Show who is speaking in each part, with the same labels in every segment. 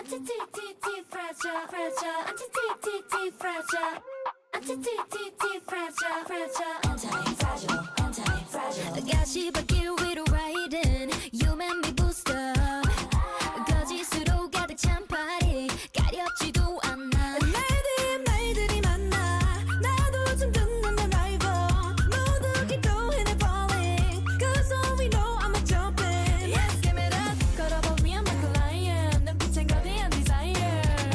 Speaker 1: anti-TTT fragile, fragile, anti-TTT fragile. Anti-TTT fragile, fragile, anti-fragile, anti-fragile.
Speaker 2: I got 시바길 위로 riding You make me boost up 거짓으로 가득 찬 파리 가렵지도 않아
Speaker 3: 날들이 날들이 만나 나도 좀 빛나는 rival 모두 기도해내 falling Cause all we know I'm a jumping
Speaker 1: Let's give it up.
Speaker 3: 걸어보면 like a lion 눈빛엔 거대한 desire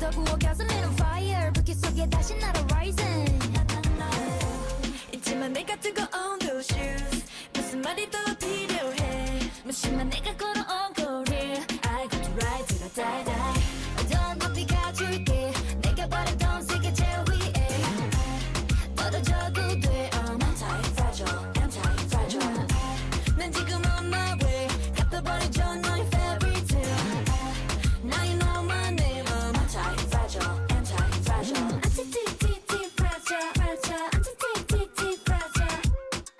Speaker 2: 더 구워 가슴에는 fire 불길 속에 다시 날아 rising
Speaker 3: 있지만 내가 뜨거운 두 shoes 무슨 말이 더 필요해 무심한 내가 걸어온 거리 I got to ride till I die die
Speaker 2: 어떤 높이 가줄게 내가 바랬던 세계 제일 위에 떨어져도 돼
Speaker 3: Oh,
Speaker 2: I'm
Speaker 1: Anti-fragile, anti-fragile.
Speaker 3: 난 지금 on my way 갖다버려줘 너의 fairy tale 나의 너만의 맘
Speaker 1: Anti-fragile, anti-fragile. Anti-TTT fragile, fragile, anti-TTT fragile.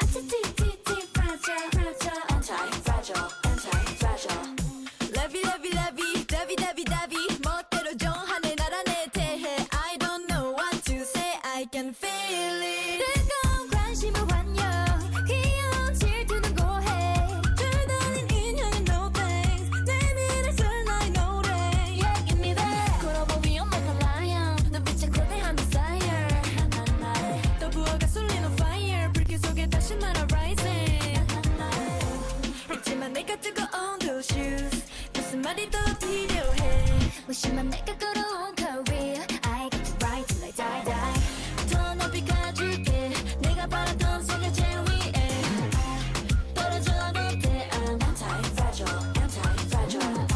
Speaker 1: Anti-TTT fragile, fragile, anti-fragile, anti-fragile.
Speaker 3: Lovey lovey lovey lovey lovey lovey 멋대로 정하네 나라 내 대해 I don't know what to say I can feel it
Speaker 2: 뜨거운 관심을 환영 귀여운 질투는 고해
Speaker 3: 줄다닌 인형은 no thanks 내 미래 설 나의 노래
Speaker 2: Yeah give me that
Speaker 3: 걸어보 위험 like a lion 눈빛에 거대한 desire 또 부어가 쏠리는 fire 불길 속에 다시 날아 rising 있지만 내가 뜨거운 두 shoes 무슨 말이 더 필요해
Speaker 2: 무심한 내가 걸어온 career I got to ride till I die die
Speaker 3: 더 높이 가줄게 내가 바랐던 세계 제일 위에 떨어져도 돼 I'm
Speaker 1: Anti-fragile, anti-fragile.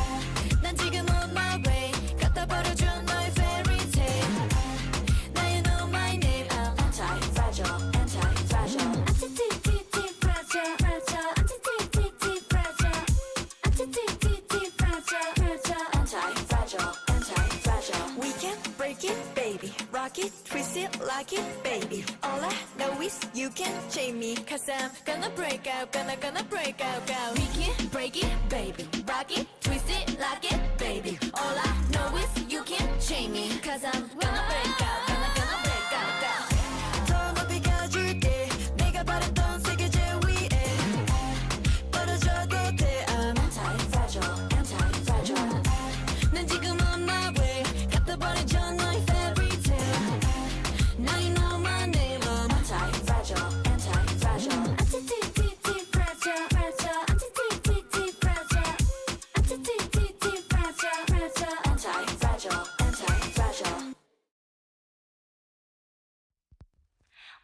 Speaker 3: 난 지금 on my way 갖다 버려줘 너의 fairy tale Now you know my name I'm
Speaker 1: Anti-fragile, anti-fragile. Anti-TTT fragile, fragile, anti-TTT fragile. Anti-TTT fragile, fragile, anti-fragile, anti-fragile.
Speaker 3: We can break it, baby. Rock it, twist it, lock it, baby. All I know is you can chain me. Cause I'm gonna break out, gonna, gonna break out, go. We can break it, baby. Rock it, twist it, lock it, baby. All I know is you can chain me. Cause I'm gonna break out, gonna, gonna break out, go. 더 높이 가줄게. 내가 바랬던 세계 제위에. 떨어져도 돼, I'm
Speaker 1: Anti-fragile, anti-fragile.
Speaker 3: 난 지금 on my way 갖다 버려줘 너의 fairy tale 나의 너만의 맘
Speaker 1: Anti-fragile, anti-fragile. Anti-TTT fragile, fragile, anti-TTT fragile. Anti-TTT fragile, fragile, anti-fragile, anti-fragile.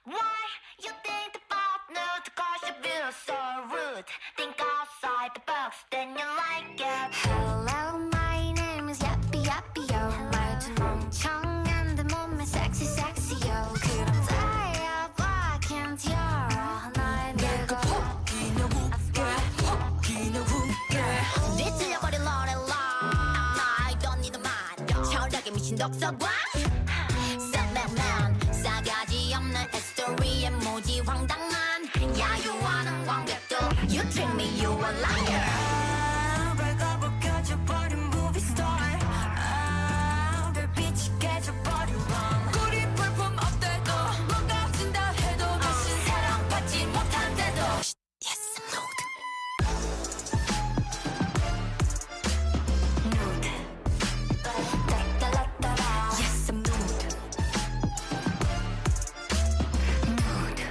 Speaker 4: Why you think about nude Cause you feel so rude Think outside the box Then you like it Hello my name is Yappy Yappy Yo 말투 멍청한데 몸매 sexy sexy yo 그럼 다이아 black and yellow 나의 내가 미칠려버린 Lorelai I don't need a man 철학에 미친 독서광 썬백맨 싸가지 없는 에스토리에 무지 황당한 야유하는 관객들 You treat me you a liar
Speaker 3: 버려버린 movie star 아, 별빛이 깨져버린 밤 꿀이 볼품 없대도 뭔가 없진다 해도 다시 사랑받지 못한대도
Speaker 4: Yes I'm loaded Yes, I'm nude. Nude.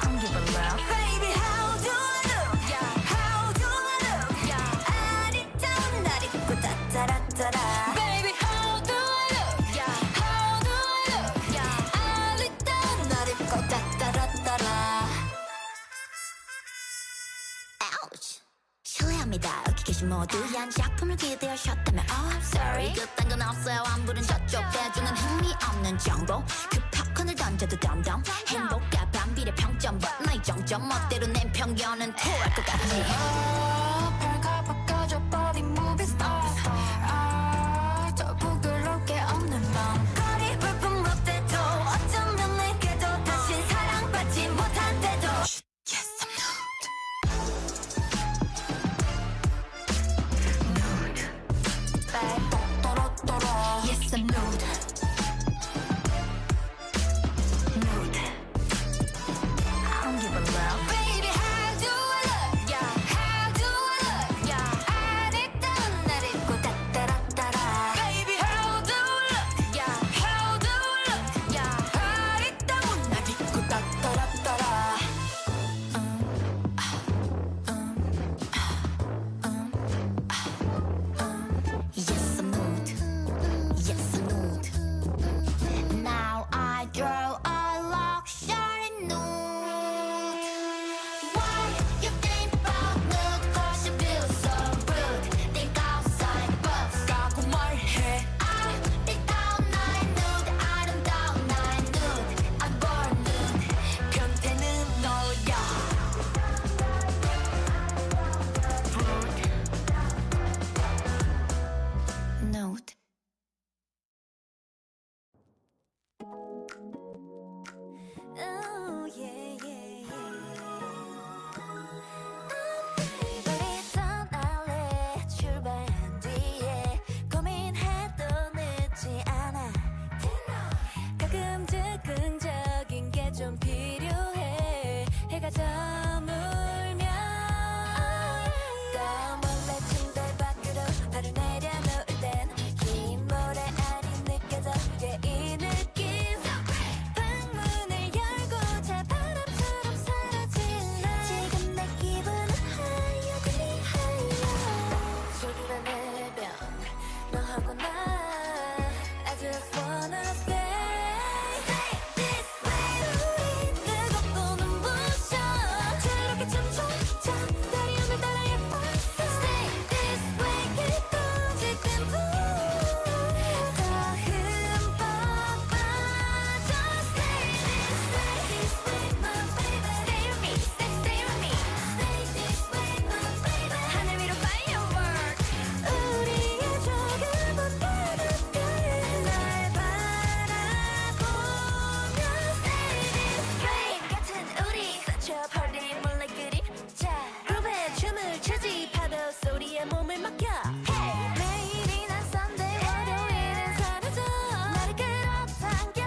Speaker 4: I'm giving love.
Speaker 3: Baby, how do I look?
Speaker 4: Yeah.
Speaker 3: How do I look?
Speaker 4: Yeah.
Speaker 3: 아리따운 날 입고 따따라따라
Speaker 4: Baby, how do I look? Yeah. How do I look? Yeah.
Speaker 3: 아리따운 날 입고 따따라따라
Speaker 4: Ouch. 실례합니다. 여기 계신 모두 한 작품을 기대하셨다면 Oh, I'm sorry. 그딴 건 없어요. 안 부른 저쪽 대중은 흥미 없는 정보. 그 팝콘을 던져도 덤덤. 행복과 반비례 평점. But 나의 정점 멋대로 낸 편견은 토할 것 같지. 아,
Speaker 3: 거리 불품 못돼도 어쩌면 내게도 다시 사랑받지 못한대도
Speaker 4: Yes, I'm nude. Nude.
Speaker 5: below.
Speaker 3: Baby, how do I look? Yeah. How do I look? Yeah. 아직도 날 잊고 따따라따라.
Speaker 5: Baby, how do I look?
Speaker 3: Yeah. How do I look? Yeah. 아직도
Speaker 5: 날 믿고 따따라따라.
Speaker 4: Yes, I'm nude. Yes, I'm nude. Now I draw a luxury nude. Why you think about nude? Cause you feel so rude. Think outside the box.
Speaker 5: 라고 말해.
Speaker 4: I think down nine nude. I don't down nine nude. I'm born nude.
Speaker 5: 변태는 너야.
Speaker 4: Nude.
Speaker 3: Oh yeah yeah yeah. 우리 떠날래 출발한 뒤에 고민해도 늦지 않아. 가끔 즉흥적인 게 좀 필요해. 해가 저물면 또 몰래 침대 밖으로 발을 내려놓을 땐 긴 모래알이 느껴져 꽤이 느낌. 방문을 열고 자 바람처럼 사라질 날 지금 내 기분은 higher than me higher 소중한 해변 너하고 나 I just wanna stay Stay this way 우리 뜨겁고 눈부셔 저렇게 참 좋죠 달이 오늘 따라 예뻤어 Stay this way 그리고 지금도 더 흠뻑 빠져 Stay this way This way my baby Stay with me Stay stay with me Stay this way my baby 하늘 위로 firework 우리의 조금은 바닷가에 날 바라보며 Stay this way 같은 우리 스쳐 펄리 몰래 그림 자 그룹에 춤을 추지 파도 소리에 몸을 맡겨 매일이 난 썬데이 월요일은 사라져 나를 끌어당겨 I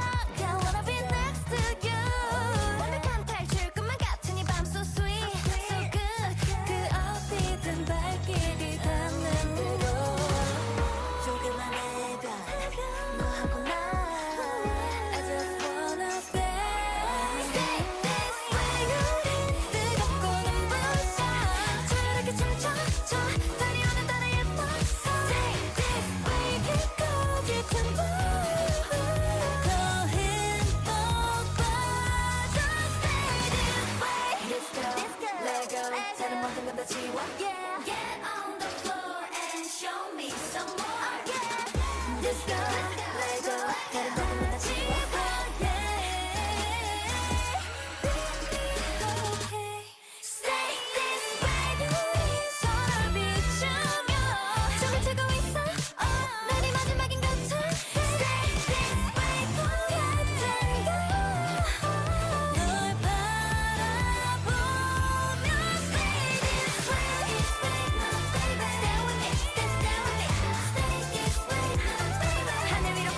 Speaker 3: wanna be next to you 완벽한 탈출 꿈만 같은 이밤 so sweet so good 그 어디든 발길이 닿는 대로 조그만 해변 너하고 나 I just wanna stay Stay this way 우리 뜨겁고 눈부셔 저렇게 춤춰춰 달이 오는 따라 예뻤어 Stay this way 길거리 틈보 더 흠뻑 빠져 Stay this way Disco
Speaker 5: Let go. 다른 모든 건다 지워.
Speaker 3: Yeah
Speaker 4: Get on the floor and show me some more.
Speaker 3: Yeah Disco
Speaker 4: Let's go.
Speaker 3: 다른 모든 건다 지워 Yeah Stay this way 우리 서로 비추며 춤을 추고 있어 날이 마지막인 것처럼 Stay this way 같은 널 바라보며 Stay this way This way my baby Stay with me Stay with me Stay this way my baby 하늘 위로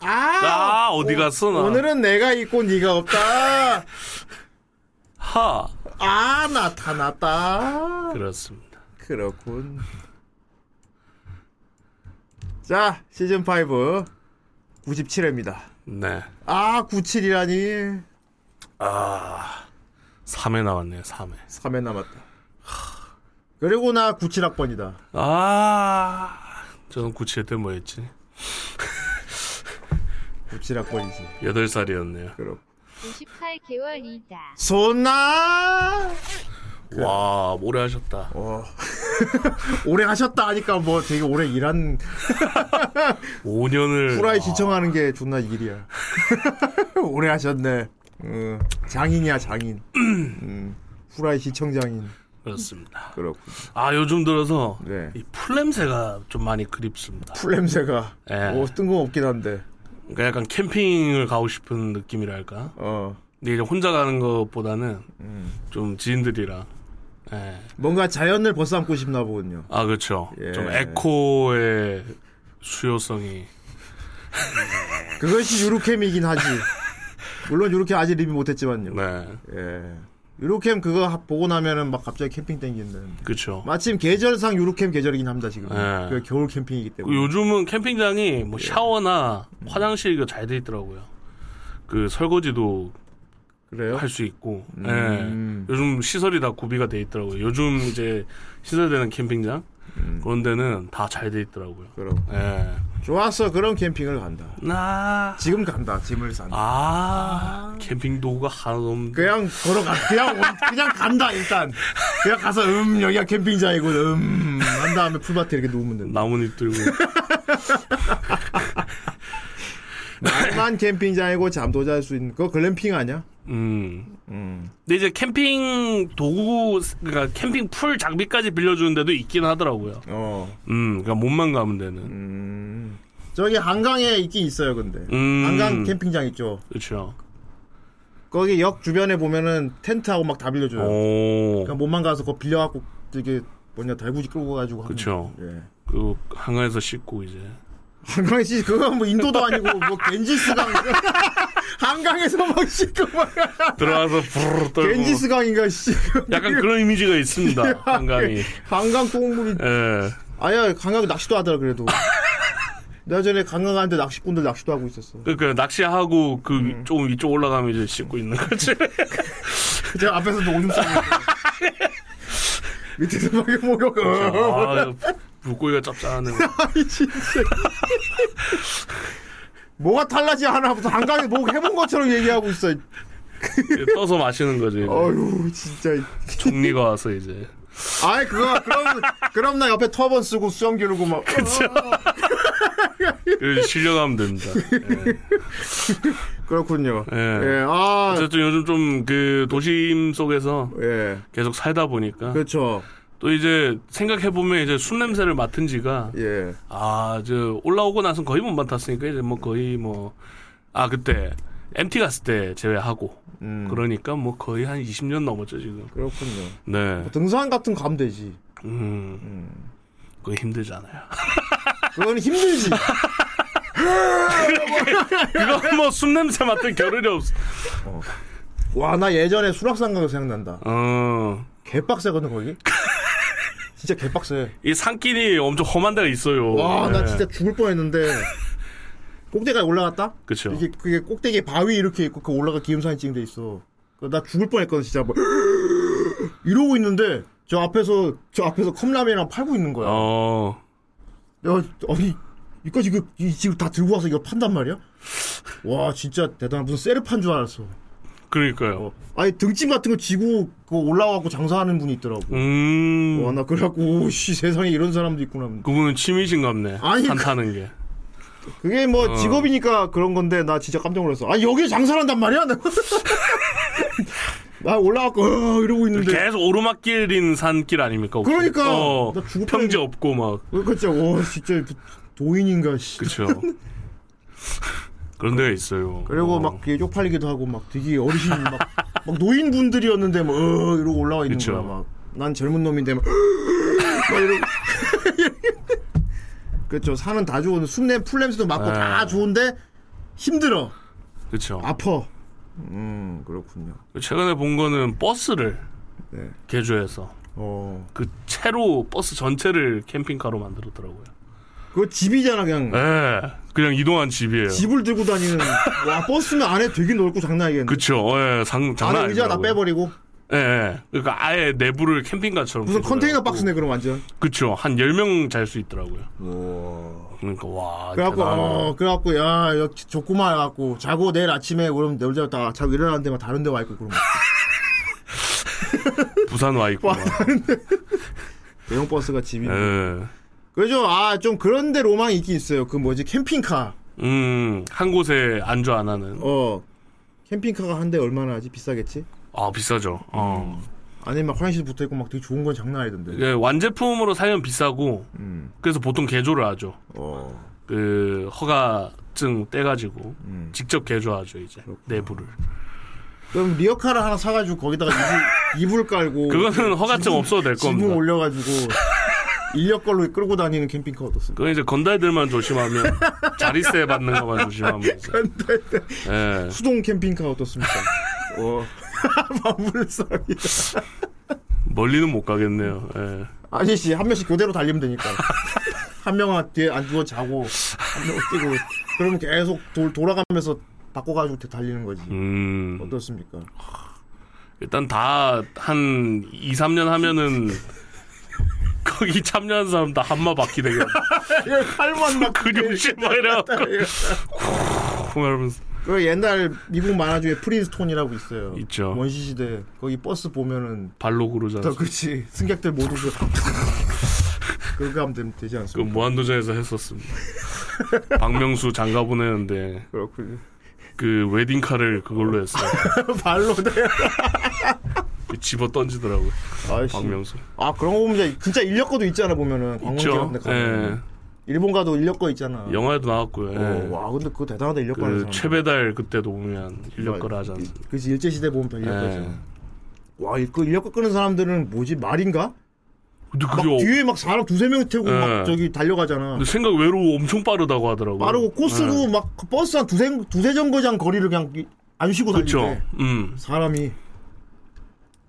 Speaker 6: 아,
Speaker 7: 아 어디 갔어 나?
Speaker 6: 오늘은 내가 있고 네가 없다.
Speaker 7: 하
Speaker 6: 아 나타났다.
Speaker 7: 그렇습니다.
Speaker 6: 그렇군. 자 시즌 5 97회입니다.
Speaker 7: 네.
Speaker 6: 아 97이라니
Speaker 7: 아 3회 나왔네요. 3회.
Speaker 6: 3회 남았다. 그리고 나 97학번이다.
Speaker 7: 아 저는 97때 뭐였지?
Speaker 6: 97학번이지.
Speaker 7: 8살이었네요.
Speaker 6: 그렇고.
Speaker 8: 58개월이다.
Speaker 6: 손나 그
Speaker 7: 와 오래 하셨다.
Speaker 6: 어. 오래 하셨다 하니까 뭐 되게 오래 일한
Speaker 7: 5년을
Speaker 6: 후라이 지청하는 게 존나 일이야. 오래 하셨네. 음, 장인이야 장인. 음, 후라이 시청 장인.
Speaker 7: 그렇습니다.
Speaker 6: 그렇군.
Speaker 7: 아 요즘 들어서
Speaker 6: 네.
Speaker 7: 이 풀냄새가 좀 많이 그립습니다.
Speaker 6: 풀 냄새가
Speaker 7: 예.
Speaker 6: 뭐 뜬금없긴 한데.
Speaker 7: 그러니까 약간 캠핑을 가고 싶은 느낌이랄까.
Speaker 6: 어.
Speaker 7: 근데 이제 혼자 가는 것보다는
Speaker 6: 음.
Speaker 7: 좀 지인들이랑. 예.
Speaker 6: 뭔가 자연을 벗삼고 싶나 보군요.
Speaker 7: 아 그렇죠.
Speaker 6: 예.
Speaker 7: 좀 에코의 수요성이
Speaker 6: 그것이 유로캠이긴 하지. 물론 유로캠 아직 리뷰 못했지만요.
Speaker 7: 네
Speaker 6: 예. 유로캠 그거 하- 보고 나면은 막 갑자기 캠핑 땡기는데.
Speaker 7: 그렇죠.
Speaker 6: 마침 계절상 유로캠 계절이긴 합니다 지금.
Speaker 7: 예.
Speaker 6: 그 겨울 캠핑이기
Speaker 7: 그리고
Speaker 6: 때문에.
Speaker 7: 요즘은 캠핑장이 뭐
Speaker 6: 예.
Speaker 7: 샤워나 화장실이 잘 돼 있더라고요. 그 설거지도
Speaker 6: 그래요?
Speaker 7: 할 수 있고.
Speaker 6: 음.
Speaker 7: 예. 요즘 시설이 다 구비가 돼 있더라고요. 요즘 이제 시설되는 캠핑장 그런 데는 다 잘 돼 있더라고요.
Speaker 6: 음. 그럼.
Speaker 7: 예.
Speaker 6: 좋았어 그런 캠핑을 간다.
Speaker 7: 나.
Speaker 6: 지금 간다 짐을 산다.
Speaker 7: 아, 캠핑 도구가 하나도 없는.
Speaker 6: 그냥 걸어가 그냥 온- 그냥 간다 일단. 그냥 가서 음 여기가 캠핑장이고 음한 다음에 풀밭에 이렇게 누우면 된다.
Speaker 7: 나뭇잎 들고.
Speaker 6: 만 캠핑장이고 잠도 잘 수 있는 그거 글램핑 아니야?
Speaker 7: 음. 근데 이제 캠핑 도구, 그러니까 캠핑 풀 장비까지 빌려주는 데도 있긴 하더라고요.
Speaker 6: 어.
Speaker 7: 음, 그러니까 몸만 가면 되는.
Speaker 6: 음. 저기 한강에 있긴 있어요 근데.
Speaker 7: 음.
Speaker 6: 한강 캠핑장 있죠.
Speaker 7: 그렇죠.
Speaker 6: 거기 역 주변에 보면은 텐트하고 막 다 빌려줘요.
Speaker 7: 어. 오,
Speaker 6: 어. 그냥 몸만 가서 그거 빌려갖고 되게 뭐냐 달구지 끌고 가지고 하는
Speaker 7: 그쵸.
Speaker 6: 거. 예.
Speaker 7: 그 항아에서 씻고 이제.
Speaker 6: 한강 씨 그건 뭐 인도도 아니고 뭐 겐지스강 한강에서 뭐 막 씻고 막
Speaker 7: 들어와서 부르르 떨고.
Speaker 6: 겐지스강인가 아, 씨.
Speaker 7: 뭐. 약간 그런 이미지가 있습니다. 한강이.
Speaker 6: 한강 꽁물이
Speaker 7: 예.
Speaker 6: 아야 강강 낚시도 하더라 그래도. 내가 전에 강강 가는데 낚시꾼들 낚시도 하고 있었어.
Speaker 7: 그러니까 낚시하고 그
Speaker 6: 음.
Speaker 7: 조금 위쪽 올라가면 이제 씻고 있는 거지.
Speaker 6: 제가 앞에서도 오줌 싸고 있어요. 밑에서 막 이렇게 목욕.
Speaker 7: 아, 물고기가 짭짤하네.
Speaker 6: 아니 진짜. 뭐가 달라지 하나부터 한강에 뭐 해본 것처럼 얘기하고 있어.
Speaker 7: 떠서 마시는 거지. 이제.
Speaker 6: 어휴 진짜.
Speaker 7: 총리가 와서 이제.
Speaker 6: 아이 그거 그럼 그럼 나 옆에 터번 쓰고 수염 기르고 막.
Speaker 7: 그 실려가면 됩니다.
Speaker 6: 그렇군요.
Speaker 7: 예.
Speaker 6: 예. 아.
Speaker 7: 어쨌든 요즘 좀 그 도심 속에서
Speaker 6: 예.
Speaker 7: 계속 살다 보니까
Speaker 6: 그렇죠.
Speaker 7: 또 이제 생각해 보면 이제 술 냄새를 맡은 지가
Speaker 6: 예.
Speaker 7: 아 저 올라오고 나서 거의 못 맡았으니까 이제 뭐 거의 뭐 아 그때 MT 갔을 때 제외하고
Speaker 6: 음.
Speaker 7: 그러니까 뭐 거의 한 20년 넘었죠 지금.
Speaker 6: 그렇군요.
Speaker 7: 네.
Speaker 6: 등산 같은 거 가면 되지.
Speaker 7: 음. 그거 힘들잖아요.
Speaker 6: 그건 힘들지.
Speaker 7: 그거 뭐 술 냄새 맡을 겨를이 없어.
Speaker 6: 와, 나 예전에 수락산 가서 생각난다.
Speaker 7: 어.
Speaker 6: 개빡세거든, 거기? 진짜 개빡세.
Speaker 7: 이 산길이 엄청 험한 데가 있어요.
Speaker 6: 와, 나
Speaker 7: 네.
Speaker 6: 진짜 죽을 뻔 했는데. 꼭대기까지 올라갔다?
Speaker 7: 그쵸.
Speaker 6: 이게, 그게 꼭대기에 바위 이렇게 있고, 그 올라가 기음산이 찍은 데 있어. 그나 죽을 뻔 했거든, 진짜. 뭐 이러고 있는데, 저 앞에서, 저 앞에서 컵라면이랑 팔고 있는 거야.
Speaker 7: 어.
Speaker 6: 내가, 아니, 이까지 그, 이, 지금 다 들고 와서 이거 판단 말이야? 와, 진짜 대단한. 무슨 세르판 줄 알았어.
Speaker 7: 그러니까요.
Speaker 6: 어. 아니 등짐 같은 거 지고 그거 올라와갖고 장사하는 분이 있더라고.
Speaker 7: 음.
Speaker 6: 와 나 그래갖고 오씨 세상에 이런 사람도 있구나.
Speaker 7: 그분은 취미신갑네.
Speaker 6: 아니,
Speaker 7: 산
Speaker 6: 그-
Speaker 7: 타는 게.
Speaker 6: 그게 뭐 직업이니까 그런 건데 나 진짜 깜짝 놀랐어. 아 여기 장사한단 말이야? 나, 나 올라왔고 어, 이러고 있는데.
Speaker 7: 계속 오르막길인 산길 아닙니까? 혹시?
Speaker 6: 그러니까.
Speaker 7: 어,
Speaker 6: 나 죽을 뻔했네.
Speaker 7: 평지 없고 막.
Speaker 6: 그러니까 진짜 와 진짜 도인인가 씨.
Speaker 7: 그쵸. 그런 데가 있어요.
Speaker 6: 그리고
Speaker 7: 어.
Speaker 6: 막 뒤에 쪽팔리기도 하고 막 되게 어르신 막, 막 노인분들이었는데 막 어, 이러고 올라와 있는
Speaker 7: 그쵸.
Speaker 6: 거야 막난 젊은 놈인데 막, 막 이러고 그렇죠 산은 다 좋은 숲냄 풀냄새도 맡고
Speaker 7: 네.
Speaker 6: 다 좋은데 힘들어.
Speaker 7: 그렇죠.
Speaker 6: 아파.
Speaker 9: 음 그렇군요.
Speaker 7: 최근에 본 거는 버스를
Speaker 6: 네.
Speaker 7: 개조해서
Speaker 6: 어.
Speaker 7: 그 채로 버스 전체를 캠핑카로 만들었더라고요.
Speaker 6: 그거 집이잖아, 그냥.
Speaker 7: 예. 그냥 이동한 집이에요.
Speaker 6: 음. 집을 들고 다니는. 와, 버스면 안에 되게 넓고 장난 아니겠네.
Speaker 7: 그쵸. 예. 상, 장난
Speaker 6: 안에
Speaker 7: 아니고.
Speaker 6: 의자 다 빼버리고.
Speaker 7: 예, 예. 그러니까 아예 내부를 캠핑카처럼.
Speaker 6: 무슨
Speaker 7: 개조해갖고.
Speaker 6: 컨테이너
Speaker 7: 어.
Speaker 6: 박스네, 그럼 완전.
Speaker 7: 그쵸. 한 10명 잘 수 있더라고요. 그러니까, 와.
Speaker 6: 그래갖고,
Speaker 7: 대단하네.
Speaker 6: 어, 그래갖고, 야, 이거 지- 좋구만 해갖고. 자고 내일 아침에, 그럼 내 혼자 다 자고 일어나는 데만 다른 데 와있고, 그러면.
Speaker 7: 부산 와있구나.
Speaker 6: 대형 버스가 집이.
Speaker 7: 예.
Speaker 6: 그죠? 아, 좀 그런데 로망이 있긴 있어요. 그 뭐지, 캠핑카.
Speaker 7: 음, 한 곳에 안주 안 하는.
Speaker 6: 어. 캠핑카가 한 대 얼마나 하지? 비싸겠지?
Speaker 7: 아, 비싸죠. 어.
Speaker 6: 안에 막 화장실 붙어 있고 막 되게 좋은 건 장난 아니던데.
Speaker 7: 이게 예, 완제품으로 사면 비싸고,
Speaker 9: 음.
Speaker 7: 그래서 보통 개조를 하죠.
Speaker 9: 어.
Speaker 7: 그, 허가증 떼가지고,
Speaker 9: 음.
Speaker 7: 직접 개조하죠, 이제. 내부를.
Speaker 6: 그럼 리어카를 하나 사가지고 거기다가 이불, 이불 깔고
Speaker 7: 그거는 허가증 없어도 될
Speaker 6: 지붕
Speaker 7: 겁니다.
Speaker 6: 올려가지고 인력 걸로 끌고 다니는 캠핑카 어떻습니까?
Speaker 7: 그건 이제 건달들만 조심하면, 자리세 받는 것만 조심하면. 이제. 예.
Speaker 6: 수동 캠핑카 어떻습니까?
Speaker 9: 어.
Speaker 6: 마무리 싸움이다.
Speaker 7: 멀리는 못 가겠네요. 예.
Speaker 6: 아니지 한 명씩 교대로 달리면 되니까 한 명은 뒤에 안 누워 자고 한 명은 뛰고 그러면 계속 돌, 돌아가면서 바꿔가지고 이렇게 달리는 거지.
Speaker 7: 음.
Speaker 6: 어떻습니까?
Speaker 7: 일단 다 한 2, 3년 하면은 거기 참여한 사람 다 한마 바퀴 되겠네.
Speaker 6: 칼만 막
Speaker 7: 근육질 막 이래갖고 쿵 하면서
Speaker 6: 그 옛날 미국 만화 중에 프린스톤이라고 있어요.
Speaker 7: 있죠.
Speaker 6: 원시 시대 거기 버스 보면은
Speaker 7: 발로 구르잖아.
Speaker 6: 다 그렇지 승객들 모두 그 그거 하면 되- 되지
Speaker 7: 그
Speaker 6: 않습니까?
Speaker 7: 무한도전에서 했었습니다. 박명수 장가 보내는데
Speaker 9: 그렇군요.
Speaker 7: 그 웨딩카를 그걸로 했어요.
Speaker 6: 발로 돼.
Speaker 7: 집어 던지더라고요.
Speaker 6: 아씨.
Speaker 7: 박명수.
Speaker 6: 아 그런 거 보면 진짜 인력거도 있잖아 보면은 관광지 같은
Speaker 7: 있죠?
Speaker 6: 데 가면
Speaker 7: 예.
Speaker 6: 일본 가도 인력거 있잖아.
Speaker 7: 영화에도 나왔고요. 예.
Speaker 6: 어, 와 근데 그거 대단하다 인력거 하는
Speaker 7: 그
Speaker 6: 사람.
Speaker 7: 최배달 그때도 보면 인력거를 하잖아.
Speaker 6: 그지 일제 시대 보면 다
Speaker 7: 예.
Speaker 6: 인력거잖아. 와그 인력거 끄는 사람들은 뭐지 말인가?
Speaker 7: 근데
Speaker 6: 막
Speaker 7: 그게 어-
Speaker 6: 뒤에 막 사람 두세 명 태우고
Speaker 7: 예. 네.
Speaker 6: 막 저기 달려가잖아.
Speaker 7: 근데 생각 외로 엄청 빠르다고 하더라고요. 예.
Speaker 6: 빠르고 코스도 막그 버스 한 두세, 두세 정거장 거리를 그냥 이- 안 쉬고
Speaker 7: 그렇죠.
Speaker 6: 달리는데
Speaker 7: 음.
Speaker 6: 사람이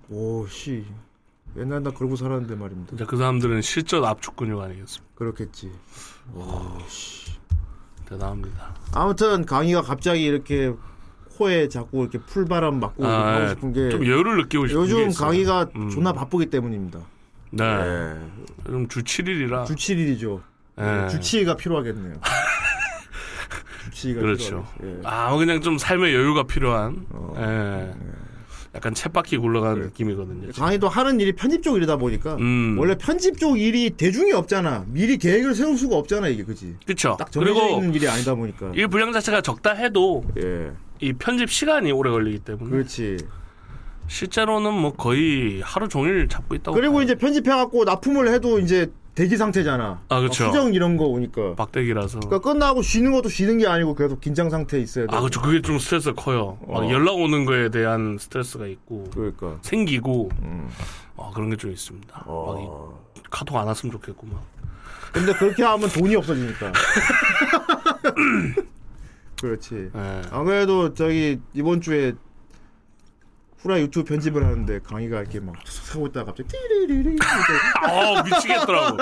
Speaker 6: 오씨 옛날 나 그러고 살았는데 말입니다
Speaker 7: 이제 그 사람들은 실전 압축 근육 아니겠습니까?
Speaker 6: 그렇겠지
Speaker 7: 대단합니다.
Speaker 6: 아무튼 강희가 갑자기 이렇게 코에 자꾸 이렇게 풀바람 맞고
Speaker 7: 아,
Speaker 6: 하고 싶은 게
Speaker 7: 좀 여유를 느끼고 싶은 게
Speaker 6: 요즘
Speaker 7: 있어요.
Speaker 6: 강희가
Speaker 7: 음.
Speaker 6: 존나 바쁘기 때문입니다
Speaker 7: 네.
Speaker 9: 네.
Speaker 7: 요즘 주 7일이라.
Speaker 6: 주 7일이죠
Speaker 7: 예.
Speaker 6: 네, 주치의가 필요하겠네요 주치의가
Speaker 7: 그렇죠.
Speaker 6: 필요하겠- 예. 어.
Speaker 7: 아, 그냥 좀 삶의 여유가 필요한. 예. 약간 챗바퀴 굴러가는 느낌이거든요.
Speaker 6: 예. 강희도 하는 일이 편집 쪽 일이다 보니까
Speaker 7: 음.
Speaker 6: 원래 편집 쪽 일이 대중이 없잖아 미리 계획을 세울 수가 없잖아 이게 그지
Speaker 7: 그렇죠.
Speaker 6: 딱 정해져
Speaker 7: 그리고
Speaker 6: 있는 일이 아니다 보니까.
Speaker 7: 일 분량 자체가 적다 해도
Speaker 6: 예.
Speaker 7: 이 편집 시간이 오래 걸리기 때문에
Speaker 6: 그렇지.
Speaker 7: 실제로는 뭐 거의 하루 종일 잡고 있다고.
Speaker 6: 그리고
Speaker 7: 봐요.
Speaker 6: 이제 편집해갖고 납품을 해도 이제 대기 상태잖아.
Speaker 7: 아, 그쵸.
Speaker 6: 막 수정 이런 거 오니까.
Speaker 7: 박대기라서.
Speaker 6: 그러니까 끝나고 쉬는 것도 쉬는 게 아니고 계속 긴장 상태에 있어야 돼.
Speaker 7: 아, 그렇죠. 그게 좀 스트레스가 커요. 막
Speaker 6: 어.
Speaker 7: 연락 오는 거에 대한 스트레스가 있고.
Speaker 9: 그러니까.
Speaker 7: 생기고
Speaker 6: 음.
Speaker 7: 아, 그런 게 좀 있습니다.
Speaker 9: 어.
Speaker 7: 막 이- 카톡 안 왔으면 좋겠구만.
Speaker 6: 근데 그렇게 하면 돈이 없어지니까. 그렇지.
Speaker 7: 예.
Speaker 6: 아무래도 저기 이번 주에 후라 유튜브 편집을 하는데 강의가 이렇게 막 하고 있다가 갑자기 띠리리리 이렇게.
Speaker 7: 아 미치겠더라고.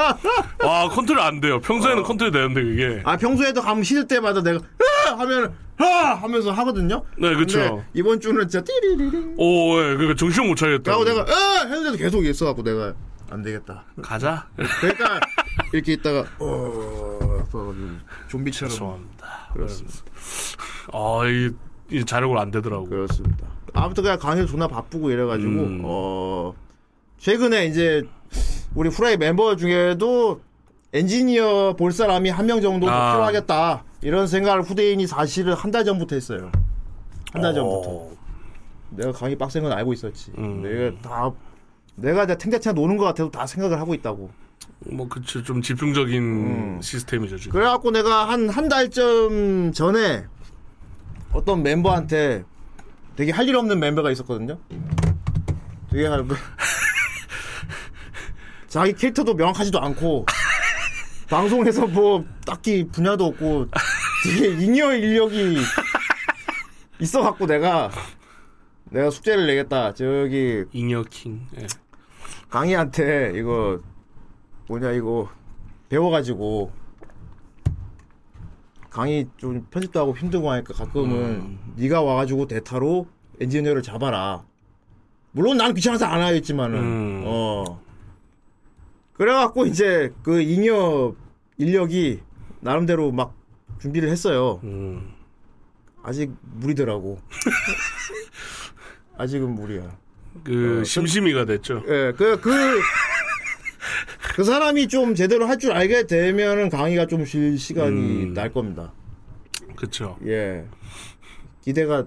Speaker 7: 와 컨트롤 안 돼요.
Speaker 6: 어.
Speaker 7: 평소에는 컨트롤 되는데 그게.
Speaker 6: 아 평소에도 가면 쉬는 때마다 내가 으아! 하면 아 하면서 하거든요.
Speaker 7: 네
Speaker 6: 근데
Speaker 7: 그렇죠.
Speaker 6: 이번 주는 진짜 띠리리링
Speaker 7: 오, 예, 그러니까 정신 못 차리겠다.
Speaker 6: 라고 내가 어 했는데도 계속 있어갖고 내가 안 되겠다.
Speaker 7: 가자.
Speaker 6: 그러니까 이렇게 있다가 어 그래가지고 좀비처럼
Speaker 7: 죄송합니다.
Speaker 6: 그렇습니다.
Speaker 7: 아이 자력으로 안 되더라고.
Speaker 6: 그렇습니다. 아무튼 그냥 강의 존나 바쁘고 이래가지고
Speaker 7: 음.
Speaker 6: 어 최근에 이제 우리 후라이 멤버 중에도 엔지니어 볼 사람이 한 명 정도 더
Speaker 7: 아.
Speaker 6: 필요하겠다 이런 생각을 후대인이 사실은 한 달 전부터 했어요. 한 달 전부터.
Speaker 7: 어,
Speaker 6: 내가 강의 빡센 건 알고 있었지.
Speaker 7: 음.
Speaker 6: 내가 다 내가 내 탱자탱자 노는 것 같아도 다 생각을 하고 있다고.
Speaker 7: 뭐 그치 좀 집중적인 시스템이죠 지금.
Speaker 6: 음. 그래갖고 내가 한 한 달쯤 전에 어떤 멤버한테 되게 할 일 없는 멤버가 있었거든요. 되게 할 자기 캐릭터도 명확하지도 않고 방송에서 뭐 딱히 분야도 없고 되게 인여 인력이 있어갖고 내가 내가 숙제를 내겠다. 저기
Speaker 7: 잉여킹. 예.
Speaker 6: 강희한테 이거 뭐냐 이거 배워가지고 강희 좀 편집도 하고 힘들고 하니까 가끔은 네가 와가지고 대타로 엔지니어를 잡아라. 물론 난 귀찮아서 안 하였지만은
Speaker 7: 음.
Speaker 6: 어 그래갖고 이제 그 잉여 인력이 나름대로 막 준비를 했어요.
Speaker 7: 음.
Speaker 6: 아직 무리더라고. 아직은 무리야.
Speaker 7: 그 심심이가 됐죠.
Speaker 6: 예, 그, 그, 그 사람이 좀 제대로 할 줄 알게 되면은 강의가 좀 쉴 시간이
Speaker 7: 음.
Speaker 6: 날 겁니다.
Speaker 7: 그쵸.
Speaker 6: 예. 기대가,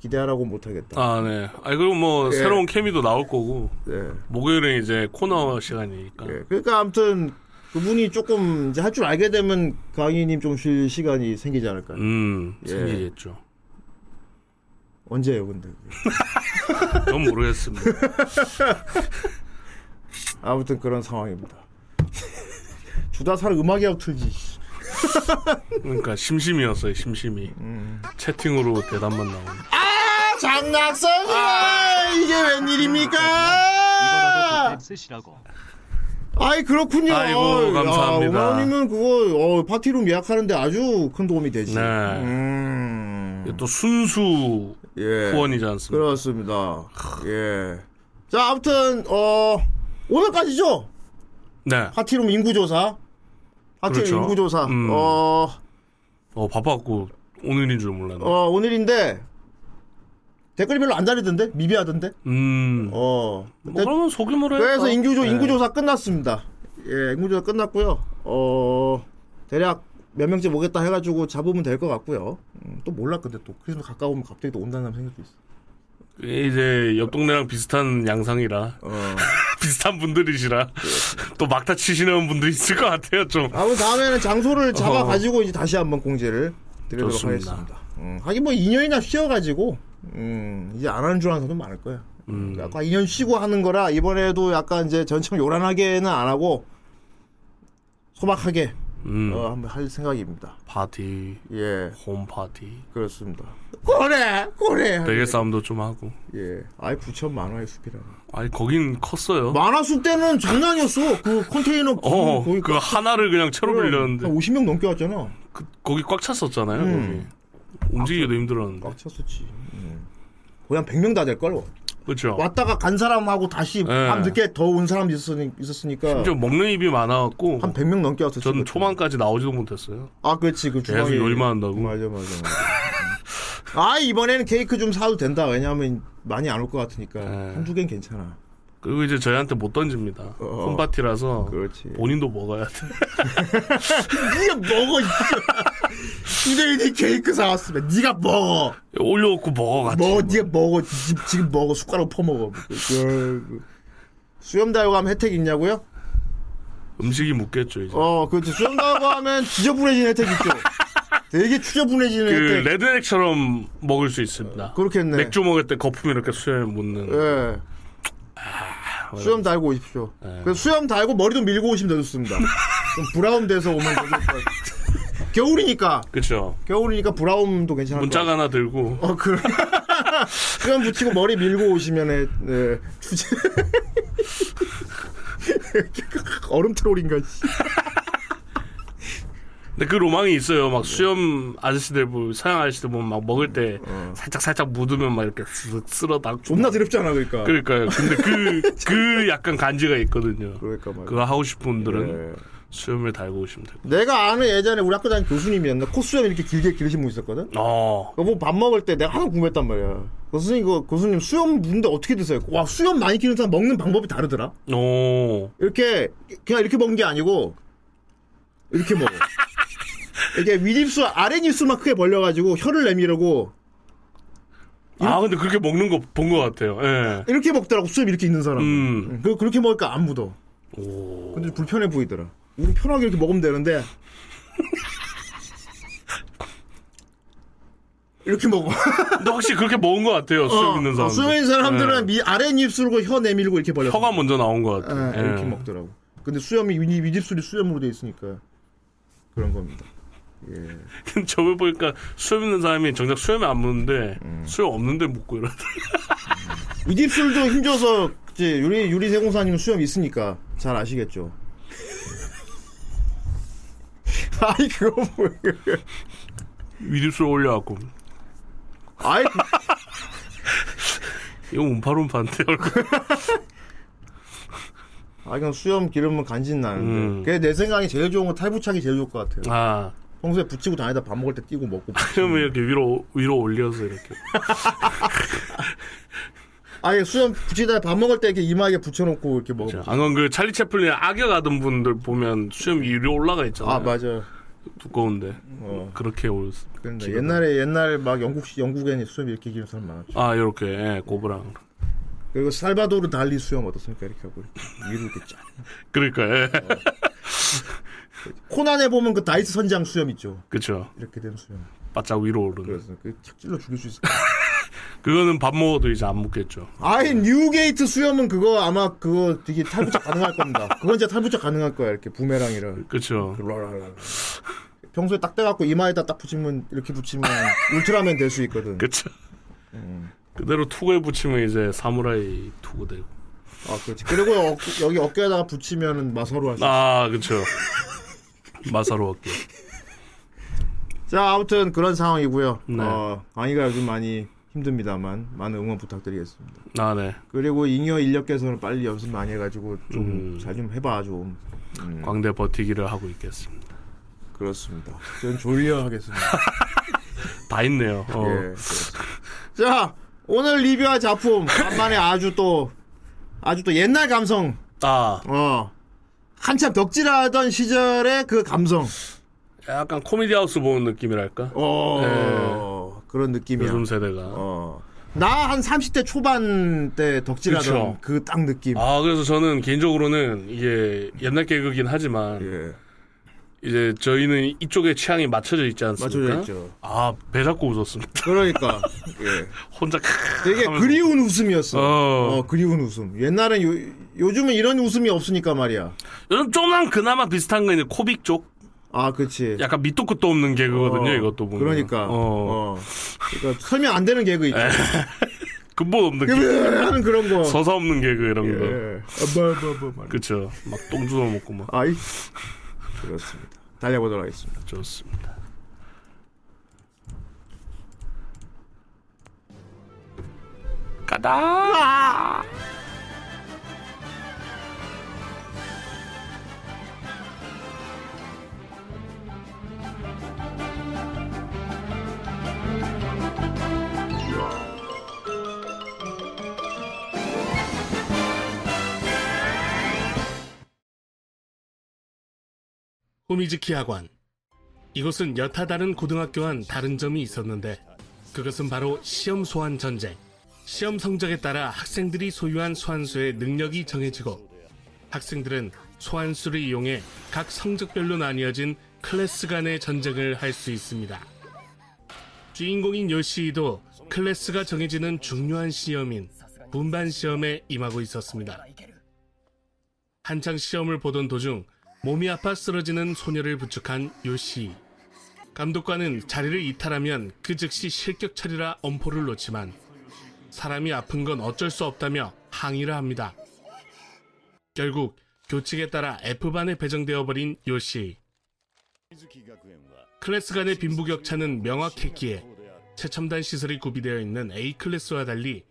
Speaker 6: 기대하라고 못하겠다.
Speaker 7: 아, 네. 아, 그리고 뭐,
Speaker 6: 예.
Speaker 7: 새로운 케미도 나올 거고,
Speaker 6: 예.
Speaker 7: 목요일은 이제 코너 시간이니까.
Speaker 6: 예. 그러니까 아무튼 그분이 조금 이제 할 줄 알게 되면 강의님 좀 쉴 시간이 생기지 않을까요?
Speaker 7: 음,
Speaker 6: 예.
Speaker 7: 생기겠죠.
Speaker 6: 언제예요, 근데.
Speaker 7: 전 모르겠습니다.
Speaker 6: 아무튼 그런 상황입니다. 주다살 음악이라고 틀지. 씨.
Speaker 7: 그러니까 심심이었어요, 심심이. 채팅으로 대답만 나오는.
Speaker 6: 아, 장난성이야! 이게 웬일입니까?
Speaker 10: 이거라도 쓰시라고.
Speaker 6: 아이 그렇군요.
Speaker 7: 아이고, 감사합니다.
Speaker 6: 아, 오마님은 그거 어, 파티룸 예약하는데 아주 큰 도움이 되지.
Speaker 7: 네.
Speaker 6: 음,
Speaker 7: 이게 또 순수
Speaker 6: 예.
Speaker 7: 후원이지 않습니까?
Speaker 6: 그렇습니다. 예. 자 아무튼 어 오늘까지죠.
Speaker 7: 네.
Speaker 6: 파티룸 인구조사. 파티룸
Speaker 7: 그렇죠.
Speaker 6: 인구조사.
Speaker 7: 음.
Speaker 6: 어,
Speaker 7: 어, 바빠갖고 오늘인 줄 몰랐네.
Speaker 6: 어 오늘인데 댓글이 별로 안 달리던데 미비하던데.
Speaker 7: 음.
Speaker 6: 어.
Speaker 7: 뭐 그러면 소규모로
Speaker 6: 그래서
Speaker 7: 해서
Speaker 6: 인구조 인구조사 끝났습니다. 예, 인구조사 끝났고요. 어 대략 몇 명째 모겠다 해가지고 잡으면 될 것 같고요. 음, 또 몰라 근데 또 크리스마스 가까우면 갑자기 또 온다는 생각도 있어.
Speaker 7: 예, 이제 옆 동네랑 비슷한 양상이라
Speaker 6: 어.
Speaker 7: 비슷한 분들이시라 또 막타 치시는 분도 있을 것 같아요 좀.
Speaker 6: 아무 다음에는 장소를 잡아가지고 이제 다시 한번 공지를 드리도록
Speaker 7: 좋습니다.
Speaker 6: 하겠습니다. 음, 하긴 뭐 2년이나 쉬어가지고 음, 이제 안 하는 줄 아는 사람도 많을 거예요.
Speaker 7: 음.
Speaker 6: 약간 2년 쉬고 하는 거라 이번에도 약간 이제 전처럼 요란하게는 안 하고 소박하게
Speaker 7: 음.
Speaker 6: 어, 한번 할 생각입니다.
Speaker 7: 파티
Speaker 6: 예,
Speaker 7: 홈 파티
Speaker 6: 그렇습니다. 고래, 고래.
Speaker 7: 베개 싸움도 좀 하고.
Speaker 6: 예. 아예 부천 만화의 숲이라.
Speaker 7: 아니 거긴 컸어요.
Speaker 6: 만화 숲 때는 장난이었어. 그 컨테이너
Speaker 7: 어,
Speaker 6: 거의
Speaker 7: 그 하나를 그냥 채로 빌렸는데
Speaker 6: 50명 넘게 왔잖아.
Speaker 7: 그, 거기 꽉 찼었잖아요.
Speaker 6: 음. 아,
Speaker 7: 거기. 움직이기도 힘들었는데.
Speaker 6: 꽉 찼었지. 음. 거의 한 100명 다 될 걸.
Speaker 7: 그렇죠.
Speaker 6: 왔다가 간 사람하고 다시
Speaker 7: 예.
Speaker 6: 밤 늦게 더 온 사람이 있었으니, 있었으니까
Speaker 7: 심지어 먹는 입이 많아갖고
Speaker 6: 한 100명 넘게 왔었지.
Speaker 7: 저는
Speaker 6: 그때.
Speaker 7: 초반까지 나오지도 못했어요.
Speaker 6: 아, 그렇지. 그
Speaker 7: 계속
Speaker 6: 주방에-
Speaker 7: 요리만 한다고.
Speaker 6: 맞아, 맞아. 맞아. 아, 이번에는 케이크 좀 사도 된다. 왜냐하면 많이 안 올 것 같으니까
Speaker 7: 예.
Speaker 6: 한두 개는 괜찮아.
Speaker 7: 그리고 이제 저희한테 못 던집니다.
Speaker 6: 어.
Speaker 7: 홈파티라서
Speaker 6: 그렇지.
Speaker 7: 본인도 먹어야 돼.
Speaker 6: 네가 먹어. 이대인이 네 케이크 사왔으면 네가 먹어.
Speaker 7: 올려놓고 먹어가지고.
Speaker 6: 먹어, 네가 먹어. 지- 지금 먹어. 숟가락 퍼먹어. 그- 수염 달고 하면 혜택 있냐고요?
Speaker 7: 음식이 묻겠죠 이제.
Speaker 6: 어, 그렇지. 수염 달고 하면 지저분해지는 혜택 있죠. 되게 추저분해지는
Speaker 7: 그
Speaker 6: 혜택.
Speaker 7: 레드넥처럼 먹을 수 있습니다.
Speaker 6: 네, 어, 그렇겠네.
Speaker 7: 맥주 먹을 때 거품 이렇게 수염에 묻는.
Speaker 6: 예.
Speaker 7: 아,
Speaker 6: 수염 달고 오십시오.
Speaker 7: 네.
Speaker 6: 그래서 수염 달고 머리도 밀고 오시면 더 좋습니다. 좀 브라운 돼서 오면 더 좋을 것 같아요. 겨울이니까.
Speaker 7: 그렇죠.
Speaker 6: 겨울이니까 브라운도 괜찮을 것
Speaker 7: 문짝
Speaker 6: 같아요.
Speaker 7: 하나 들고
Speaker 6: 어, 그. 수염 붙이고 머리 밀고 오시면, 에, 네, 주제. 얼음 트롤인가, 씨.
Speaker 7: 근데 그 로망이 있어요.
Speaker 6: 네.
Speaker 7: 막 수염 아저씨들 보면 서양 아저씨들 보면 막 먹을 때
Speaker 6: 어.
Speaker 7: 살짝 살짝 묻으면 막 이렇게 쓱 쓸어 담고.
Speaker 6: 존나 드럽잖아, 그러니까.
Speaker 7: 그러니까요. 근데 그 그 약간 간지가 있거든요.
Speaker 6: 그러니까 말이야.
Speaker 7: 그거 하고 싶은 분들은
Speaker 6: 예.
Speaker 7: 수염을 달고 오시면 돼요.
Speaker 6: 내가 아는 예전에 우리 학교 다니는 교수님이었나? 콧수염 이렇게 길게 기르신 분 있었거든?
Speaker 7: 어.
Speaker 6: 그거 밥 먹을 때 내가 항상 궁금했단 말이야. 교수님, 그 교수님 수염 무는데 어떻게 드세요? 와, 수염 많이 기르는 사람 먹는 방법이 다르더라?
Speaker 7: 오.
Speaker 6: 이렇게, 그냥 이렇게 먹는 게 아니고, 이렇게 먹어. 이게 윗입술, 아랫입술만 크게 벌려가지고 혀를 내밀고,
Speaker 7: 아 근데 그렇게 먹는 거 본 것 같아요. 예.
Speaker 6: 이렇게 먹더라고 수염 이렇게 있는 사람. 은
Speaker 7: 음.
Speaker 6: 그 그렇게 먹으니까 안 묻어. 근데 불편해 보이더라. 우리 편하게 이렇게 먹으면 되는데 이렇게 먹어.
Speaker 7: 근데 확실히 그렇게 먹은 것 같아요. 수염 있는 사람.
Speaker 6: 어, 수염 있는 사람들은 미 아래 입술고 혀 내밀고 이렇게 벌려.
Speaker 7: 혀가 뭐- 먼저 나온 것
Speaker 6: 예,
Speaker 7: 같아요.
Speaker 6: 이렇게 먹더라고. 근데 수염이 윗- 윗입술이 수염으로 돼 있으니까 그런 겁니다.
Speaker 7: 저걸 보니까 수염 있는 사람이 정작 수염이 안 묻는데
Speaker 6: 음.
Speaker 7: 수염 없는데 묻고 이러다.
Speaker 6: 이 입술도 힘줘서 이제 유리 유리 세공사님은 수염 있으니까 잘 아시겠죠. 아이 그거 뭐예요?
Speaker 7: 위립술 올려갖고
Speaker 6: 아이
Speaker 7: 이거 움파룸파인데 얼굴.
Speaker 6: 아 그냥 수염 기르면 간신 나는데.
Speaker 7: 음.
Speaker 6: 그게 내 생각이 제일 좋은 건 탈부착이 제일 좋을 것 같아요.
Speaker 7: 아
Speaker 6: 평소에 붙이고 다니다 밥 먹을 때 띄고 먹고.
Speaker 7: 그러면 이렇게 위로 위로 올려서 이렇게.
Speaker 6: 아예 수염 붙이다 밥 먹을 때 이렇게 이마에 붙여놓고 이렇게 먹어.
Speaker 7: 안 그럼 그 찰리 채플린 악역 하던 분들 보면 수염 위로 올라가 있잖아요.
Speaker 6: 아 맞아요.
Speaker 7: 두꺼운데
Speaker 6: 어.
Speaker 7: 그렇게 올. 수-
Speaker 6: 근데
Speaker 7: 지금.
Speaker 6: 옛날에 옛날에 막 영국식 영국에는 수염 이렇게 기른 사람 많았죠.
Speaker 7: 아 이렇게 예, 고브랑.
Speaker 6: 그리고 살바도르 달리 수염 어떻습니까 이렇게 하고 이렇게 위로 이렇게 쫙.
Speaker 7: 그러니까 예.
Speaker 6: 어. 코난에 보면 그 다이스 선장 수염 있죠.
Speaker 7: 그쵸.
Speaker 6: 이렇게 된 수염.
Speaker 7: 바짝 위로 오르는.
Speaker 6: 그래서 그 착질로 죽일 수 있을 것 같아요.
Speaker 7: 그거는 밥 먹어도 이제 안 먹겠죠.
Speaker 6: 아예 뉴게이트 수염은 그거 아마 그거 되게 탈부착 가능할 겁니다. 그건 진짜 탈부착 가능할 거야. 이렇게 부메랑이랑.
Speaker 7: 그쵸.
Speaker 6: 랄랄랄랄. 평소에 딱 대갖고 이마에다 딱 붙이면 이렇게 붙이면 울트라맨 될 수 있거든.
Speaker 7: 그쵸.
Speaker 6: 음.
Speaker 7: 그대로 투구에 붙이면 이제 사무라이 투구 되고.
Speaker 6: 아 그렇지. 그리고 어- 여기 어깨에다가 붙이면 마사로 할수 있어.
Speaker 7: 아 그쵸. 마사로 어깨.
Speaker 6: 자 아무튼 그런 상황이고요.
Speaker 7: 네.
Speaker 6: 어, 강의가 요즘 많이 힘듭니다만 많은 응원 부탁드리겠습니다.
Speaker 7: 아 네.
Speaker 6: 그리고 잉여 인력 개선을 빨리 연습 많이 해가지고 좀 잘
Speaker 7: 음.
Speaker 6: 좀 해봐 좀.
Speaker 7: 광대 버티기를 하고 있겠습니다.
Speaker 6: 그렇습니다. 저는 졸려 하겠습니다.
Speaker 7: 다 있네요. 어.
Speaker 6: 예, 그렇습니다. 자, 오늘 리뷰할 작품 간만에 아주 또 아주 또 옛날 감성,
Speaker 7: 아
Speaker 6: 어 한참 덕질하던 시절의 그 감성,
Speaker 7: 약간 코미디 하우스 보는 느낌이랄까.
Speaker 6: 어 그런 느낌이야.
Speaker 7: 네. 요즘 세대가.
Speaker 6: 어. 나 한 30대 초반 때 덕질하던
Speaker 7: 그쵸.
Speaker 6: 그 딱 느낌.
Speaker 7: 아 그래서 저는 개인적으로는 이게 옛날 개그긴 하지만
Speaker 6: 예.
Speaker 7: 이제 저희는 이쪽에 취향이 맞춰져 있지 않습니까?
Speaker 6: 맞춰져
Speaker 7: 그렇죠.
Speaker 6: 있죠.
Speaker 7: 아배 잡고 웃었습니다.
Speaker 6: 그러니까. 예.
Speaker 7: 혼자 크으
Speaker 6: 되게
Speaker 7: 하면서.
Speaker 6: 그리운 웃음이었어.
Speaker 7: 어.
Speaker 6: 어, 그리운 웃음. 옛날엔 요, 요즘은 이런 웃음이 없으니까 말이야.
Speaker 7: 요즘 좀만 그나마 비슷한 건 이제 코빅 쪽.
Speaker 6: 아, 그치.
Speaker 7: 약간 밑도 끝도 없는 개그거든요.
Speaker 6: 어,
Speaker 7: 이것도 보면.
Speaker 6: 그러니까.
Speaker 7: 어,
Speaker 6: 어. 그러니까 설명 안 되는 개그 있죠.
Speaker 7: 근본 없는 개그.
Speaker 6: 하는 그런 거.
Speaker 7: 네. 서서 없는 개그 이런
Speaker 6: 예.
Speaker 7: 거.
Speaker 6: 아, 뭐, 뭐, 뭐, 뭐.
Speaker 7: 그쵸. 막 똥 주워 먹고 막
Speaker 6: 아이. 그렇습니다. 달려보도록 하겠습니다.
Speaker 7: 좋습니다. 가다.
Speaker 10: 호미즈키 학원. 이곳은 여타 다른 고등학교와는 다른 점이 있었는데 그것은 바로 시험 소환 전쟁. 시험 성적에 따라 학생들이 소유한 소환수의 능력이 정해지고 학생들은 소환수를 이용해 각 성적별로 나뉘어진 클래스 간의 전쟁을 할 수 있습니다. 주인공인 요시이도 클래스가 정해지는 중요한 시험인 분반 시험에 임하고 있었습니다. 한창 시험을 보던 도중 몸이 아파 쓰러지는 소녀를 부축한 요시. 감독관은 자리를 이탈하면 그 즉시 실격 처리라 엄포를 놓지만 사람이 아픈 건 어쩔 수 없다며 항의를 합니다. 결국 교칙에 따라 F반에 배정되어 버린 요시. 클래스 간의 빈부격차는 명확했기에 최첨단 시설이 구비되어 있는 A 클래스와 달리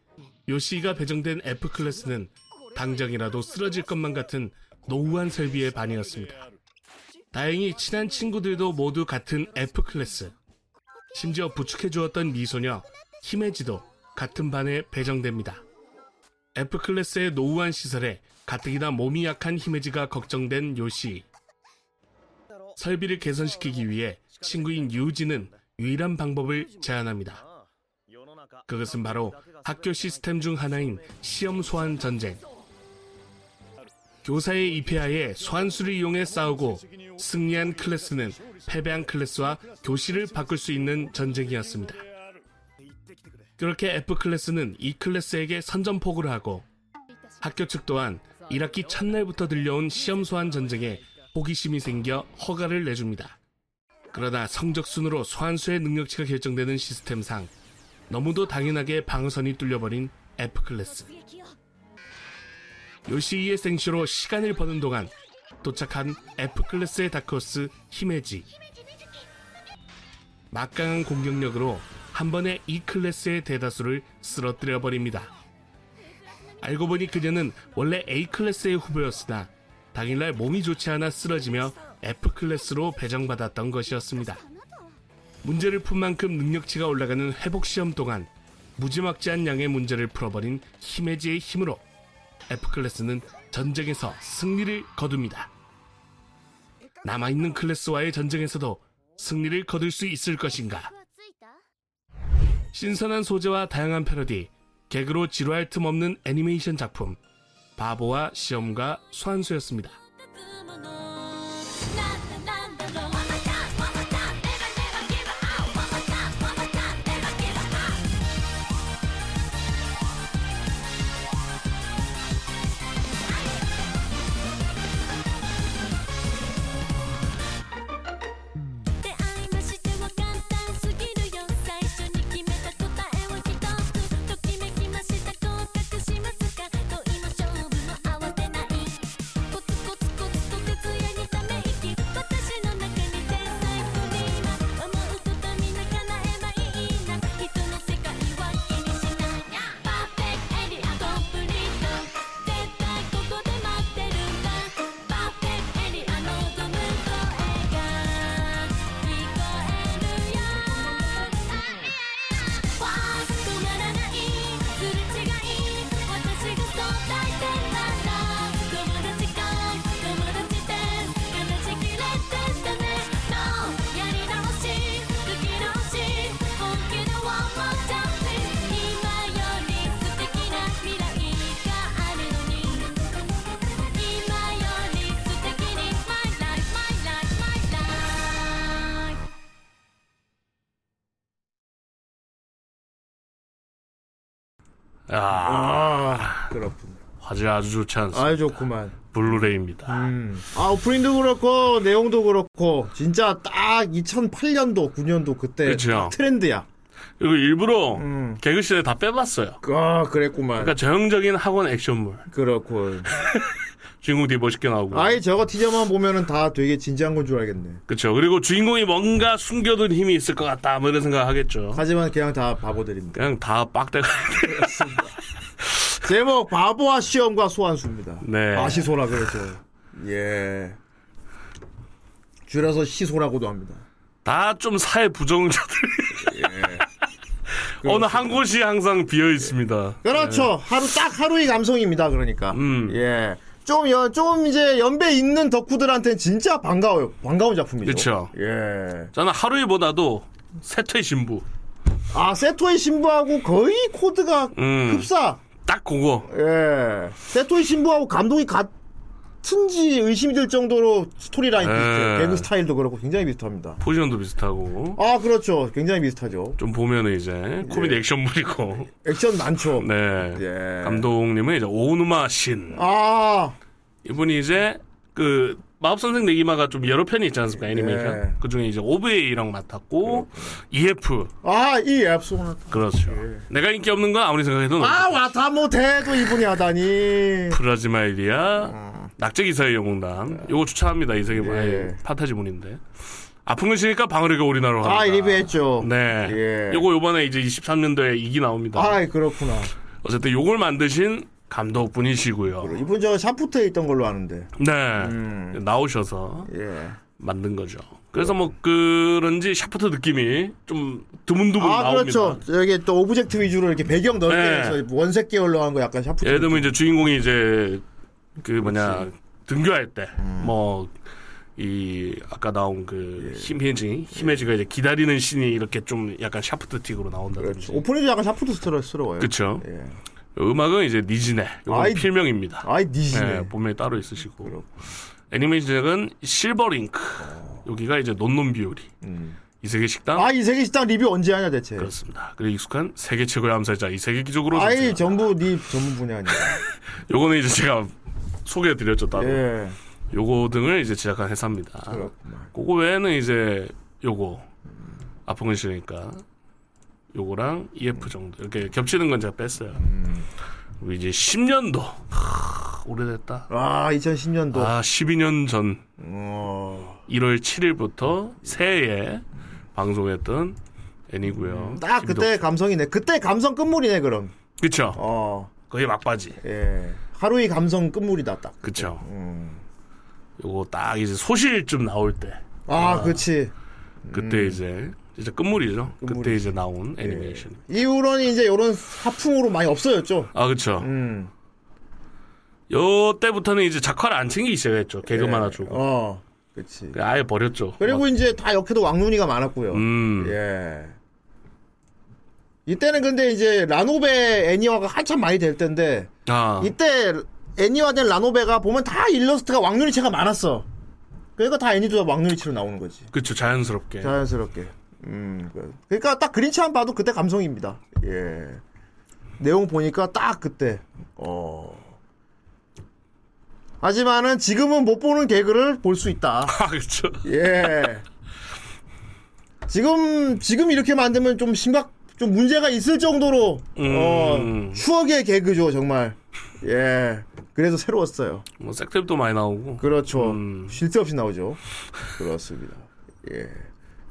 Speaker 10: 요시가 배정된 F 클래스는 당장이라도 쓰러질 것만 같은 노후한 설비의 반이었습니다. 다행히 친한 친구들도 모두 같은 F 클래스. 심지어 부축해 주었던 미소녀 히메지도 같은 반에 배정됩니다. F 클래스의 노후한 시설에 가뜩이나 몸이 약한 히메지가 걱정된 요시. 설비를 개선시키기 위해 친구인 유지는 유일한 방법을 제안합니다. 그것은 바로 학교 시스템 중 하나인 시험 소환 전쟁. 교사의 입회하에 소환수를 이용해 싸우고 승리한 클래스는 패배한 클래스와 교실을 바꿀 수 있는 전쟁이었습니다. 그렇게 F 클래스는 E 클래스에게 선전포고를 하고 학교 측 또한 1학기 첫날부터 들려온 시험 소환 전쟁에 호기심이 생겨 허가를 내줍니다. 그러나 성적순으로 소환수의 능력치가 결정되는 시스템상 너무도 당연하게 방어선이 뚫려버린 F클래스 요시이의 생쇼로 시간을 버는 동안 도착한 F클래스의 다크호스 히메지 막강한 공격력으로 한 번에 E클래스의 대다수를 쓰러뜨려버립니다 알고 보니 그녀는 원래 A클래스의 후보였으나 당일날 몸이 좋지 않아 쓰러지며 F클래스로 배정받았던 것이었습니다. 문제를 푼 만큼 능력치가 올라가는 회복 시험 동안 무지막지한 양의 문제를 풀어버린 히메지의 힘으로 F클래스는 전쟁에서 승리를 거둡니다. 남아있는 클래스와의 전쟁에서도 승리를 거둘 수 있을 것인가? 신선한 소재와 다양한 패러디, 개그로 지루할 틈 없는 애니메이션 작품, 바보와 시험과 소환수였습니다.
Speaker 11: 出会いましては簡単すぎるよ最初に決めた答えを一つときめきました合格しますか恋も勝負も慌てないコツコツコツと徹夜にため息私の中に天才不眠は思うことみんな叶えばいいな人の世界は気にしないパーフェクトエリアコンプリート絶対ここで待ってるんだパーフェクトエリア望む声が聞こえるよ「わあ止まらない」「すれ違い」「私がそう抱いてたんだ」「友達かい友達です」「悲しきれてたね」「No」「やり直し」「吹き直し」「本気の One more chance」「今より素敵な未来があるのに」「今より素敵に My life my life my life」
Speaker 7: 아,
Speaker 6: 그렇군.
Speaker 7: 화질 아주 좋지 않습니다.
Speaker 6: 아유 좋구만.
Speaker 7: 블루레이입니다.
Speaker 6: 음. 아 오프닝도 그렇고 내용도 그렇고 진짜 딱 2008년도 9년도 그때
Speaker 7: 그쵸.
Speaker 6: 딱 트렌드야.
Speaker 7: 그리고 일부러
Speaker 6: 음.
Speaker 7: 개그씬에 다 빼봤어요.
Speaker 6: 아 그랬구만.
Speaker 7: 그러니까 전형적인 학원 액션물.
Speaker 6: 그렇군.
Speaker 7: 주인공 뒤에 멋있게 나오고.
Speaker 6: 아이 저거 티저만 보면은 다 되게 진지한 건 줄 알겠네.
Speaker 7: 그렇죠. 그리고 주인공이 뭔가 숨겨둔 힘이 있을 것 같다. 뭐 이런 생각하겠죠.
Speaker 6: 하지만 그냥 다 바보들입니다.
Speaker 7: 그냥 다 빡대가.
Speaker 6: 제목 바보와 시험과 소환수입니다.
Speaker 7: 네.
Speaker 6: 아시소라 그러죠. 예. 줄여서 시소라고도 합니다.
Speaker 7: 다 좀 사회 부정자들.
Speaker 6: 예.
Speaker 7: 어느 한 곳이 항상 비어 있습니다.
Speaker 6: 그렇죠. 하루 딱 하루의 감성입니다. 그러니까.
Speaker 7: 네. 음.
Speaker 6: 예. 좀, 연, 좀 이제 연배 있는 덕후들한테는 진짜 반가워요. 반가운 작품이죠.
Speaker 7: 그쵸.
Speaker 6: 예.
Speaker 7: 저는 하루이보다도 세퇴 신부.
Speaker 6: 아, 세토의 신부하고 거의 코드가
Speaker 7: 음.
Speaker 6: 흡사.
Speaker 7: 딱 그거.
Speaker 6: 예. 세토의 신부하고 감독이 같은지 의심이 들 정도로 스토리라인
Speaker 7: 예.
Speaker 6: 비슷해요. 개그 스타일도 그렇고 굉장히 비슷합니다.
Speaker 7: 포지션도 비슷하고.
Speaker 6: 아, 그렇죠. 굉장히 비슷하죠.
Speaker 7: 좀 보면은 이제
Speaker 6: 예.
Speaker 7: 코미디 액션물이고.
Speaker 6: 액션 많죠.
Speaker 7: 네.
Speaker 6: 예.
Speaker 7: 감독님은 이제 오누마 신.
Speaker 6: 아,
Speaker 7: 이분이 이제 그 마법 선생 내기마가 좀 여러 편이 있지 않습니까 애니메이션
Speaker 6: 예.
Speaker 7: 그 중에 이제 오브에이랑 맡았고 EF
Speaker 6: 아, 이 앱소나.
Speaker 7: 그렇죠 내가 인기 없는 건 아무리 생각해도
Speaker 6: 예. 아,
Speaker 7: 아,
Speaker 6: 와타 못해도 이분이 하다니.
Speaker 7: 브라지마일리아 낙제기사의 영웅단 요거 추천합니다 이세계
Speaker 6: 예.
Speaker 7: 예. 판타지문인데 아픈 건 시니까 방어력이 우리나라로 갑니다
Speaker 6: 아, 리뷰했죠.
Speaker 7: 네
Speaker 6: 예.
Speaker 7: 요거 요번에 이제 23년도에 이기 나옵니다
Speaker 6: 아, 그렇구나.
Speaker 7: 어쨌든 요걸 만드신 감독분이시고요
Speaker 6: 이분 저 샤프트에 있던 걸로 아는데.
Speaker 7: 네
Speaker 6: 음.
Speaker 7: 나오셔서
Speaker 6: 예.
Speaker 7: 만든 거죠. 그래서 뭐 그런지 샤프트 느낌이 좀 드문드문
Speaker 6: 아,
Speaker 7: 나옵니다.
Speaker 6: 그렇죠. 여기 또 오브젝트 위주로 이렇게 배경 넓게
Speaker 7: 네.
Speaker 6: 해서 원색 계열로 한 거 약간 샤프트.
Speaker 7: 예를 들면 이제 주인공이 이제 그 뭐냐 등교할
Speaker 6: 음.
Speaker 7: 때 뭐 이 아까 나온 그
Speaker 6: 예.
Speaker 7: 힘해지 힘해지가 이제 기다리는 신이 이렇게 좀 약간 샤프트 틱으로 나온다든지
Speaker 6: 그렇죠. 오프닝도 약간 샤프트 스러워요.
Speaker 7: 그렇죠.
Speaker 6: 예.
Speaker 7: 음악은 이제 니즈네 이건
Speaker 6: 아이,
Speaker 7: 필명입니다.
Speaker 6: 아이, 니시네.
Speaker 7: 예, 본명이 따로 있으시고 애니메이션은 실버링크
Speaker 6: 어.
Speaker 7: 여기가 이제 논논 비오리
Speaker 6: 음.
Speaker 7: 이세계 식당
Speaker 6: 아, 이 세계 식당 리뷰 언제 하냐, 대체.
Speaker 7: 그렇습니다. 그리고 익숙한 세계 최고의 암살자 이 세계 기적으로
Speaker 6: 아이,
Speaker 7: 전쟁하다.
Speaker 6: 전부 네 전문 분야 아니야.
Speaker 7: 요거는 이제 제가 소개해드렸죠 따로
Speaker 6: 예.
Speaker 7: 요거 등을 이제 제작한 회사입니다.
Speaker 6: 그렇구만.
Speaker 7: 그거 외에는 이제 요거 아픈 건 싫으니까 요거랑 EF 정도 이렇게 겹치는 건 제가 뺐어요.
Speaker 6: 음.
Speaker 7: 그리고 이제 10년도 하, 오래됐다.
Speaker 6: 아 2010년도.
Speaker 7: 아 12년 전
Speaker 6: 어,
Speaker 7: 1월 7일부터 새해에 방송했던 애니고요.
Speaker 6: 딱 그때 감성이네. 그때 감성 끝물이네 그럼.
Speaker 7: 그쵸.
Speaker 6: 어,
Speaker 7: 거의 막바지.
Speaker 6: 예. 하루의 감성 끝물이다 딱.
Speaker 7: 그쵸. 요거 딱 이제 소실쯤 나올 때
Speaker 6: 아, 그렇지.
Speaker 7: 그때 이제 진짜 끝물이죠. 그때 이제 나온 애니메이션.
Speaker 6: 이후로는 이제 요런 하풍으로 많이 없어졌죠.
Speaker 7: 아 그쵸.
Speaker 6: 음.
Speaker 7: 요 때부터는 이제 작화를 안 챙기기 했죠 개그만
Speaker 10: 예.
Speaker 7: 하주고
Speaker 6: 어, 그렇지.
Speaker 7: 아예 버렸죠.
Speaker 6: 그리고
Speaker 7: 막-
Speaker 6: 이제 다 역해도 왕눈이가 많았고요.
Speaker 7: 음.
Speaker 6: 예. 이때는 근데 이제 라노베 애니화가 한참 많이 될 때인데
Speaker 7: 아
Speaker 6: 이때 애니화된 라노베가 보면 다 일러스트가 왕눈이체가 많았어. 그러니까 다 애니도 다 왕눈이체로 나오는 거지.
Speaker 7: 그쵸 자연스럽게.
Speaker 6: 자연스럽게. 음. 그- 그러니까 딱 그림체만 봐도 그때 감성입니다. 예. 내용 보니까 딱 그때. 어. 하지만은 지금은 못 보는 개그를 볼 수 있다.
Speaker 7: 아 그쵸.
Speaker 6: 예. 지금 지금 이렇게 만들면 좀 심각 좀 문제가 있을 정도로
Speaker 7: 음.
Speaker 6: 어, 추억의 개그죠 정말. 예. 그래서 새로웠어요.
Speaker 7: 뭐 색탭도 많이 나오고.
Speaker 6: 그렇죠.
Speaker 7: 음.
Speaker 6: 쉴 새 없이 나오죠. 그렇습니다. 예.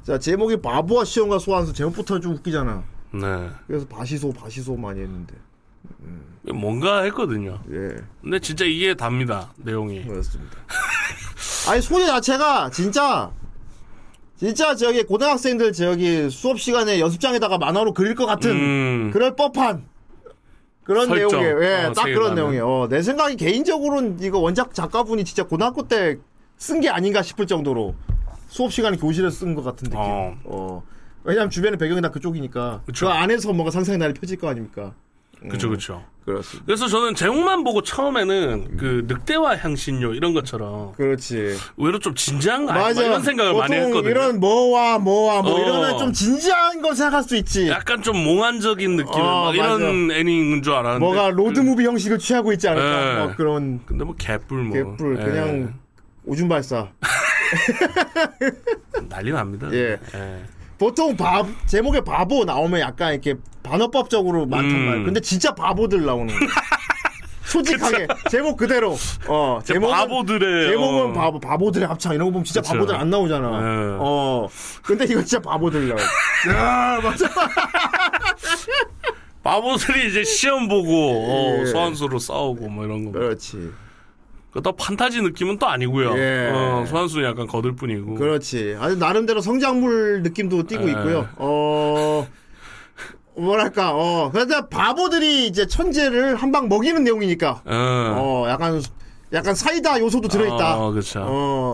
Speaker 6: 자 제목이 바보와 시험과 소환수 제목부터 좀 웃기잖아.
Speaker 7: 네.
Speaker 6: 그래서 바시소 바시소 많이 했는데.
Speaker 7: 뭔가 했거든요.
Speaker 6: 예.
Speaker 7: 근데 진짜 이게 답니다 내용이.
Speaker 6: 그렇습니다. 아니 소리 자체가 진짜 진짜 저기 고등학생들 저기 수업 시간에 연습장에다가 만화로 그릴 것 같은
Speaker 7: 음.
Speaker 6: 그럴 법한 그런
Speaker 7: 설정.
Speaker 6: 내용이에요. 예,
Speaker 7: 어,
Speaker 6: 딱 그런
Speaker 7: 세계관은.
Speaker 6: 내용이에요. 어, 내 생각이 개인적으로는 이거 원작 작가분이 진짜 고등학교 때 쓴 게 아닌가 싶을 정도로 수업 시간에 교실에 쓴 것 같은 느낌.
Speaker 7: 어.
Speaker 6: 어. 왜냐면 주변의 배경이 다 그쪽이니까
Speaker 7: 그쵸.
Speaker 6: 그 안에서 뭔가 상상의 날이 펴질 거 아닙니까?
Speaker 7: 그쵸 그쵸.
Speaker 6: 그렇습니다.
Speaker 7: 그래서 저는 제목만 보고 처음에는 그 늑대와 향신료 이런 것처럼
Speaker 6: 그렇지.
Speaker 7: 의외로 좀 진지한가 막 아, 뭐 이런 생각을 많이
Speaker 6: 보통
Speaker 7: 했거든요.
Speaker 6: 이런 뭐와 뭐와 뭐
Speaker 7: 어.
Speaker 6: 이러면 좀 진지한 걸 생각할 수 있지.
Speaker 7: 약간 좀 몽환적인 느낌
Speaker 6: 어,
Speaker 7: 막 이런 애니인 줄 알았는데 음.
Speaker 6: 뭐가 로드무비 형식을 취하고 있지 않을까.
Speaker 7: 예.
Speaker 6: 뭐 그런
Speaker 7: 근데 뭐 개뿔 뭐
Speaker 6: 개뿔
Speaker 7: 예.
Speaker 6: 그냥 오줌 발사.
Speaker 7: 난리 납니다.
Speaker 6: 예.
Speaker 7: 예.
Speaker 6: 보통 바 제목에 바보 나오면 약간 이렇게 반어법적으로 많단
Speaker 7: 음.
Speaker 6: 말이야. 근데 진짜 바보들 나오는 거야. 솔직하게 제목 그대로. 어 제목은
Speaker 7: 바보들의
Speaker 6: 제목은
Speaker 7: 어.
Speaker 6: 바보 바보들의 합창 이런 거 보면 진짜
Speaker 7: 그쵸.
Speaker 6: 바보들 안 나오잖아.
Speaker 7: 예.
Speaker 6: 어 근데 이거 진짜 바보들 나와. 야 맞아.
Speaker 7: 바보들이 이제 시험 보고
Speaker 6: 예.
Speaker 7: 어, 소환수로 싸우고 뭐 이런 거.
Speaker 6: 그렇지.
Speaker 7: 그또 판타지 느낌은 또 아니고요.
Speaker 6: 예.
Speaker 7: 어, 소환수는 약간 거들 뿐이고.
Speaker 6: 그렇지. 아주 나름대로 성장물 느낌도 띄고
Speaker 7: 예.
Speaker 6: 있고요. 어, 뭐랄까, 어. 근데 바보들이 이제 천재를 한 방 먹이는 내용이니까.
Speaker 7: 어.
Speaker 6: 어, 약간, 약간 사이다 요소도 들어있다.
Speaker 7: 어,
Speaker 6: 어,
Speaker 7: 그쵸.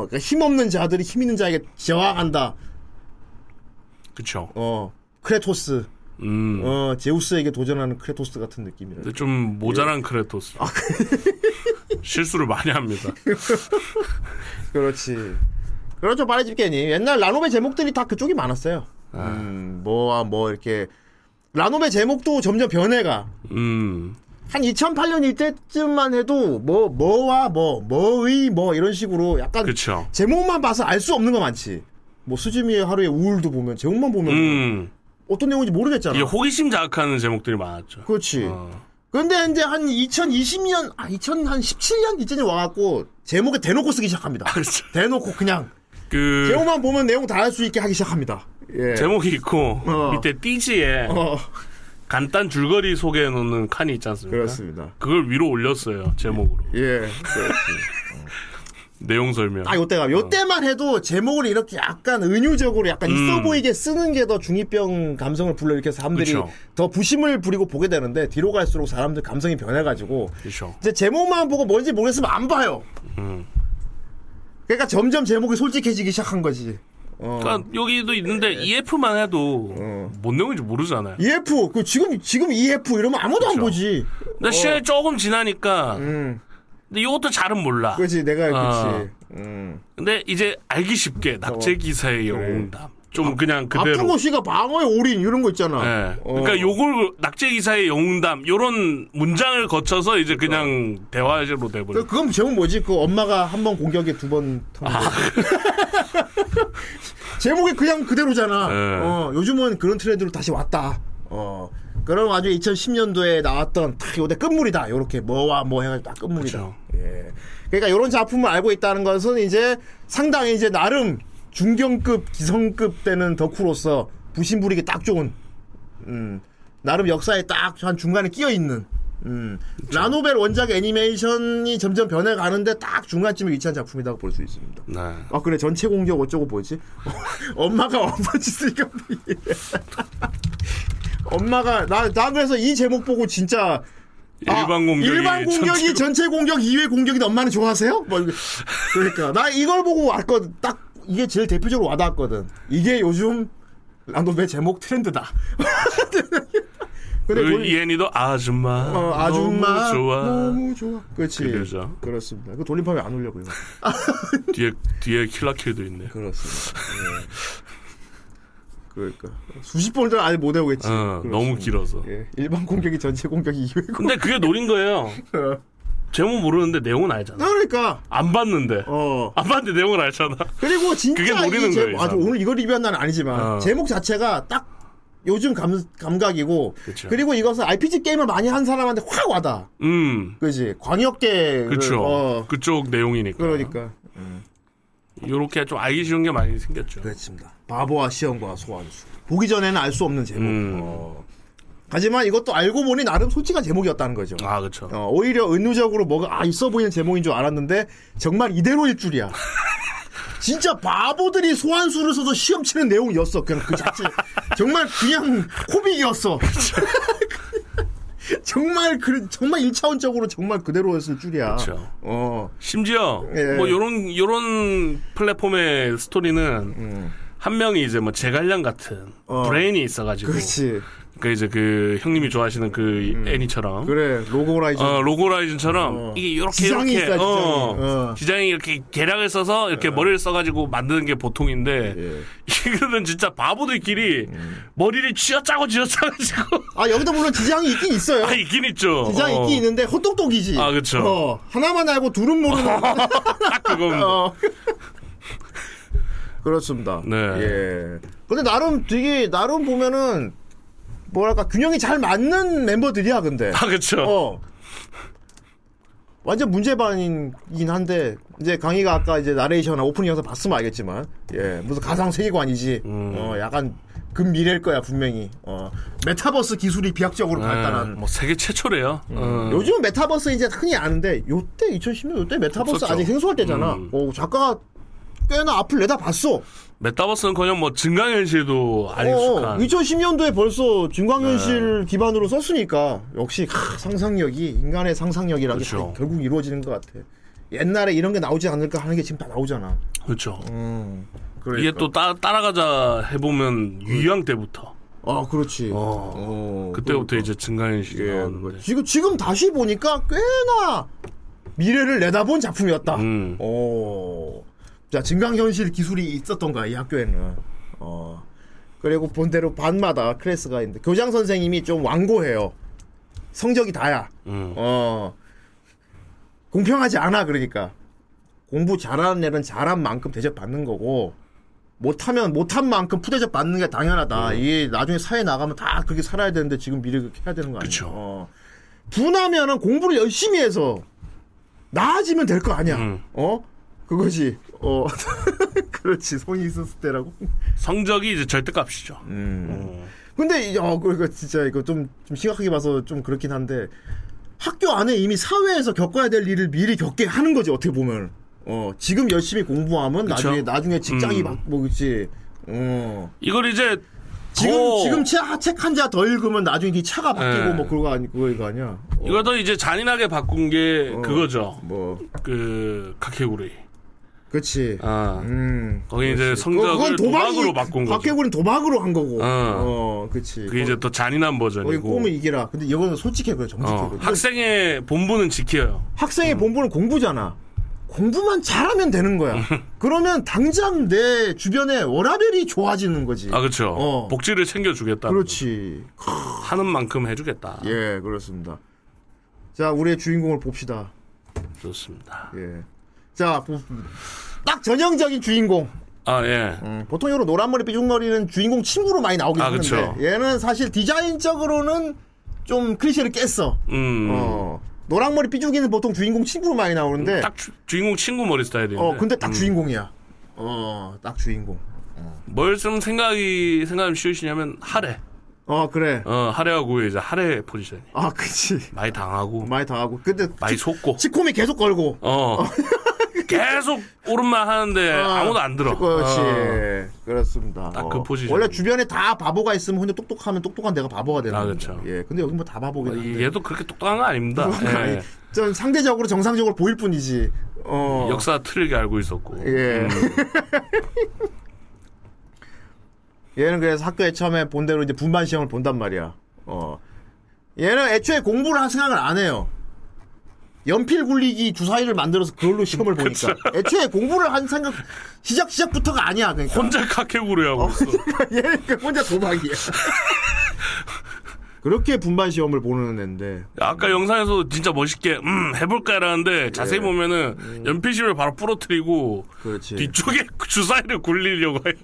Speaker 6: 그러니까 힘없는 자들이 힘있는 자에게 제왕한다.
Speaker 7: 그쵸.
Speaker 6: 어, 크레토스.
Speaker 7: 음.
Speaker 6: 어, 제우스에게 도전하는 크레토스 같은 느낌이라.
Speaker 7: 근데 좀 모자란
Speaker 6: 예.
Speaker 7: 크레토스.
Speaker 6: 아, 그-
Speaker 7: 실수를 많이 합니다.
Speaker 6: 그렇지. 그렇죠, 바레집게님. 옛날 라노베 제목들이 다 그쪽이 많았어요. 음, 뭐와 뭐 이렇게. 라노베 제목도 점점 변해가.
Speaker 7: 음.
Speaker 6: 한 2008년 이때쯤만 해도 뭐 뭐와 뭐 뭐의 뭐 이런 식으로 약간
Speaker 7: 그쵸.
Speaker 6: 제목만 봐서 알 수 없는 거 많지. 뭐 수지미의 하루의 우울도 보면 제목만 보면
Speaker 7: 음.
Speaker 6: 어떤 내용인지 모르겠잖아.
Speaker 7: 이게 호기심 자극하는 제목들이 많았죠.
Speaker 6: 그렇지.
Speaker 7: 어.
Speaker 6: 근데 이제 한 2020년 아 2017년 이쯤에 와갖고 제목에 대놓고 쓰기 시작합니다.
Speaker 7: 그렇죠.
Speaker 6: 대놓고 그냥
Speaker 7: 그
Speaker 6: 제목만 보면 내용 다 알 수 있게 하기 시작합니다. 예.
Speaker 7: 제목이 있고
Speaker 6: 어.
Speaker 7: 밑에 띠지에
Speaker 6: 어,
Speaker 7: 간단 줄거리 소개해 놓는 칸이 있지 않습니까?
Speaker 6: 그렇습니다.
Speaker 7: 그걸 위로 올렸어요 제목으로
Speaker 6: 예. 그렇습니다.
Speaker 7: 내용 설명.
Speaker 6: 아, 요때가 요때만 해도 제목을 이렇게 약간 은유적으로 약간 있어
Speaker 7: 음.
Speaker 6: 보이게 쓰는 게 더 중2병 감성을 불러일으켜 사람들이
Speaker 7: 그쵸.
Speaker 6: 더 부심을 부리고 보게 되는데 뒤로 갈수록 사람들 감성이 변해가지고
Speaker 7: 그렇죠.
Speaker 6: 이제 제목만 보고 뭔지 모르겠으면 안 봐요.
Speaker 7: 음.
Speaker 6: 그러니까 점점 제목이 솔직해지기 시작한 거지. 어. 네.
Speaker 7: 그러니까 여기도 있는데 EF만 해도 뭔 내용인지 모르잖아요.
Speaker 6: EF 그 지금 지금 EF 이러면 아무도 안
Speaker 7: 그쵸.
Speaker 6: 보지.
Speaker 7: 근데 시간이 조금 지나니까 근데 이것도 잘은 몰라.
Speaker 6: 음. 그렇지 내가
Speaker 7: 아.
Speaker 6: 그렇지. 음.
Speaker 7: 근데 이제 알기 쉽게 낙제 기사의 영웅담 좀 그냥 그대로.
Speaker 6: 어. 아프고 씨가 방어의 올인 이런 거 있잖아.
Speaker 7: 예.
Speaker 6: 어.
Speaker 7: 그러니까 요걸 낙제 기사의 영웅담 요런 문장을 거쳐서 이제 그냥 대화제로
Speaker 6: 그-
Speaker 7: 돼버려.
Speaker 6: 그건 제목 뭐지? 그 엄마가 한 번 공격에 두 번 터는 거. 제목이 그냥 그대로잖아.
Speaker 7: 네.
Speaker 6: 어, 요즘은 그런 트렌드로 다시 왔다. 어, 그럼 아주 2010년도에 나왔던 딱 요대 끝물이다. 요렇게 뭐와 뭐 해가지고 딱 끝물이다.
Speaker 7: 그렇죠.
Speaker 6: 예. 그러니까 요런 작품을 알고 있다는 것은 이제 상당히 이제 나름 중경급, 기성급 되는 덕후로서 부심부리기 딱 좋은, 음, 나름 역사에 딱 한 중간에 끼어 있는, 음, 라노벨 원작 애니메이션이 점점 변해가는데 딱 중간쯤에 위치한 작품이라고 볼 수 있습니다.
Speaker 7: 네.
Speaker 6: 아 그래 전체 공격 어쩌고 뭐지? 엄마가 엄마 짓으니까 뭐 엄마가 나, 나 그래서 이 제목 보고 진짜 아,
Speaker 7: 일반 공격이
Speaker 6: 일반 공격이 전체 공격 2회 공격인데 엄마는 좋아하세요? 뭐 이거- 그러니까 나 이걸 보고 왔거든 딱 이게 제일 대표적으로 와닿았거든 이게 요즘 아, 난너내 제목 트렌드다 근데
Speaker 7: 그리고
Speaker 6: 돈-
Speaker 7: 이엔이도 아줌마.
Speaker 6: 어, 아줌마 음.
Speaker 7: 너무 좋아.
Speaker 6: 너무 좋아 그렇지
Speaker 7: 그죠.
Speaker 6: 그렇습니다 그 돌림판에 안 올려 고요
Speaker 7: 뒤에 뒤에 킬라킬도 있네.
Speaker 6: 그렇습니다. 예. 그러니까 수십 번을 아예 못 외우겠지.
Speaker 7: 어,
Speaker 6: 그렇습니다.
Speaker 7: 너무 길어서.
Speaker 6: 예. 일반 공격이 전체 공격이 이외고.
Speaker 7: 근데 그게 노린 거예요. 제목 모르는데 내용은 알잖아.
Speaker 6: 그러니까
Speaker 7: 안 봤는데.
Speaker 6: 어
Speaker 7: 안 봤는데 내용을 알잖아.
Speaker 6: 그리고 진짜
Speaker 7: 그게 노리는
Speaker 6: 이
Speaker 7: 거예요, 이
Speaker 6: 제목, 아주
Speaker 7: 사람은.
Speaker 6: 오늘 이걸 리뷰한 날은 아니지만
Speaker 7: 어.
Speaker 6: 제목 자체가 딱 요즘 감, 감각이고
Speaker 7: 그쵸.
Speaker 6: 리고 이것은 RPG 게임을 많이 한 사람한테 확 와다.
Speaker 7: 음.
Speaker 6: 그지 광역계
Speaker 7: 그쵸.
Speaker 6: 어,
Speaker 7: 그쪽 내용이니까.
Speaker 6: 그러니까
Speaker 7: 아, 요렇게 좀 알기 쉬운 게 많이 생겼죠.
Speaker 6: 그렇습니다. 바보와 시험과 소환수. 보기 전에는 알 수 없는 제목.
Speaker 7: 음.
Speaker 6: 어. 하지만 이것도 알고 보니 나름 솔직한 제목이었다는 거죠.
Speaker 7: 아, 그쵸.
Speaker 6: 어, 오히려 은유적으로 뭐가 아 있어 보이는 제목인 줄 알았는데 정말 이대로일 줄이야. 진짜 바보들이 소환수를 써서 시험 치는 내용이었어. 그냥 그 자체. 정말 그냥 코믹이었어. 정말 그 정말 일차원적으로 정말 그대로였을 줄이야.
Speaker 7: 그쵸.
Speaker 6: 어.
Speaker 7: 심지어
Speaker 6: 예.
Speaker 7: 뭐 요런 요런 플랫폼의 스토리는 한 명이 이제 뭐 제갈량 같은
Speaker 6: 음. 어.
Speaker 7: 브레인이 있어가지고
Speaker 6: 그렇지. 음.
Speaker 7: 그러니까 이제 그 형님이 좋아하시는 그 애니처럼
Speaker 6: 그래. 로고라이즈.
Speaker 7: 어, 로고라이즌처럼
Speaker 6: 어.
Speaker 7: 이게 이렇게
Speaker 6: 지장이
Speaker 7: 이렇게
Speaker 6: 있어요, 지장이.
Speaker 7: 어,
Speaker 6: 어.
Speaker 7: 지장이 이렇게 계량을 써서 이렇게 머리를 써가지고 만드는 게 보통인데
Speaker 6: 예.
Speaker 7: 이거는 진짜 바보들끼리
Speaker 6: 음.
Speaker 7: 머리를 쥐어짜고 쥐어짜가지고
Speaker 6: 아 여기도 물론 지장이 있긴 있어요.
Speaker 7: 아 있긴 있죠.
Speaker 6: 지장이
Speaker 7: 어,
Speaker 6: 있긴 있는데 호똑똑이지.
Speaker 7: 아, 그쵸. 어.
Speaker 6: 어, 하나만 알고 둘은 모르는.
Speaker 7: 딱 그건
Speaker 6: 어. 그렇습니다.
Speaker 7: 네.
Speaker 6: 예. 근데 나름 되게 나름 보면은 뭐랄까 균형이 잘 맞는 멤버들이야 근데.
Speaker 7: 아 그쵸.
Speaker 6: 어. 완전 문제반이긴 한데 이제 강희가 아까 이제 나레이션 오프닝 영상 봤으면 알겠지만 예 무슨 가상 세계관이지
Speaker 7: 음.
Speaker 6: 어 약간 금 미래일 거야 분명히 어 메타버스 기술이 비약적으로
Speaker 7: 예,
Speaker 6: 발달한
Speaker 7: 뭐 세계 최초래요.
Speaker 6: 음.
Speaker 7: 어.
Speaker 6: 요즘 메타버스 이제 흔히 아는데 요때 2010년 요때 메타버스
Speaker 7: 없었죠.
Speaker 6: 아직 생소할 때잖아.
Speaker 7: 음.
Speaker 6: 어, 작가가 꽤나 앞을 내다봤어.
Speaker 7: 메타버스는커녕 뭐 증강현실도 안
Speaker 6: 어,
Speaker 7: 익숙한
Speaker 6: 2010년도에 벌써
Speaker 7: 네.
Speaker 6: 증강현실 기반으로 썼으니까 역시 캬, 상상력이 인간의 상상력이라는 게
Speaker 7: 그렇죠.
Speaker 6: 다 결국 이루어지는 것 같아. 옛날에 이런 게 나오지 않을까 하는 게 지금 다 나오잖아.
Speaker 7: 그렇죠.
Speaker 6: 그러니까.
Speaker 7: 이게 또 따, 따라가자 해보면 유양 때부터
Speaker 6: 아 그렇지.
Speaker 9: 어,
Speaker 6: 그러니까.
Speaker 7: 그때부터 이제 증강현실이
Speaker 6: 예,
Speaker 7: 나왔는데
Speaker 6: 지금 지금 다시 보니까 꽤나 미래를 내다본 작품이었다.
Speaker 7: 음.
Speaker 6: 오. 자, 증강현실 기술이 있었던 거야, 이 학교에는. 어. 그리고 본대로 반마다 클래스가 있는데, 교장 선생님이 좀 완고해요. 성적이 다야.
Speaker 7: 음.
Speaker 6: 어. 공평하지 않아, 그러니까. 공부 잘하는 애는 잘한 만큼 대접받는 거고, 못하면 못한 만큼 푸대접 받는 게
Speaker 7: 음.
Speaker 6: 당연하다. 이게 나중에 사회 나가면 다 그렇게 살아야 되는데 지금 미래 그렇게 해야 되는 거 아니야?
Speaker 7: 그쵸.
Speaker 6: 어. 분하면은 공부를 열심히 해서 나아지면 될 거 아니야.
Speaker 7: 음.
Speaker 6: 어? 그거지. 어. 그렇지. 성이 있었을 때라고.
Speaker 7: 성적이 이제 절대값이죠.
Speaker 6: 음. 근데 이- 어 그러니까 진짜 이거 좀, 좀 심각하게 봐서 좀 그렇긴 한데 학교 안에 이미 사회에서 겪어야 될 일을 미리 겪게 하는 거지 어떻게 보면. 어 지금 열심히 공부하면 나중에 나중에 직장이
Speaker 7: 음.
Speaker 6: 막 뭐겠지. 어
Speaker 7: 이걸 이제
Speaker 6: 지금
Speaker 7: 더-
Speaker 6: 지금 책한 자 더 읽으면 나중에 네 차가 바뀌고
Speaker 7: 네.
Speaker 6: 뭐 그거 아니 그거 이거 아니야. 어,
Speaker 7: 이걸 더 이제 잔인하게 바꾼 게 그거죠.
Speaker 6: 뭐
Speaker 7: 그 카케구리.
Speaker 6: 그렇지.
Speaker 7: 아
Speaker 6: 음.
Speaker 7: 거기 이제
Speaker 6: 그거-
Speaker 7: 성적을 도박으로 바꾼 거죠.
Speaker 6: 박해구는 도박으로 한 거고.
Speaker 7: 어.
Speaker 6: 어, 그치.
Speaker 7: 그게 이제 더 잔인한
Speaker 6: 거기
Speaker 7: 버전이고.
Speaker 6: 꿈을 이기라. 근데 이거는 솔직해 그래 정직해.
Speaker 7: 어,
Speaker 6: 그래.
Speaker 7: 학생의 음. 본분은 지켜요.
Speaker 6: 학생의 본분은 공부잖아. 공부만 잘하면 되는 거야.
Speaker 7: 음.
Speaker 6: 그러면 당장 내 주변에 워라벨이 좋아지는 거지.
Speaker 7: 아 그렇죠.
Speaker 6: 어.
Speaker 7: 복지를 챙겨주겠다.
Speaker 6: 그렇지.
Speaker 7: 하는 만큼 해주겠다.
Speaker 6: 예, 그렇습니다. 자, 우리의 주인공을 봅시다.
Speaker 7: 좋습니다.
Speaker 6: 예. 자, 봅습니다. 딱 전형적인 주인공.
Speaker 7: 아 예.
Speaker 6: 음, 보통 요런 노란 머리 삐죽거리는 주인공 친구로 많이 나오긴
Speaker 7: 아,
Speaker 6: 하는데
Speaker 7: 그쵸.
Speaker 6: 얘는 사실 디자인적으로는 좀 클리셰를 깼어.
Speaker 7: 음.
Speaker 6: 어. 노란 머리 삐죽이는 보통 주인공 친구로 많이 나오는데
Speaker 7: 딱 주, 주인공 친구 머리 스타일인데.
Speaker 6: 어 근데 딱
Speaker 7: 음.
Speaker 6: 주인공이야. 어, 딱 주인공.
Speaker 7: 뭘 좀 생각이 생각하면 쉬우시냐면 하래.
Speaker 6: 어, 그래.
Speaker 7: 어 하래하고 이제 하래 포지션.
Speaker 6: 아, 그치.
Speaker 7: 많이 당하고
Speaker 6: 많이 당하고. 근데
Speaker 7: 많이 속고.
Speaker 6: 치코미 계속 걸고.
Speaker 7: 어. 계속 오른말 하는데 아무도 안 들어.
Speaker 6: 그렇지.
Speaker 7: 어.
Speaker 6: 그렇습니다.
Speaker 7: 딱그
Speaker 6: 어.
Speaker 7: 포지션.
Speaker 6: 원래 주변에 다 바보가 있으면 혼자 똑똑하면 똑똑한 내가 바보가 되는
Speaker 7: 아, 어,
Speaker 6: 건데.
Speaker 7: 그쵸.
Speaker 6: 예. 근데 여기 뭐 다 바보긴 한데.
Speaker 7: 얘도 그렇게 똑똑한 거 아닙니다.
Speaker 6: 아니,
Speaker 7: 예.
Speaker 6: 전 상대적으로 정상적으로 보일 뿐이지. 어.
Speaker 7: 역사 틀리게 알고 음. 있었고.
Speaker 6: 예. 얘는 그래서 학교에 처음에 본 대로 이제 분반 시험을 본단 말이야. 어. 얘는 애초에 공부를 할 생각을 안 해요. 연필 굴리기 주사위를 만들어서 그걸로 시험을 보니까 애초에 공부를 한 생각 시작 시작부터가 아니야. 그러니까
Speaker 7: 혼자 카케구를 하고 있어.
Speaker 6: 얘는 그냥 혼자 도박이야. 그렇게 분반 시험을 보는 애인데
Speaker 7: 아까 영상에서 진짜 멋있게 음 해볼까라는데 자세히 보면은 연필심을 바로 부러뜨리고
Speaker 6: 예. 음. 그렇지.
Speaker 7: 뒤쪽에 주사위를 굴리려고 해요.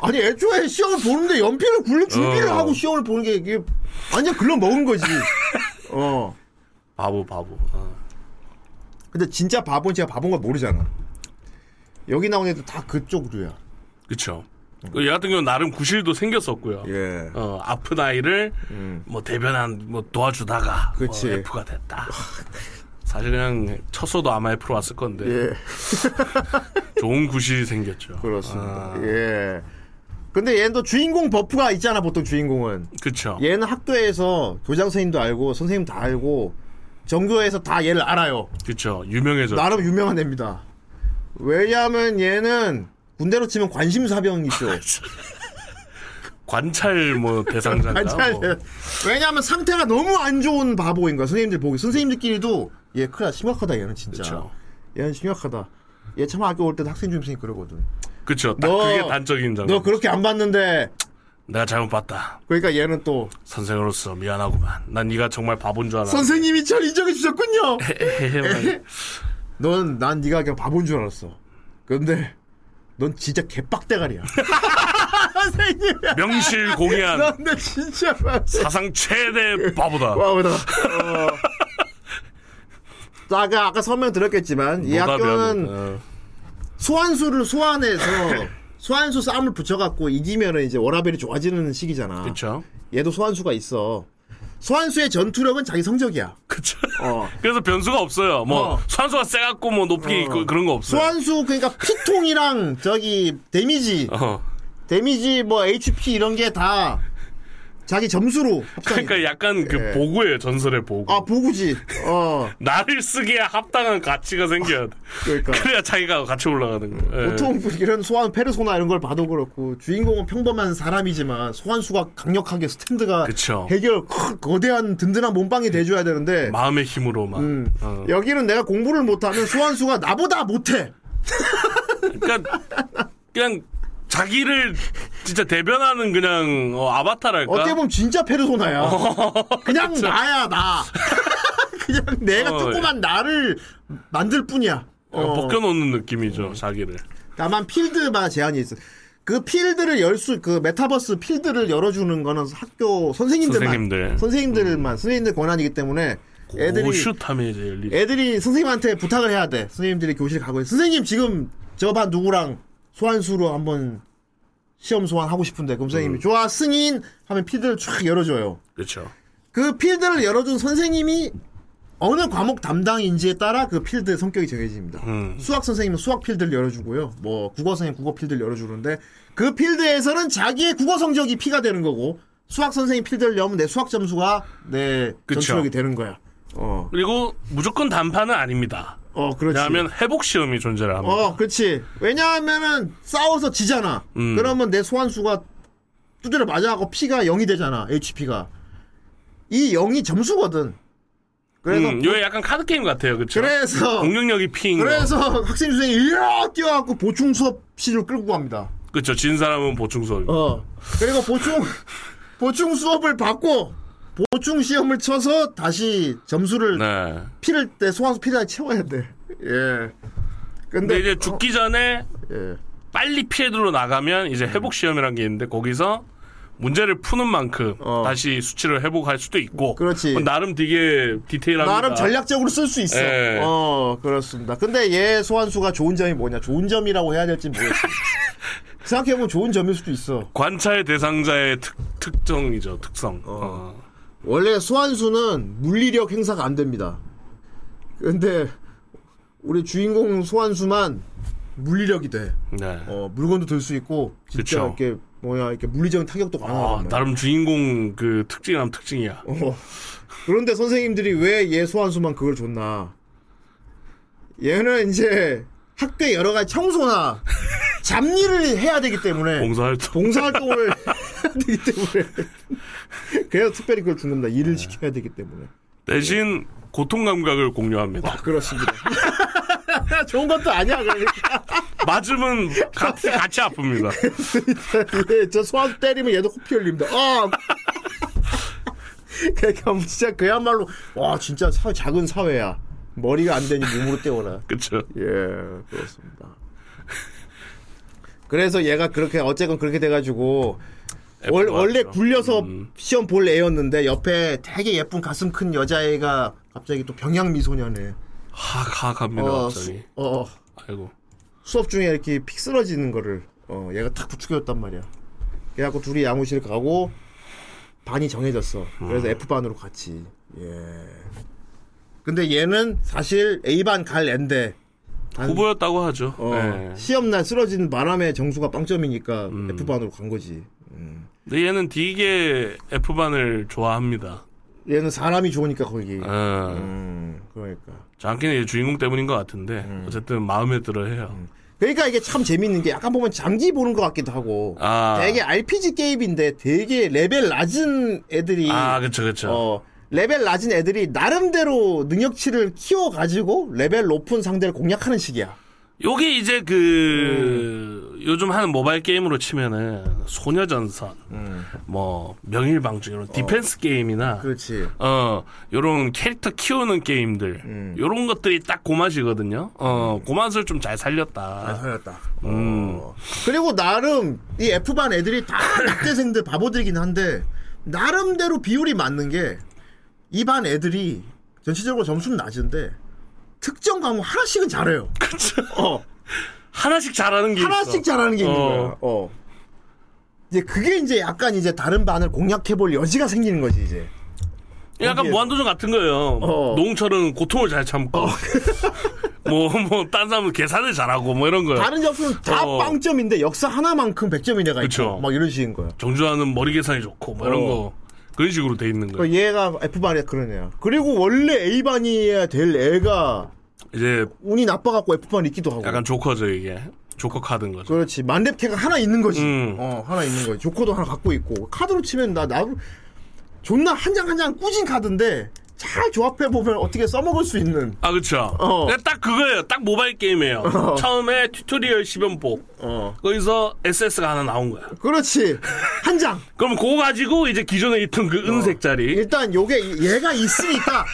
Speaker 6: 아니 애초에 시험을 보는데 연필을 굴릴 준비를
Speaker 7: 어.
Speaker 6: 하고 시험을 보는 게 이게 완전 글러 먹은 거지. 어.
Speaker 7: 바보 바보. 어.
Speaker 6: 근데 진짜 바보는 제가 바본 걸 모르잖아. 여기 나온 애들 다 그쪽으로야.
Speaker 7: 그쵸. 얘 같은 경우는 나름 구실도 생겼었고요.
Speaker 6: 예.
Speaker 7: 어, 아픈 아이를 뭐 대변한 뭐 도와주다가
Speaker 6: 그치.
Speaker 7: 뭐 F가 됐다. 사실 그냥 쳤어도 아마 F로 왔을 건데
Speaker 6: 예.
Speaker 7: 좋은 구실이 생겼죠.
Speaker 6: 그렇습니다.
Speaker 7: 아,
Speaker 6: 예. 근데 얘는 또 주인공 버프가 있잖아, 보통 주인공은.
Speaker 7: 그쵸.
Speaker 6: 얘는 학교에서 교장 선생님도 알고, 선생님 다 알고, 전교에서 다 얘를 알아요.
Speaker 7: 그쵸. 유명해졌죠.
Speaker 6: 나름 유명한 애입니다. 왜냐하면 얘는 군대로 치면 관심사병이죠. 관찰
Speaker 7: 관찰 뭐 대상자인가. 뭐.
Speaker 6: 왜냐하면 상태가 너무 안 좋은 바보인 거야. 선생님들 보기 선생님들끼리도 얘 큰일 나, 심각하다 얘는 진짜.
Speaker 7: 그쵸.
Speaker 6: 얘는 심각하다. 얘 참 학교 올 때도 학생 중심이 그러거든.
Speaker 7: 그쵸. 딱
Speaker 6: 너-
Speaker 7: 그게 단적인 장면.
Speaker 6: 너 그렇게 안 봤는데
Speaker 7: 내가 잘못 봤다.
Speaker 6: 그러니까 얘는 또
Speaker 7: 선생으로서 미안하구만. 난 네가 정말 바본 줄 알았.
Speaker 6: 선생님이 절 인정해 주셨군요. 넌 난 네가 그냥 바본 줄 알았어. 근데 넌 진짜 개빡대가리야. 선생님,
Speaker 7: 명실공히한
Speaker 6: 넌 진짜 빡대-
Speaker 7: 사상 최대 바보다.
Speaker 6: 와우다. 어. 자, 아까, 아까 설명 드렸겠지만 이 학교는
Speaker 7: 어,
Speaker 6: 소환수를 소환해서 소환수 싸움을 붙여갖고 이기면은 이제 워라벨이 좋아지는 시기잖아.
Speaker 7: 그쵸.
Speaker 6: 얘도 소환수가 있어. 소환수의 전투력은 자기 성적이야.
Speaker 7: 그쵸.
Speaker 6: 어.
Speaker 7: 그래서 변수가 없어요. 뭐
Speaker 6: 어.
Speaker 7: 산소가 세갖고 뭐 높이 있고 그런 거 없어요.
Speaker 6: 소환수 그러니까 피통이랑 저기 데미지,
Speaker 7: 어.
Speaker 6: 데미지 뭐 HP 이런 게 다 자기 점수로 합산이.
Speaker 7: 그러니까 약간 그
Speaker 6: 예.
Speaker 7: 보고예요. 전설의 보고.
Speaker 6: 아 보구지. 어.
Speaker 7: 나를 쓰기에 합당한 가치가 생겨야 돼.
Speaker 6: 그러니까.
Speaker 7: 그래야 자기가 같이 올라가는 거예요. 예.
Speaker 6: 보통 이런 소환 페르소나 이런 걸 봐도 그렇고 주인공은 평범한 사람이지만 소환수가 강력하게 스탠드가
Speaker 7: 그쵸.
Speaker 6: 해결 크- 거대한 든든한 몸빵이 돼줘야 되는데
Speaker 7: 마음의 힘으로만.
Speaker 6: 음,
Speaker 7: 어.
Speaker 6: 여기는 내가 공부를 못하면 소환수가 나보다 못해.
Speaker 7: 그러니까 그냥 자기를 진짜 대변하는 그냥 어, 아바타랄까. 어,
Speaker 6: 어떻게 보면 진짜 페르소나야. 그냥 나야 나. 그냥 내가
Speaker 7: 어,
Speaker 6: 조그만 나를 만들 뿐이야.
Speaker 7: 어,
Speaker 6: 어.
Speaker 7: 벗겨놓는 느낌이죠. 자기를.
Speaker 6: 다만 필드마다 제한이 있어. 그 필드를 열 수 그 메타버스 필드를 열어주는 거는 학교 선생님들만 음.
Speaker 7: 선생님들.
Speaker 6: 선생님들만 선생님들 권한이기 때문에 애들이
Speaker 7: 오슛하면 이제 열리.
Speaker 6: 애들이 선생님한테 부탁을 해야 돼. 선생님들이 교실 가고 있어. 선생님 지금 저 반 누구랑 소환수로 한번 시험 소환 하고 싶은데 그럼 선생님이 좋아 승인 하면 필드를 쫙 열어줘요.
Speaker 7: 그렇죠.
Speaker 6: 그 필드를 열어준 선생님이 어느 과목 담당인지에 따라 그 필드의 성격이 정해집니다.
Speaker 7: 음.
Speaker 6: 수학 선생님은 수학 필드를 열어주고요. 뭐 국어 선생님 국어 필드를 열어주는데 그 필드에서는 자기의 국어 성적이 피가 되는 거고 수학 선생님 필드를 열면 내 수학 점수가 내
Speaker 7: 그쵸.
Speaker 6: 전투력이 되는 거야. 어,
Speaker 7: 그리고 무조건 단판은 아닙니다.
Speaker 6: 어, 그렇지.
Speaker 7: 왜냐하면 회복 시험이 존재를 합니다.
Speaker 6: 어, 그렇지. 왜냐하면은 싸워서 지잖아.
Speaker 7: 음.
Speaker 6: 그러면 내 소환수가 두드려 맞아갖고 피가 0이 되잖아. HP가 이 0이 점수거든. 그래서
Speaker 7: 음, 요 약간 카드 게임 같아요, 그렇죠?
Speaker 6: 그래서
Speaker 7: 공격력이 피인 거.
Speaker 6: 그래서 학생 중에 이야 뛰어갖고 보충 수업실로 끌고 갑니다.
Speaker 7: 그렇죠. 진 사람은 보충 수업.
Speaker 6: 어. 그리고 보충 보충 수업을 받고 보충 시험을 쳐서 다시 점수를
Speaker 7: 네.
Speaker 6: 필을 때 소환수 필을 채워야 돼. 예.
Speaker 7: 근데
Speaker 6: 근데,
Speaker 7: 이제 죽기 전에
Speaker 6: 예.
Speaker 7: 빨리 피해들로 나가면 이제 회복 시험이라는 게 있는데 거기서 문제를 푸는 만큼
Speaker 6: 어.
Speaker 7: 다시 수치를 회복할 수도 있고
Speaker 6: 그렇지.
Speaker 7: 어, 나름 되게 디테일합니다.
Speaker 6: 나름 전략적으로 쓸 수 있어.
Speaker 7: 예.
Speaker 6: 어, 그렇습니다. 근데 얘 소환수가 좋은 점이 뭐냐? 좋은 점이라고 해야 될지 모르겠습니다. 생각해보면 좋은 점일 수도 있어.
Speaker 7: 관찰 대상자의 특, 특정이죠 특성. 어.
Speaker 6: 원래 소환수는 물리력 행사가 안 됩니다. 근데 우리 주인공 소환수만 물리력이 돼.
Speaker 7: 네.
Speaker 6: 어, 물건도 들 수 있고 진짜
Speaker 7: 그쵸.
Speaker 6: 이렇게 뭐야 이렇게 물리적인 타격도
Speaker 7: 아,
Speaker 6: 강하단 말이야.
Speaker 7: 나름 주인공 그 특징이란 특징이야.
Speaker 6: 어. 그런데 선생님들이 왜 얘 소환수만 그걸 줬나? 얘는 이제 학교에 여러 가지 청소나 잡일을 해야 되기 때문에
Speaker 7: 봉사활동.
Speaker 6: 봉사활동을 해야 되기 때문에 그래서 특별히 그걸 준 겁니다. 일을 시켜야 되기 때문에
Speaker 7: 대신 고통 감각을 공유합니다.
Speaker 6: 아, 그렇습니다. 좋은 것도 아니야 그러니까
Speaker 7: 맞으면 같이, 같이 아픕니다.
Speaker 6: 얘저 예, 소환 때리면 얘도 코피 흘립니다. 아 그러니까 뭐 진짜 그야말로 와 진짜 사회, 작은 사회야. 머리가 안 되니 몸으로 때워라.
Speaker 7: 그렇죠.
Speaker 6: 예, 그렇습니다. 그래서 얘가 그렇게 어쨌건 그렇게 돼가지고 음. 월, 원래 굴려서 시험 볼 애였는데 옆에 되게 예쁜 가슴 큰 여자애가 갑자기 또 병양 미소년에
Speaker 7: 하하 갑니다
Speaker 6: 어, 수,
Speaker 7: 갑자기.
Speaker 6: 어, 어,
Speaker 7: 아이고.
Speaker 6: 수업 중에 이렇게 픽 쓰러지는 거를 어, 얘가 탁 부추겼단 말이야. 그래갖고 둘이 양호실 가고 반이 정해졌어.
Speaker 7: 아.
Speaker 6: 그래서 F 반으로 갔지. 예. 근데 얘는 사실 A 반갈 앤데 단-
Speaker 7: 후보였다고 하죠.
Speaker 6: 어,
Speaker 7: 네. 음.
Speaker 6: 시험날 쓰러진 바람에 정수가 빵점이니까 F반으로 간 거지.
Speaker 7: 근데 얘는 되게 F반을 좋아합니다.
Speaker 6: 얘는 사람이 좋으니까 거기.
Speaker 7: 어.
Speaker 6: 음, 그러니까.
Speaker 7: 장기는 이제 주인공 때문인 것 같은데 어쨌든 마음에 들어 해요.
Speaker 6: 그러니까 이게 참 재밌는 게 약간 보면 장기 보는 것 같기도 하고.
Speaker 7: 아.
Speaker 6: 되게 RPG 게임인데 되게 레벨 낮은 애들이.
Speaker 7: 아 그렇죠 그렇죠.
Speaker 6: 어, 레벨 낮은 애들이 나름대로 능력치를 키워가지고 레벨 높은 상대를 공략하는 식이야.
Speaker 7: 요게 이제 그 요즘 하는 모바일 게임으로 치면은 소녀전선, 뭐 명일방주 이런 디펜스 게임이나
Speaker 6: 그렇지.
Speaker 7: 어, 요런 캐릭터 키우는 게임들,
Speaker 6: 음.
Speaker 7: 요런 것들이 딱 고맛이거든요. 어, 고맛을 좀 잘 아, 살렸다. 음.
Speaker 6: 살렸다. 그리고 나름 이 F반 애들이 다 낙대생들 바보들이긴 한데 나름대로 비율이 맞는 게 이 반 애들이 전체적으로 점수는 낮은데 특정 과목 하나씩은 잘해요. 어,
Speaker 7: 하나씩 잘하는 게
Speaker 6: 하나씩
Speaker 7: 있어.
Speaker 6: 잘하는 게 있는
Speaker 7: 어.
Speaker 6: 거야. 어. 이제 그게 이제 약간 이제 다른 반을 공략해볼 여지가 생기는 거지 이제.
Speaker 7: 약간
Speaker 6: 거기에서.
Speaker 7: 무한도전 같은 거예요.
Speaker 6: 어.
Speaker 7: 농철은 고통을 잘 참고, 뭐, 뭐, 딴 사람은 계산을 잘하고, 뭐 이런 거예요.
Speaker 6: 다른 역수는 다
Speaker 7: 어.
Speaker 6: 0점인데 역사 하나만큼 100점이 내가
Speaker 7: 그쵸. 네.
Speaker 6: 있고 막 이런 식인 거야.
Speaker 7: 정준하는 머리 계산이 좋고, 뭐 이런
Speaker 6: 어.
Speaker 7: 거. 그런 식으로 돼 있는 거예요.
Speaker 6: 그러니까 얘가 F반이야 그런 애야. 그리고 원래 A반이어야 될 애가
Speaker 7: 이제
Speaker 6: 운이 나빠갖고 F반 있기도 하고.
Speaker 7: 약간 조커죠, 이게. 조커 카드인 거죠.
Speaker 6: 그렇지. 만렙캐가 하나 있는 거지.
Speaker 7: 음.
Speaker 6: 어, 하나 있는 거지. 조커도 하나 갖고 있고. 카드로 치면 나, 나, 존나 한 장 한 장 꾸진 카드인데, 잘 조합해보면 어떻게 써먹을 수 있는.
Speaker 7: 아, 그쵸.
Speaker 6: 어.
Speaker 7: 그냥 딱 그거예요. 딱 모바일 게임이에요. 처음에 튜토리얼 시범복.
Speaker 6: 어.
Speaker 7: 거기서 SS가 하나 나온 거야.
Speaker 6: 그렇지. 한 장.
Speaker 7: 그럼 그거 가지고 이제 기존에 있던
Speaker 6: 어.
Speaker 7: 그 은색 자리.
Speaker 6: 일단 요게, 얘가 있으니까,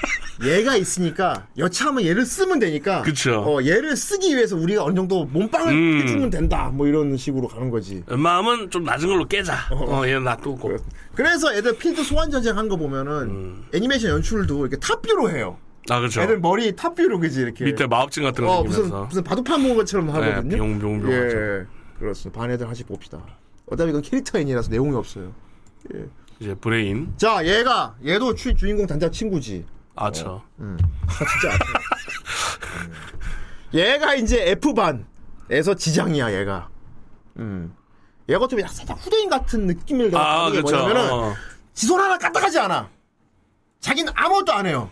Speaker 6: 얘가 있으니까, 여차하면 얘를 쓰면 되니까.
Speaker 7: 그쵸.
Speaker 6: 어, 얘를 쓰기 위해서 우리가 어느 정도 몸빵을
Speaker 7: 음.
Speaker 6: 해주면 된다. 뭐 이런 식으로 가는 거지.
Speaker 7: 마음은 좀 낮은 걸로 깨자. 어, 얘는 놔두고.
Speaker 6: 예. 그래서 애들 필드 소환 전쟁 한 거 보면은 애니메이션 연출도 이렇게 탑뷰로 해요.
Speaker 7: 아, 음. 그쵸.
Speaker 6: 애들 머리 탑뷰로 그지 이렇게.
Speaker 7: 밑에 마법진 같은 거
Speaker 6: 어, 무슨
Speaker 7: 생기면서. 네,
Speaker 6: 무슨 바둑판 모은 것처럼 하거든요.
Speaker 7: 비용비용비용
Speaker 6: 예,
Speaker 7: 하죠.
Speaker 6: 그렇습니다. 반 애들 하나씩 봅시다. 어차피 이건 캐릭터인이라서 내용이 없어요.
Speaker 7: 이제 브레인.
Speaker 6: 자, 얘가 얘도 추- 주인공 단짝 친구지.
Speaker 7: 아, 저.
Speaker 6: 아, 진짜. 아파. 얘가 이제 F 반에서 지장이야 얘가. 음. 얘 같은 경우 살짝 후대인 같은 느낌을 내가
Speaker 7: 아,
Speaker 6: 받는 게
Speaker 7: 그쵸.
Speaker 6: 뭐냐면은
Speaker 7: 어.
Speaker 6: 지손 하나 까딱하지 않아. 자기는 아무것도 안 해요.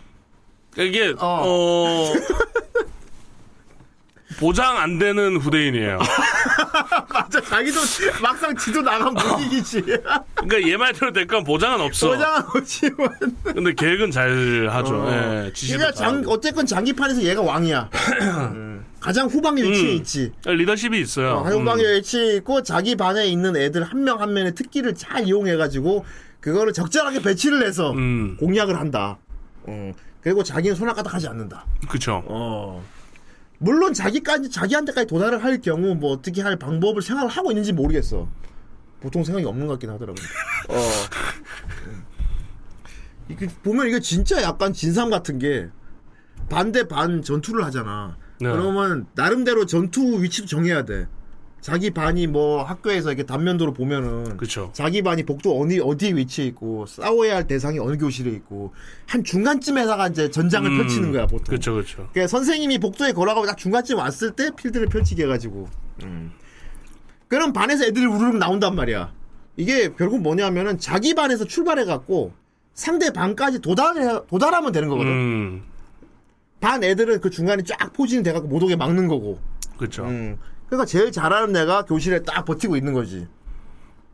Speaker 7: 이게,
Speaker 6: 어.
Speaker 7: 어. 보장 안 되는 후대인이에요.
Speaker 6: 맞아, 자기도 막상 지도 나간 분위기지.
Speaker 7: 그러니까 얘 말대로 될 건 보장은 없어.
Speaker 6: 도장은 어. 오지만.
Speaker 7: 근데 계획은 잘 하죠. 예, 지시도
Speaker 6: 얘가 그러니까 장,
Speaker 7: 잘하고.
Speaker 6: 어쨌건 장기판에서 얘가 왕이야. 음. 가장 후방에 위치해
Speaker 7: 음.
Speaker 6: 있지.
Speaker 7: 리더십이 있어요. 음.
Speaker 6: 어, 후방에 위치해 있고 자기 반에 있는 애들 한 명 한 명의 특기를 잘 이용해가지고 그거를 적절하게 배치를 해서 어.
Speaker 7: 음.
Speaker 6: 공략을 한다. 음. 그리고 자기는 손아까닥하지 않는다.
Speaker 7: 음, 그쵸.
Speaker 6: 어. 물론 자기까지 자기한테까지 도달을 할 경우 뭐 어떻게 할 방법을 생각을 하고 있는지 모르겠어. 보통 생각이 없는 것 같긴 하더라고. 어. 이게 그, 보면 이게 진짜 약간 진삼 같은 게 반대 반 전투를 하잖아.
Speaker 7: 네.
Speaker 6: 그러면 나름대로 전투 위치도 정해야 돼. 자기 반이 뭐 학교에서 이렇게 단면도로 보면은
Speaker 7: 그쵸.
Speaker 6: 자기 반이 복도 어디 어디 위치에 있고 싸워야 할 대상이 어느 교실에 있고 한 중간쯤에다가 이제 전장을 펼치는 거야 아, 보통.
Speaker 7: 음. 그렇죠, 그렇죠.
Speaker 6: 그러니까 선생님이 복도에 걸어가고 딱 중간쯤 왔을 때 필드를 펼치게 해가지고.
Speaker 7: 음.
Speaker 6: 그럼 반에서 애들이 우르륵 나온단 말이야. 이게 결국 뭐냐면은 자기 반에서 출발해갖고 상대 반까지 도달해, 도달하면 되는 거거든.
Speaker 7: 음,
Speaker 6: 반 애들은 그 중간에 쫙 포진이 돼갖고 못 오게 막는 거고.
Speaker 7: 그렇죠.
Speaker 6: 음. 그러니까 제일 잘하는 애가 교실에 딱 버티고 있는 거지.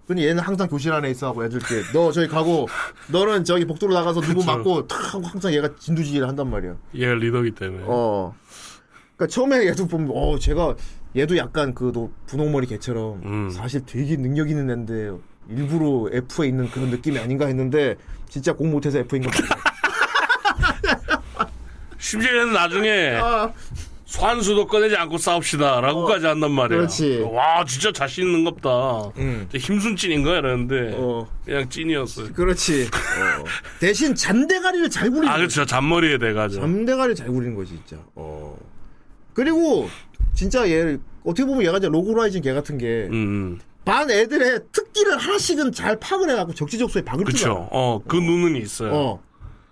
Speaker 6: 근데 얘는 항상 교실 안에 있어갖고 애들께 너 저기 가고 너는 저기 복도로 나가서 누구
Speaker 7: 그쵸.
Speaker 6: 맞고 탁 하고 항상 얘가 진두지휘를 한단 말이야.
Speaker 7: 얘가 리더기 때문에.
Speaker 6: 어. 그러니까 처음에 얘도 보면 어 제가 얘도 약간 그도 분홍머리 개처럼
Speaker 7: 음.
Speaker 6: 사실 되게 능력 있는 애인데 일부러 F에 있는 그런 느낌이 아닌가 했는데 진짜 공 못해서 F인 것 같아.
Speaker 7: 심지어는 나중에
Speaker 6: 아. 어.
Speaker 7: 소환수도 꺼내지 않고 싸웁시다라고까지 한단 말이야.
Speaker 6: 그렇지.
Speaker 7: 와 진짜 자신 있는 겁다.
Speaker 6: 음.
Speaker 7: 진짜 힘순 찐인가 이러는데
Speaker 6: 어.
Speaker 7: 그냥 찐이었어요.
Speaker 6: 그렇지. 대신 잔대가리를 잘 굴리는
Speaker 7: 아 그렇죠 잔머리에 대가죠.
Speaker 6: 잠대가리를 잘 굴리는 거지 진짜. 어. 그리고 진짜 얘 어떻게 보면 얘가 이제 로그라이징 개 같은 게 반
Speaker 7: 음,
Speaker 6: 애들의 특기를 하나씩은 잘 파악을 해갖고 적지적소에 박을 줄 알아.
Speaker 7: 그렇죠. 어그 눈은 있어요.
Speaker 6: 어.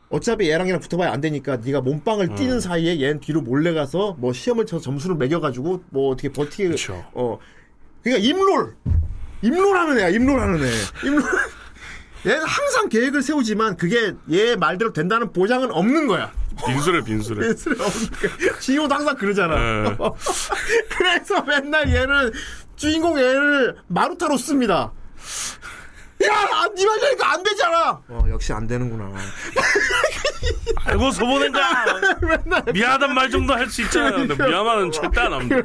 Speaker 6: 어차피 얘랑 얘랑 붙어봐야 안 되니까 네가 몸빵을 뛰는 사이에 얘는 뒤로 몰래 가서 뭐 시험을 쳐서 점수를 매겨가지고 뭐 어떻게 버티게
Speaker 7: 그쵸.
Speaker 6: 어 그러니까 임롤 임롤하는 애야 임롤하는 애 임롤 얘는 항상 계획을 세우지만 그게 얘 말대로 된다는 보장은 없는 거야
Speaker 7: 빈수래 빈수래.
Speaker 6: 예술에 없는 거야 지효도 항상 그러잖아
Speaker 7: 네.
Speaker 6: 그래서 맨날 얘를 주인공 얘를 마루타로 씁니다 야, 아, 니말 되니까 안 되잖아! 어, 역시 안 되는구나.
Speaker 7: 알고 서보낸 거야. 미안하단 말 정도 할 수 있잖아. 근데
Speaker 6: 그러니까.
Speaker 7: 미안하면 절대 안 합니다.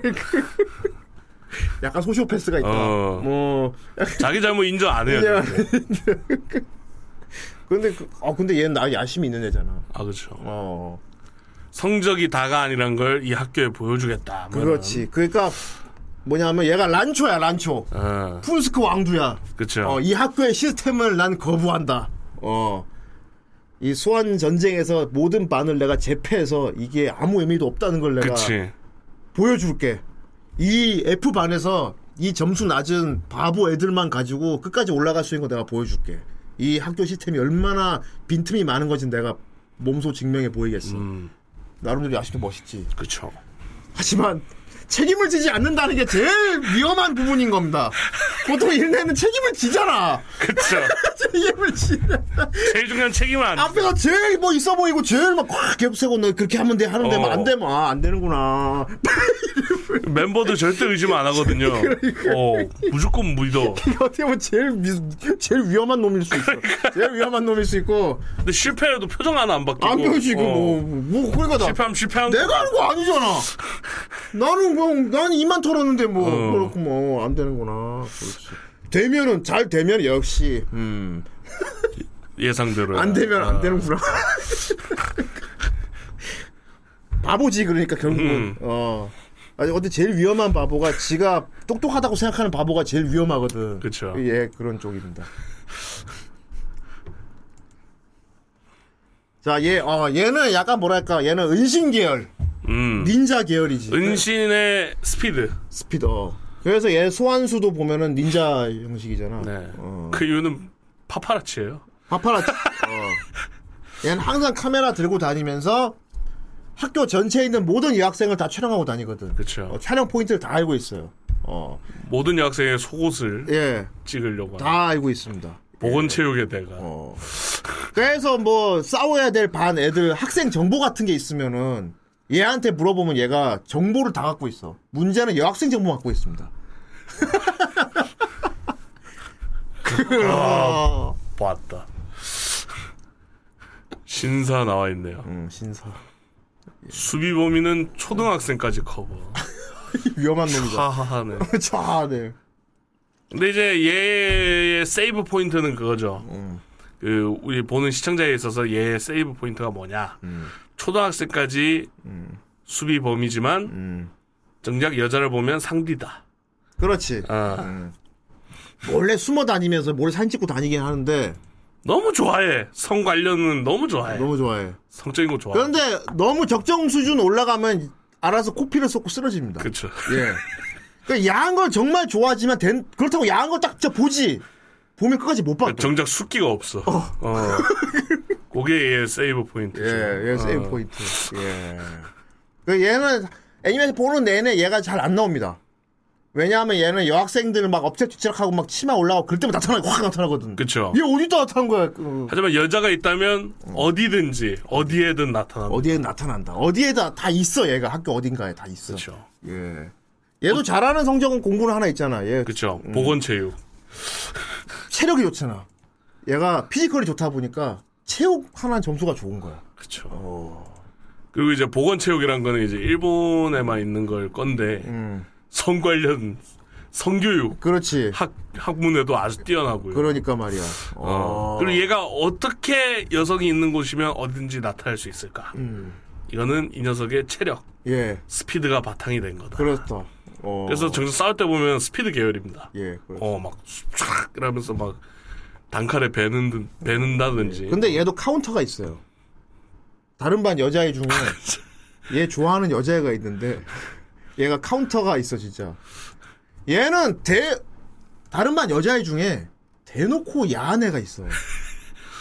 Speaker 6: 약간 소시오패스가 있다.
Speaker 7: 어. 그렇죠.
Speaker 6: 뭐
Speaker 7: 자기 잘못 인정 안 해요.
Speaker 6: 그냥 근데 그, 어 근데 얘는 나 야심이 있는 애잖아.
Speaker 7: 아 그렇죠.
Speaker 6: 어.
Speaker 7: 성적이 다가 아니란 걸 이 학교에 보여주겠다. 뭐
Speaker 6: 그렇지. 그러니까 뭐냐면 얘가 란초야, 란초.
Speaker 7: 이런. 어,
Speaker 6: 푼스크 왕두야.
Speaker 7: 그렇죠.
Speaker 6: 어, 이 학교의 시스템을 난 거부한다. 어. 이 소환 전쟁에서 모든 반을 내가 제패해서 이게 아무 의미도 없다는 걸 내가
Speaker 7: 그렇지.
Speaker 6: 보여줄게. 이 F 반에서 이 점수 낮은 바보 애들만 가지고 끝까지 올라갈 수 있는 거 내가 보여줄게. 이 학교 시스템이 얼마나 빈틈이 많은 건지 내가 몸소 증명해 보이겠어.
Speaker 7: 음,
Speaker 6: 나름대로 야식도 멋있지.
Speaker 7: 그렇죠.
Speaker 6: 하지만 책임을 지지 않는다는 게 제일 위험한 부분인 겁니다. 보통 일내는 책임을 지잖아.
Speaker 7: 그렇죠.
Speaker 6: 책임을 지냐.
Speaker 7: 제일 중요한 책임을 안.
Speaker 6: 앞에서 제일 뭐 있어 보이고 제일 막꽉 겹세고 너 그렇게 하면 돼 하는데
Speaker 7: 어.
Speaker 6: 막 안 되면 아, 안 되는구나. 아,
Speaker 7: 멤버들 절대 의심 안 하거든요.
Speaker 6: 그러니까.
Speaker 7: 어, 무조건 믿어.
Speaker 6: 어떻게 보면 제일 미- 제일 위험한 놈일 수 있어.
Speaker 7: 그러니까.
Speaker 6: 제일 위험한 놈일 수 있고
Speaker 7: 근데 실패해도 표정 하나 안 바뀌고.
Speaker 6: 안 변시고
Speaker 7: 어,
Speaker 6: 뭐, 뭐 그러니까 나
Speaker 7: 실패하면 실패한 거.
Speaker 6: 내가 하는 거 아니잖아. 나는 그냥 난 이만 털었는데 뭐
Speaker 7: 어.
Speaker 6: 그렇고 뭐 안 되는구나. 그렇지. 되면은 잘 되면 역시 음.
Speaker 7: 예상대로.
Speaker 6: 안 되면
Speaker 7: 아.
Speaker 6: 안 되는구나. 바보지 그러니까 결국은
Speaker 7: 음.
Speaker 6: 어. 아니 근데 제일 위험한 바보가 지가 똑똑하다고 생각하는 바보가 제일 위험하거든.
Speaker 7: 그쵸.
Speaker 6: 예 그런 쪽입니다. 자, 얘, 어, 얘는 약간 뭐랄까, 얘는 은신 계열,
Speaker 7: 음.
Speaker 6: 닌자 계열이지.
Speaker 7: 은신의 스피드.
Speaker 6: 스피더. 그래서 얘 소환수도 보면은 닌자 형식이잖아.
Speaker 7: 네.
Speaker 6: 어.
Speaker 7: 그 이유는 파파라치예요.
Speaker 6: 파파라치. 어. 얘는 항상 카메라 들고 다니면서 학교 전체에 있는 모든 여학생을 다 촬영하고 다니거든.
Speaker 7: 그렇죠.
Speaker 6: 어, 촬영 포인트를 다 알고 있어요. 어,
Speaker 7: 모든 여학생의 속옷을
Speaker 6: 예,
Speaker 7: 찍으려고 하는
Speaker 6: 다 알고 있습니다.
Speaker 7: 보건체육의 대가.
Speaker 6: 어. 그래서 뭐 싸워야 될 반 애들 학생 정보 같은 게 있으면은 얘한테 물어보면 얘가 정보를 다 갖고 있어. 문제는 여학생 정보 갖고 있습니다. 그
Speaker 7: 봤다. 신사 나와 있네요.
Speaker 6: 음, 신사.
Speaker 7: 수비 범위는 초등학생까지 커버.
Speaker 6: 위험한 놈이다.
Speaker 7: 하하하네.
Speaker 6: 자, 네.
Speaker 7: 근데 이제 얘의 세이브 포인트는 그거죠.
Speaker 6: 음.
Speaker 7: 그
Speaker 6: 음.
Speaker 7: 우리 보는 시청자에 있어서 얘의 세이브 포인트가 뭐냐. 초등학생까지 수비범이지만
Speaker 6: 음.
Speaker 7: 정작 여자를 보면 상디다.
Speaker 6: 그렇지. 음.
Speaker 7: 아,
Speaker 6: 원래 숨어 다니면서 몰래 사진 찍고 다니긴 하는데
Speaker 7: 너무 좋아해. 성 관련은 너무 좋아해.
Speaker 6: 너무 좋아해.
Speaker 7: 성적인 거 좋아.
Speaker 6: 그런데 너무 적정 수준 올라가면 알아서 코피를 쏟고 쓰러집니다.
Speaker 7: 그렇죠.
Speaker 6: 예. 그 야한 걸 정말 좋아하지만 된- 그렇다고 야한 걸 딱 진짜 보지. 보면 끝까지 못 봐.
Speaker 7: 정작 숫기가 없어. 어. 그게 얘 세이브 포인트죠.
Speaker 6: 예, 예, 세이브 포인트. 예. 그 얘는 애니메이션 보는 내내 얘가 잘 안 나옵니다. 왜냐하면 얘는 여학생들 막 업체 뒤치락하고 막 치마 올라가고 그럴 때면 나타나 확 나타나거든.
Speaker 7: 그렇죠.
Speaker 6: 얘 어디다 나타난 거야? 그.
Speaker 7: 하지만 여자가 있다면 어디든지 어디에든 나타나는
Speaker 6: 어디에 나타난다. 어디에다 다 있어 얘가 학교 어딘가에 다 있어.
Speaker 7: 거죠.
Speaker 6: 예. 얘도 잘하는 성적은 공부는 하나 있잖아. 얘
Speaker 7: 그렇죠. 보건체육.
Speaker 6: 체력이 좋잖아. 얘가 피지컬이 좋다 보니까 체육 하나 점수가 좋은 거야.
Speaker 7: 그렇죠. 그리고 이제 보건체육이란 거는 이제 일본에만 있는 걸 건데
Speaker 6: 음.
Speaker 7: 성 관련 성교육
Speaker 6: 그렇지.
Speaker 7: 학 학문에도 아주 뛰어나고요.
Speaker 6: 그러니까 말이야. 어.
Speaker 7: 그리고 얘가 어떻게 여성이 있는 곳이면 어딘지 나타날 수 있을까?
Speaker 6: 음.
Speaker 7: 이거는 이 녀석의 체력,
Speaker 6: 예.
Speaker 7: 스피드가 바탕이 된 거다.
Speaker 6: 그렇다. 어.
Speaker 7: 그래서 정작 싸울 때 보면 스피드 계열입니다.
Speaker 6: 예. 그렇다.
Speaker 7: 어, 막, 촥! 이러면서 막, 단칼에 베는, 듯- 베는다든지.
Speaker 6: 네. 근데 얘도 카운터가 있어요. 다른 반 여자애 중에 얘 좋아하는 여자애가 있는데 얘가 카운터가 있어 진짜. 얘는 대 다른 반 여자애 중에 대놓고 야한 애가 있어.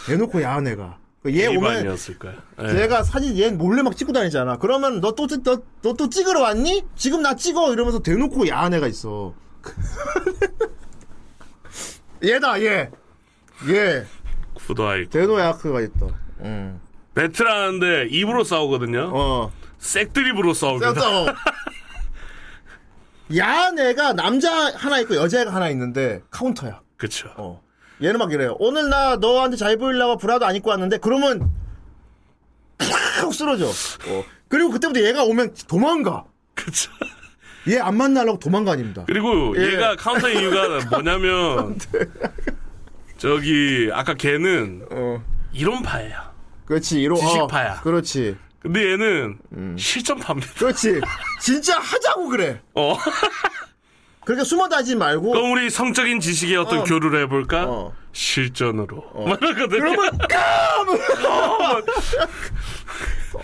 Speaker 6: 대놓고 야한 애가. 그러니까 얘 오면
Speaker 7: 일반이었을까요? 네.
Speaker 6: 얘가 사진 얘 몰래 막 찍고 다니잖아. 그러면 너 또 너 또 찍으러 왔니? 지금 나 찍어 이러면서 대놓고 야한 애가 있어. 얘다 얘. 얘
Speaker 7: 구도아이.
Speaker 6: 대노 야크가 있다.
Speaker 7: 베트라는데 입으로 싸우거든요.
Speaker 6: 어.
Speaker 7: 색드립으로 싸웁니다.
Speaker 6: 어. 야한 애가 남자 하나 있고 여자애가 하나 있는데 카운터야.
Speaker 7: 그쵸.
Speaker 6: 어. 얘는 막 이래요. 오늘 나 너한테 잘 보이려고 브라도 안 입고 왔는데 그러면 팍 쓰러져. 어. 그리고 그때부터 얘가 오면 도망가.
Speaker 7: 그쵸.
Speaker 6: 얘 안 만나려고 도망가닙니다.
Speaker 7: 그리고
Speaker 6: 예.
Speaker 7: 얘가 카운터 이유가 뭐냐면, 저기, 아까 걔는
Speaker 6: 어.
Speaker 7: 이론 파예요.
Speaker 6: 그렇지. 이러
Speaker 7: 지식파야.
Speaker 6: 어, 그렇지.
Speaker 7: 근데 얘는
Speaker 6: 음.
Speaker 7: 실전파입니다.
Speaker 6: 그렇지. 진짜 하자고 그래.
Speaker 7: 어.
Speaker 6: 그렇게 숨어 다니지 말고
Speaker 7: 그럼 우리 성적인 지식의 어떤
Speaker 6: 어.
Speaker 7: 교류를 해볼까?
Speaker 6: 어.
Speaker 7: 실전으로. 막 이러거든요.
Speaker 6: 그러면 깜!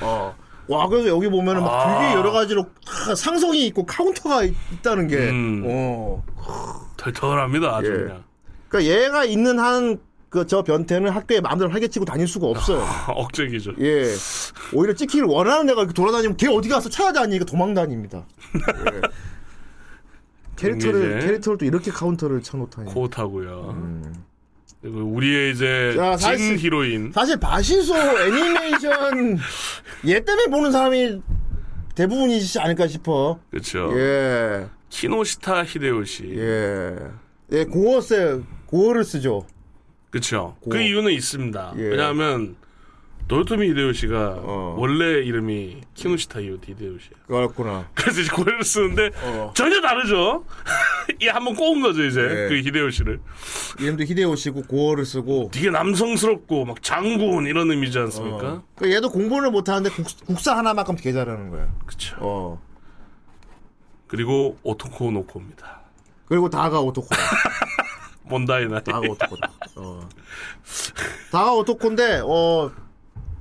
Speaker 6: 어. 와, 그래서 여기 보면은 막
Speaker 7: 아.
Speaker 6: 되게 여러 가지로 다 상성이 있고 카운터가 있- 있다는 게,
Speaker 7: 음.
Speaker 6: 어.
Speaker 7: 털털합니다, 아주
Speaker 6: 예.
Speaker 7: 그냥.
Speaker 6: 그니까 얘가 있는 한, 그, 저 변태는 학교에 마음대로 활개치고 다닐 수가 없어요.
Speaker 7: 아. 억제기죠.
Speaker 6: 예. 오히려 찍히길 원하는 애가 이렇게 돌아다니면 걔 어디 가서 찾아다니니까 도망다닙니다. 예. 캐릭터를,
Speaker 7: 이제.
Speaker 6: 캐릭터를 또 이렇게 카운터를 쳐놓다니.
Speaker 7: 코타고요. 그리고 우리의 이제
Speaker 6: 야,
Speaker 7: 진
Speaker 6: 음. 사실-
Speaker 7: 히로인
Speaker 6: 사실 바시소 애니메이션 얘 때문에 보는 사람이 대부분이지 않을까 싶어.
Speaker 7: 그렇죠.
Speaker 6: 예,
Speaker 7: 키노시타 히데요시
Speaker 6: 예, 예, 고어세 고어를 쓰죠.
Speaker 7: 그렇죠.
Speaker 6: 고-
Speaker 7: 그 이유는 있습니다.
Speaker 6: 예.
Speaker 7: 왜냐하면 노토미 히데요시가
Speaker 6: 어.
Speaker 7: 원래 이름이 키노시타 히데요시예요.
Speaker 6: 그렇구나.
Speaker 7: 그래서 이제 고래를 쓰는데
Speaker 6: 어.
Speaker 7: 전혀 다르죠. 이 한번 꼬은 거죠 이제
Speaker 6: 예.
Speaker 7: 그 히데요시를.
Speaker 6: 이름도 히데요시고 고어를 쓰고.
Speaker 7: 되게 남성스럽고 막 장군 이런 의미지 않습니까?
Speaker 6: 어. 그 얘도 공부를 못하는데 국, 사 하나만큼 되게 잘하는 거야.
Speaker 7: 그렇죠.
Speaker 6: 어.
Speaker 7: 그리고 오토코 노코입니다.
Speaker 6: 그리고 다가 오토코다.
Speaker 7: 몬다이나이.
Speaker 6: 다가 아, 오토코다. 어. 다가 오토코인데 어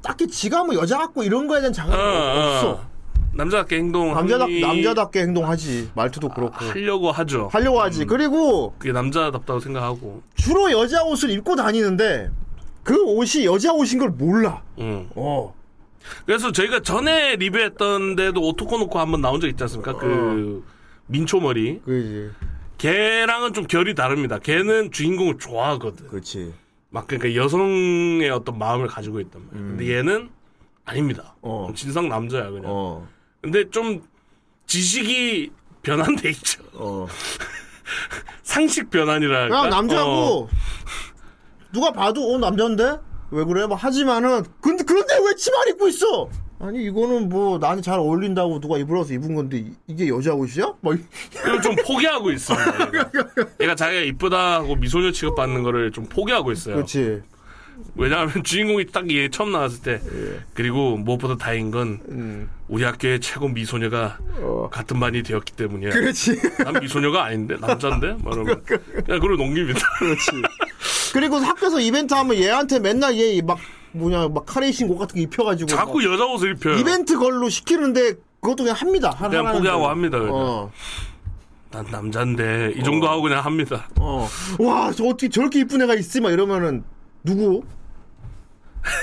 Speaker 6: 딱히 지가 뭐 여자 같고 이런 거에 대한
Speaker 7: 어,
Speaker 6: 장악이 없어.
Speaker 7: 어. 남자답게 행동
Speaker 6: 남자답 남자답게 행동하지. 말투도 그렇고.
Speaker 7: 어. 하려고 하죠.
Speaker 6: 하려고 하지. 그리고
Speaker 7: 그게 남자답다고 생각하고.
Speaker 6: 주로 여자 옷을 입고 다니는데 그 옷이 여자 옷인 걸 몰라.
Speaker 7: 음.
Speaker 6: 어.
Speaker 7: 그래서 저희가 전에 리뷰했던 데도 오토코노코 한번 나온 적 있지 않습니까? 그
Speaker 6: 어.
Speaker 7: 민초머리.
Speaker 6: 그지.
Speaker 7: 걔랑은 좀 결이 다릅니다. 걔는 주인공을 좋아하거든.
Speaker 6: 그렇지.
Speaker 7: 막 그러니까 여성의 어떤 마음을 가지고 있단 말이야. 근데 얘는 아닙니다.
Speaker 6: 어.
Speaker 7: 진상 남자야 그냥.
Speaker 6: 어.
Speaker 7: 근데 좀 지식이 변환돼 있죠.
Speaker 6: 어.
Speaker 7: 상식 변환이라. 어.
Speaker 6: 그냥 남자고 누가 봐도 어 남잔데 왜 그래? 뭐 하지만은 근데 그런데 왜 치마를 입고 있어? 아니 이거는 뭐 나한테 잘 어울린다고 누가 입으라서 입은 건데 이- 이게 여자 옷이야? 막 이-
Speaker 7: 그리고 좀 포기하고 있어요.
Speaker 6: 그렇죠.
Speaker 7: 얘가. 얘가 자기가 이쁘다고 미소녀 취급받는 거를 좀 포기하고 있어요.
Speaker 6: 그렇지.
Speaker 7: 왜냐하면 주인공이 딱 얘 처음 나왔을 때
Speaker 6: 예.
Speaker 7: 그리고 무엇보다 다행인 건
Speaker 6: 음.
Speaker 7: 우리 학교의 최고 미소녀가 같은 반이 되었기 때문이야.
Speaker 6: 어. 그렇지. 그러니까.
Speaker 7: 난 미소녀가 아닌데 남자인데 막 이러면 그냥 그걸 농립니다.
Speaker 6: 그렇지. 그리고 학교에서 이벤트 하면 얘한테 맨날 얘 막 뭐냐 막 카레이신 옷 같은 거 입혀가지고 막
Speaker 7: 자꾸 여자 옷을 입혀요.
Speaker 6: 이벤트 걸로 시키는데 그것도 그냥 합니다. 하-
Speaker 7: 네. 그냥
Speaker 6: 하라는
Speaker 7: 포기하고
Speaker 6: 대로.
Speaker 7: 합니다, 그냥.
Speaker 6: 어,
Speaker 7: 난 남잔데 이 정도 하고 그냥 합니다.
Speaker 6: 어. 와, 저 어떻게 저렇게 이쁜 애가 있지? 막 이러면은 누구?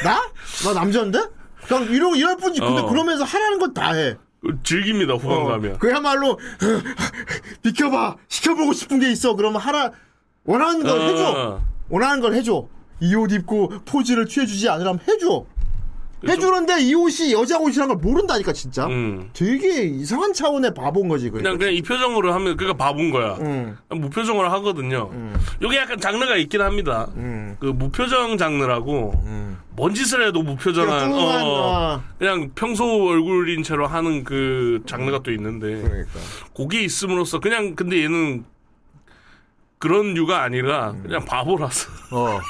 Speaker 6: 나? 나 남자인데? 그냥 이러 이럴 뿐이지. 근데
Speaker 7: 어.
Speaker 6: 그러면서 하라는 건 다 해. 어.
Speaker 7: 즐깁니다 후반 가면.
Speaker 6: 그야말로 어, 비켜봐 시켜보고 싶은 게 있어 그러면 하라 원하는 걸
Speaker 7: 어.
Speaker 6: 해줘 원하는 걸 해줘 이 옷 입고 포즈를 취해주지 않으라면 해줘 해주는데 이 옷이 여자 옷이란 걸 모른다니까 진짜
Speaker 7: 음.
Speaker 6: 되게 이상한 차원의 바본 거지 그러니까. 그냥
Speaker 7: 그냥 그냥 이 표정으로 하면 그러니까 바본 거야.
Speaker 6: 음.
Speaker 7: 무표정으로 하거든요. 이게 약간 장르가 있긴 합니다.
Speaker 6: 음.
Speaker 7: 그 무표정 장르라고 뭔 짓을 해도 무표정한
Speaker 6: 그냥 뚱뚱한,
Speaker 7: 어,
Speaker 6: 어.
Speaker 7: 그냥 평소 얼굴인 채로 하는 그 장르가 또 있는데
Speaker 6: 그러니까.
Speaker 7: 그게 있음으로써 그냥 근데 얘는 그런 류가 아니라
Speaker 6: 음.
Speaker 7: 그냥 바보라서
Speaker 6: 어.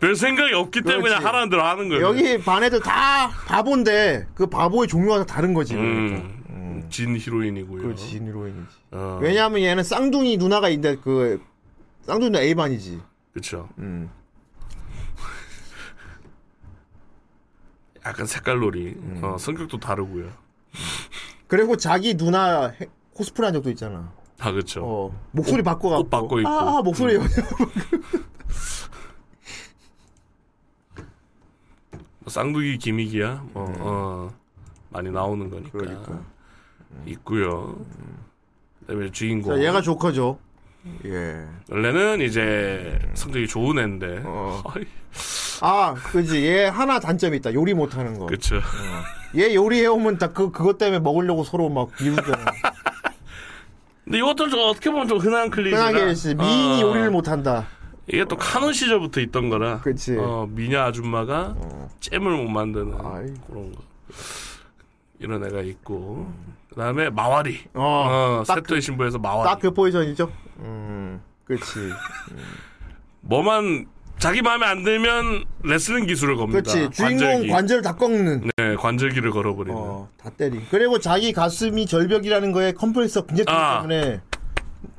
Speaker 7: 별 생각이 없기 때문에
Speaker 6: 그렇지.
Speaker 7: 그냥 하라는 대로 하는 거예요.
Speaker 6: 여기 반 애들 다 바본데 그 바보의 종류가 다 다른 거지 그러니까.
Speaker 7: 음, 진 히로인이고요.
Speaker 6: 그렇지 진로인이지
Speaker 7: 어,
Speaker 6: 왜냐하면 얘는 쌍둥이 누나가 있는데 그 쌍둥이 누나 A 반이지
Speaker 7: 그렇죠.
Speaker 6: 음.
Speaker 7: 약간 색깔놀이,
Speaker 6: 음.
Speaker 7: 어, 성격도 다르고요.
Speaker 6: 그리고 자기 누나 해- 코스프레 한 적도 있잖아.
Speaker 7: 다 그렇죠.
Speaker 6: 어. 목소리 바꿔갖고.
Speaker 7: 옷 바꿔 입고.
Speaker 6: 아, 아, 목소리.
Speaker 7: 음. 뭐 쌍둥이 기믹이야. 뭐,
Speaker 6: 네.
Speaker 7: 어, 많이 나오는 거니까.
Speaker 6: 그러니까.
Speaker 7: 음. 있고요. 그다음에 주인공.
Speaker 6: 자, 얘가 조커죠. 예.
Speaker 7: 원래는 이제 성적이 좋은 애인데.
Speaker 6: 어.
Speaker 7: 아이,
Speaker 6: 아, 그지. 얘 하나 단점이 있다. 요리 못하는 거.
Speaker 7: 그쵸.
Speaker 6: 얘 요리해오면 다 그, 그것 때문에 먹으려고 서로 막 미우잖아.
Speaker 7: 근데 이것도 좀 어떻게 보면 좀 흔한 클리셰다. 어.
Speaker 6: 흔하게 씨, 미인이 요리를 못한다.
Speaker 7: 이게 또 카논 시절부터 있던 거라.
Speaker 6: 그치. 어.
Speaker 7: 어, 미녀 아줌마가 잼을 못 만드는
Speaker 6: 아이.
Speaker 7: 그런 거. 이런 애가 있고. 그다음에 마와리.
Speaker 6: 어,
Speaker 7: 어,
Speaker 6: 딱
Speaker 7: 세토의 신부에서 마와리.
Speaker 6: 딱 그 포지션이죠. 음, 그치.
Speaker 7: 뭐만 자기 마음에 안 들면 레슬링 기술을 겁니다.
Speaker 6: 그치. 주인공
Speaker 7: 관절기.
Speaker 6: 그러니까 관절을 다 꺾는.
Speaker 7: 네, 관절기를 걸어버리는.
Speaker 6: 어, 다 때리. 그리고 자기 가슴이 절벽이라는 거에 컴플렉스가 굉장히 크기
Speaker 7: 아.
Speaker 6: 때문에.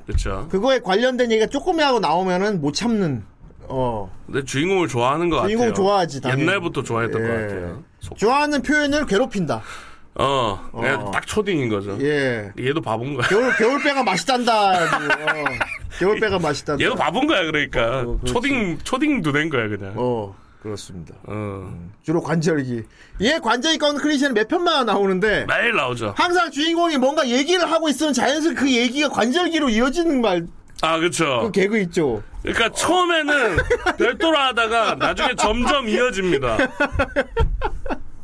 Speaker 7: 그렇죠.
Speaker 6: 그거에 관련된 얘기가 조금이라고 나오면은 못 참는 어
Speaker 7: 근데 주인공을 좋아하는 것
Speaker 6: 주인공
Speaker 7: 같아요.
Speaker 6: 좋아하지, 당연히.
Speaker 7: 옛날부터 좋아했던
Speaker 6: 예.
Speaker 7: 것 같아요. 속-
Speaker 6: 좋아하는 표현을 괴롭힌다.
Speaker 7: 어, 그냥 딱 초딩인 거죠.
Speaker 6: 예.
Speaker 7: 얘도 바본 거야.
Speaker 6: 겨울 겨울배가 맛있단다. 어. 겨울배가 맛있단다.
Speaker 7: 얘도 바본 거야, 그러니까.
Speaker 6: 어, 그렇지.
Speaker 7: 초딩, 초딩 도된 거야, 그냥. 어.
Speaker 6: 어 그렇습니다. 주로 관절기. 얘 관절기 건 클리셰는 몇 편만 나오는데
Speaker 7: 매일 나오죠.
Speaker 6: 항상 주인공이 뭔가 얘기를 하고 있으면 자연스레 그 얘기가 관절기로 이어지는 말 그
Speaker 7: 아, 그쵸.
Speaker 6: 개그 있죠.
Speaker 7: 그러니까 처음에는 별도로 하다가 나중에 점점 이어집니다.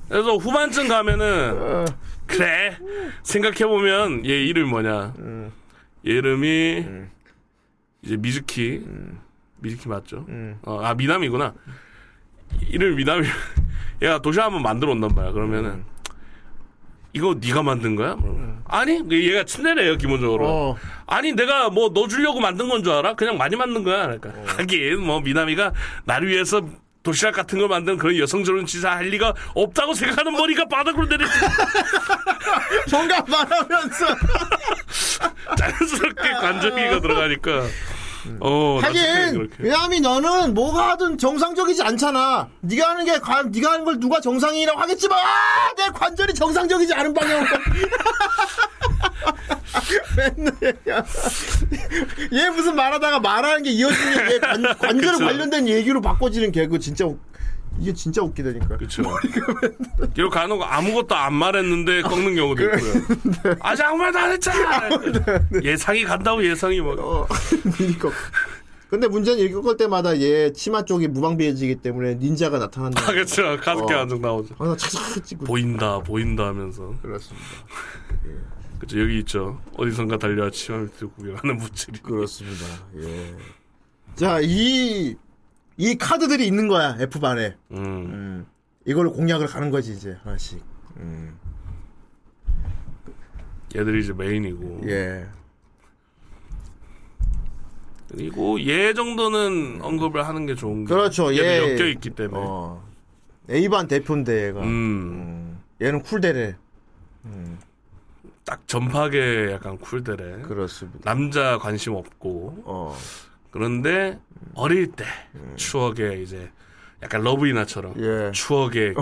Speaker 7: 그래서 후반쯤 가면은 그래 생각해 보면 얘 이름이 뭐냐? 얘 이름이 이제 미즈키 미즈키 맞죠? 어, 아 미남이구나. 이름 이 미남이 얘가 도시 한번 만들어 온단 말이야. 그러면은 이거 네가 만든 거야? 아니 그 얘가 친애래요 기본적으로.
Speaker 6: 어.
Speaker 7: 아니 내가 뭐 너 주려고 만든 건 줄 알아? 그냥 많이 만든 거야. 그러니까 하긴 뭐 미남이가 나를 위해서 도시락 같은 걸 만든 그런 여성스러운 짓을 할 리가 없다고 생각하는 머리가 바닥으로 내리지
Speaker 6: 정답 말하면서
Speaker 7: 자연스럽게 관절기가 들어가니까 어 나중에
Speaker 6: 아. 하긴
Speaker 7: 그렇게.
Speaker 6: 왜냐하면 너는 뭐가 하든 정상적이지 않잖아. 네가 하는 게 과- 네가 하는 걸 누가 정상이라고 하겠지만 아, 내 관절이 정상적이지 않은 방향으로. 맨날 얘기야. 얘 무슨 말하다가 말하는 게 이어지는 얘 관, 관절
Speaker 7: 그쵸.
Speaker 6: 관련된 얘기로 바꿔지는 개그 진짜 웃- 이게 진짜 웃기다니까.
Speaker 7: 그렇죠. 이렇게 가는 거 아무것도 안 말했는데 꺾는 경우도 있고요.
Speaker 6: 네.
Speaker 7: 아직 아무 말도 안 했잖아. 예상이 간다고 예상이 뭐. 막
Speaker 6: 어,
Speaker 7: 그
Speaker 6: 이거. 근데 문제는 이렇게 꺾을 때마다 얘 치마 쪽이 무방비해지기 때문에 닌자가 나타난다.
Speaker 7: 아, 그렇죠. 가습기
Speaker 6: 어.
Speaker 7: 안정 나오죠.
Speaker 6: 항상 차차차 찍고.
Speaker 7: 보인다, 보인다 하면서.
Speaker 6: 그렇습니다.
Speaker 7: 그렇죠. 여기 있죠. 어디선가 달려와 치마 밑으로 구경하는 무찔이.
Speaker 6: 그렇습니다. 예. 자, 이, 이 카드들이 있는 거야, F반에.
Speaker 7: 음.
Speaker 6: 이걸 공략을 가는 거지, 이제, 하나씩.
Speaker 7: 얘들이 이제 메인이고.
Speaker 6: 예.
Speaker 7: 그리고 얘 정도는 언급을 하는 게 좋은 게
Speaker 6: 그렇죠,
Speaker 7: 얘는
Speaker 6: 예.
Speaker 7: 엮여 있기 때문에.
Speaker 9: 어.
Speaker 6: A반 대표인데 얘가
Speaker 7: 음.
Speaker 6: 얘는 쿨대래
Speaker 7: 딱 전파계 약간 쿨대래.
Speaker 6: 그렇죠. 그렇습니다.
Speaker 7: 남자 관심 없고
Speaker 9: 어.
Speaker 7: 그런데 어릴 때 추억의 이제 약간 러브이나처럼
Speaker 6: 예.
Speaker 7: 추억의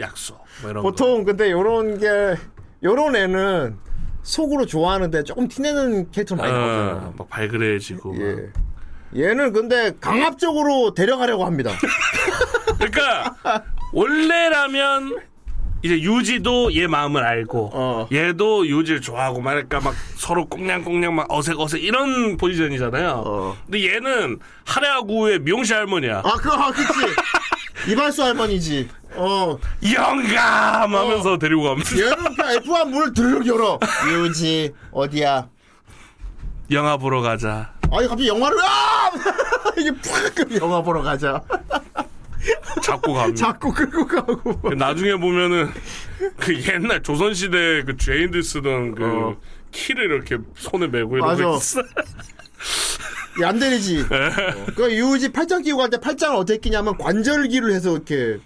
Speaker 7: 약속 뭐 이런
Speaker 6: 보통 근데 요런 게 요런 애는 속으로 좋아하는데 조금 티내는 캐릭터
Speaker 7: 거.
Speaker 6: 많이
Speaker 7: 아,
Speaker 6: 나오잖아요.
Speaker 7: 막 발그레지고 막.
Speaker 6: 예. 얘는 근데 강압적으로 데려가려고 합니다.
Speaker 7: 그러니까 원래라면 이제 유지도 얘 마음을 알고
Speaker 6: 어.
Speaker 7: 얘도 유지를 좋아하고 말까 막 서로 꽁냥꽁냥 막 어색어색 이런 포지션이잖아요.
Speaker 6: 어.
Speaker 7: 근데 얘는 하랴구의 미용실 할머니야.
Speaker 6: 아, 그거 아, 그치. 이발소 할머니지. 어,
Speaker 7: 영감 하면서 데리고 가면서
Speaker 6: 얘는 그냥 F1 문을 들르륵 열어. 유지, 어디야?
Speaker 7: 영화 보러 가자.
Speaker 6: 아니, 갑자기 영화를, 아! 이게 푹! 영화 보러 가자.
Speaker 7: 잡고 가면
Speaker 6: 자꾸 끌고 가고. 막.
Speaker 7: 나중에 보면은 그 옛날 조선시대 그 죄인들 쓰던 그
Speaker 6: 어.
Speaker 7: 키를 이렇게 손에 메고
Speaker 6: 맞아.
Speaker 7: 이러고 있어.
Speaker 6: 이게 안 되리지. 그 유지 팔짱 끼고 갈 때 팔짱을 어떻게 끼냐면 관절기를 해서 이렇게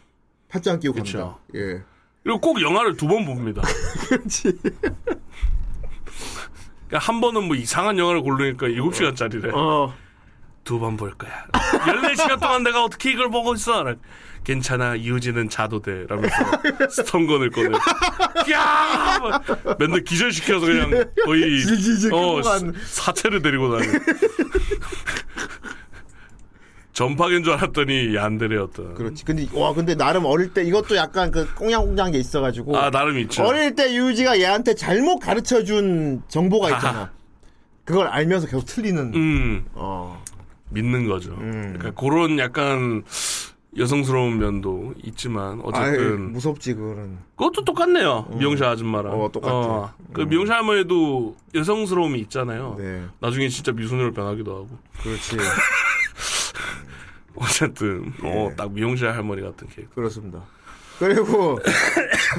Speaker 6: 팔짱 끼고 갑니다. 예.
Speaker 7: 그리고 꼭 영화를 두 번 봅니다.
Speaker 6: 그렇지.
Speaker 7: 그러니까 한 번은 뭐 이상한 영화를 고르니까 7시간짜리래.
Speaker 6: 어.
Speaker 7: 두 번 볼 거야. 14시간 동안 내가 어떻게 이걸 보고 있어? 라- 괜찮아, 이우진은 자도 돼. 라면서 스턴건을 꺼내. 야! 막 맨날 기절시켜서 그냥 거의
Speaker 6: 지지직
Speaker 7: 어,
Speaker 6: 끌고 간.
Speaker 7: 사, 체를 데리고 다니 전파인 줄 알았더니 얀데레였던.
Speaker 6: 그렇지. 근데 와 근데 나름 어릴 때 이것도 약간 그 꽁냥꽁냥 게 있어가지고
Speaker 7: 아, 나름 있죠.
Speaker 6: 어릴 때 유지가 얘한테 잘못 가르쳐 준 정보가 있잖아. 그걸 알면서 계속 틀리는.
Speaker 7: 음,
Speaker 6: 어.
Speaker 7: 믿는 거죠.
Speaker 6: 음.
Speaker 7: 그러니까 그런 약간 여성스러운 면도
Speaker 6: 아이,
Speaker 7: 있지만 어쨌든
Speaker 6: 무섭지 그거는.
Speaker 7: 그것도 똑같네요. 미용사 아줌마랑.
Speaker 6: 어, 똑같아.
Speaker 7: 그 미용사 할머니도 여성스러움이 있잖아요.
Speaker 6: 네.
Speaker 7: 나중에 진짜 미소녀로 변하기도 하고.
Speaker 6: 그렇지.
Speaker 7: 어쨌든 어,
Speaker 6: 예.
Speaker 7: 딱 미용사 할머니 같은 캐릭터.
Speaker 6: 그렇습니다. 그리고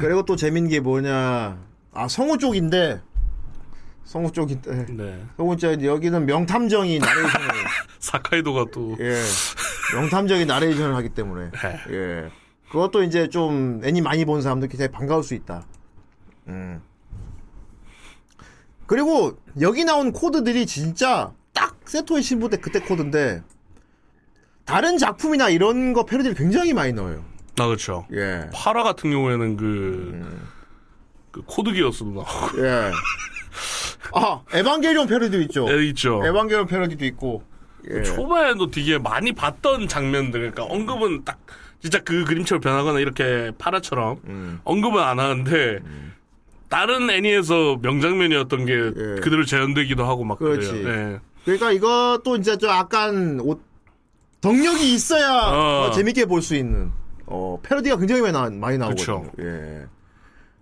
Speaker 6: 그리고 또 재밌는 게 뭐냐. 아 성우 쪽인데 성우 쪽인데
Speaker 7: 네.
Speaker 6: 성우 쪽 여기는 명탐정이 나레이션을
Speaker 7: 사카이도가 또
Speaker 6: 예 명탐정이 나레이션을 하기 때문에
Speaker 7: 네.
Speaker 6: 예 그것도 이제 좀 애니 많이 본 사람들 굉장히 반가울 수 있다. 음. 그리고 여기 나온 코드들이 진짜 딱 세토의 신부 때 그때 코드인데 다른 작품이나 이런 거 패러디를 굉장히 많이 넣어요.
Speaker 7: 아, 그렇죠.
Speaker 6: 예.
Speaker 7: 파라 같은 경우에는 그,
Speaker 6: 음.
Speaker 7: 그 코드 기어스도 나오고.
Speaker 6: 예. 아, 에반게리온 패러디도 있죠.
Speaker 7: 애 네, 있죠.
Speaker 6: 에반게리온 패러디도 있고. 예.
Speaker 7: 초반에도 되게 많이 봤던 장면들 그러니까 언급은 딱 진짜 그 그림처럼 변하거나 이렇게 파라처럼
Speaker 6: 음.
Speaker 7: 언급은 안 하는데 다른 애니에서 명장면이었던 게
Speaker 6: 예.
Speaker 7: 그대로 재현되기도 하고 막
Speaker 6: 그렇지.
Speaker 7: 래요 네.
Speaker 6: 그러니까 이것도 이제 좀 약간 옷, 덕력이 있어야
Speaker 7: 어.
Speaker 6: 더 재밌게 볼 수 있는 어, 패러디가 굉장히 많이, 나, 많이
Speaker 7: 그쵸.
Speaker 6: 나오거든요. 예.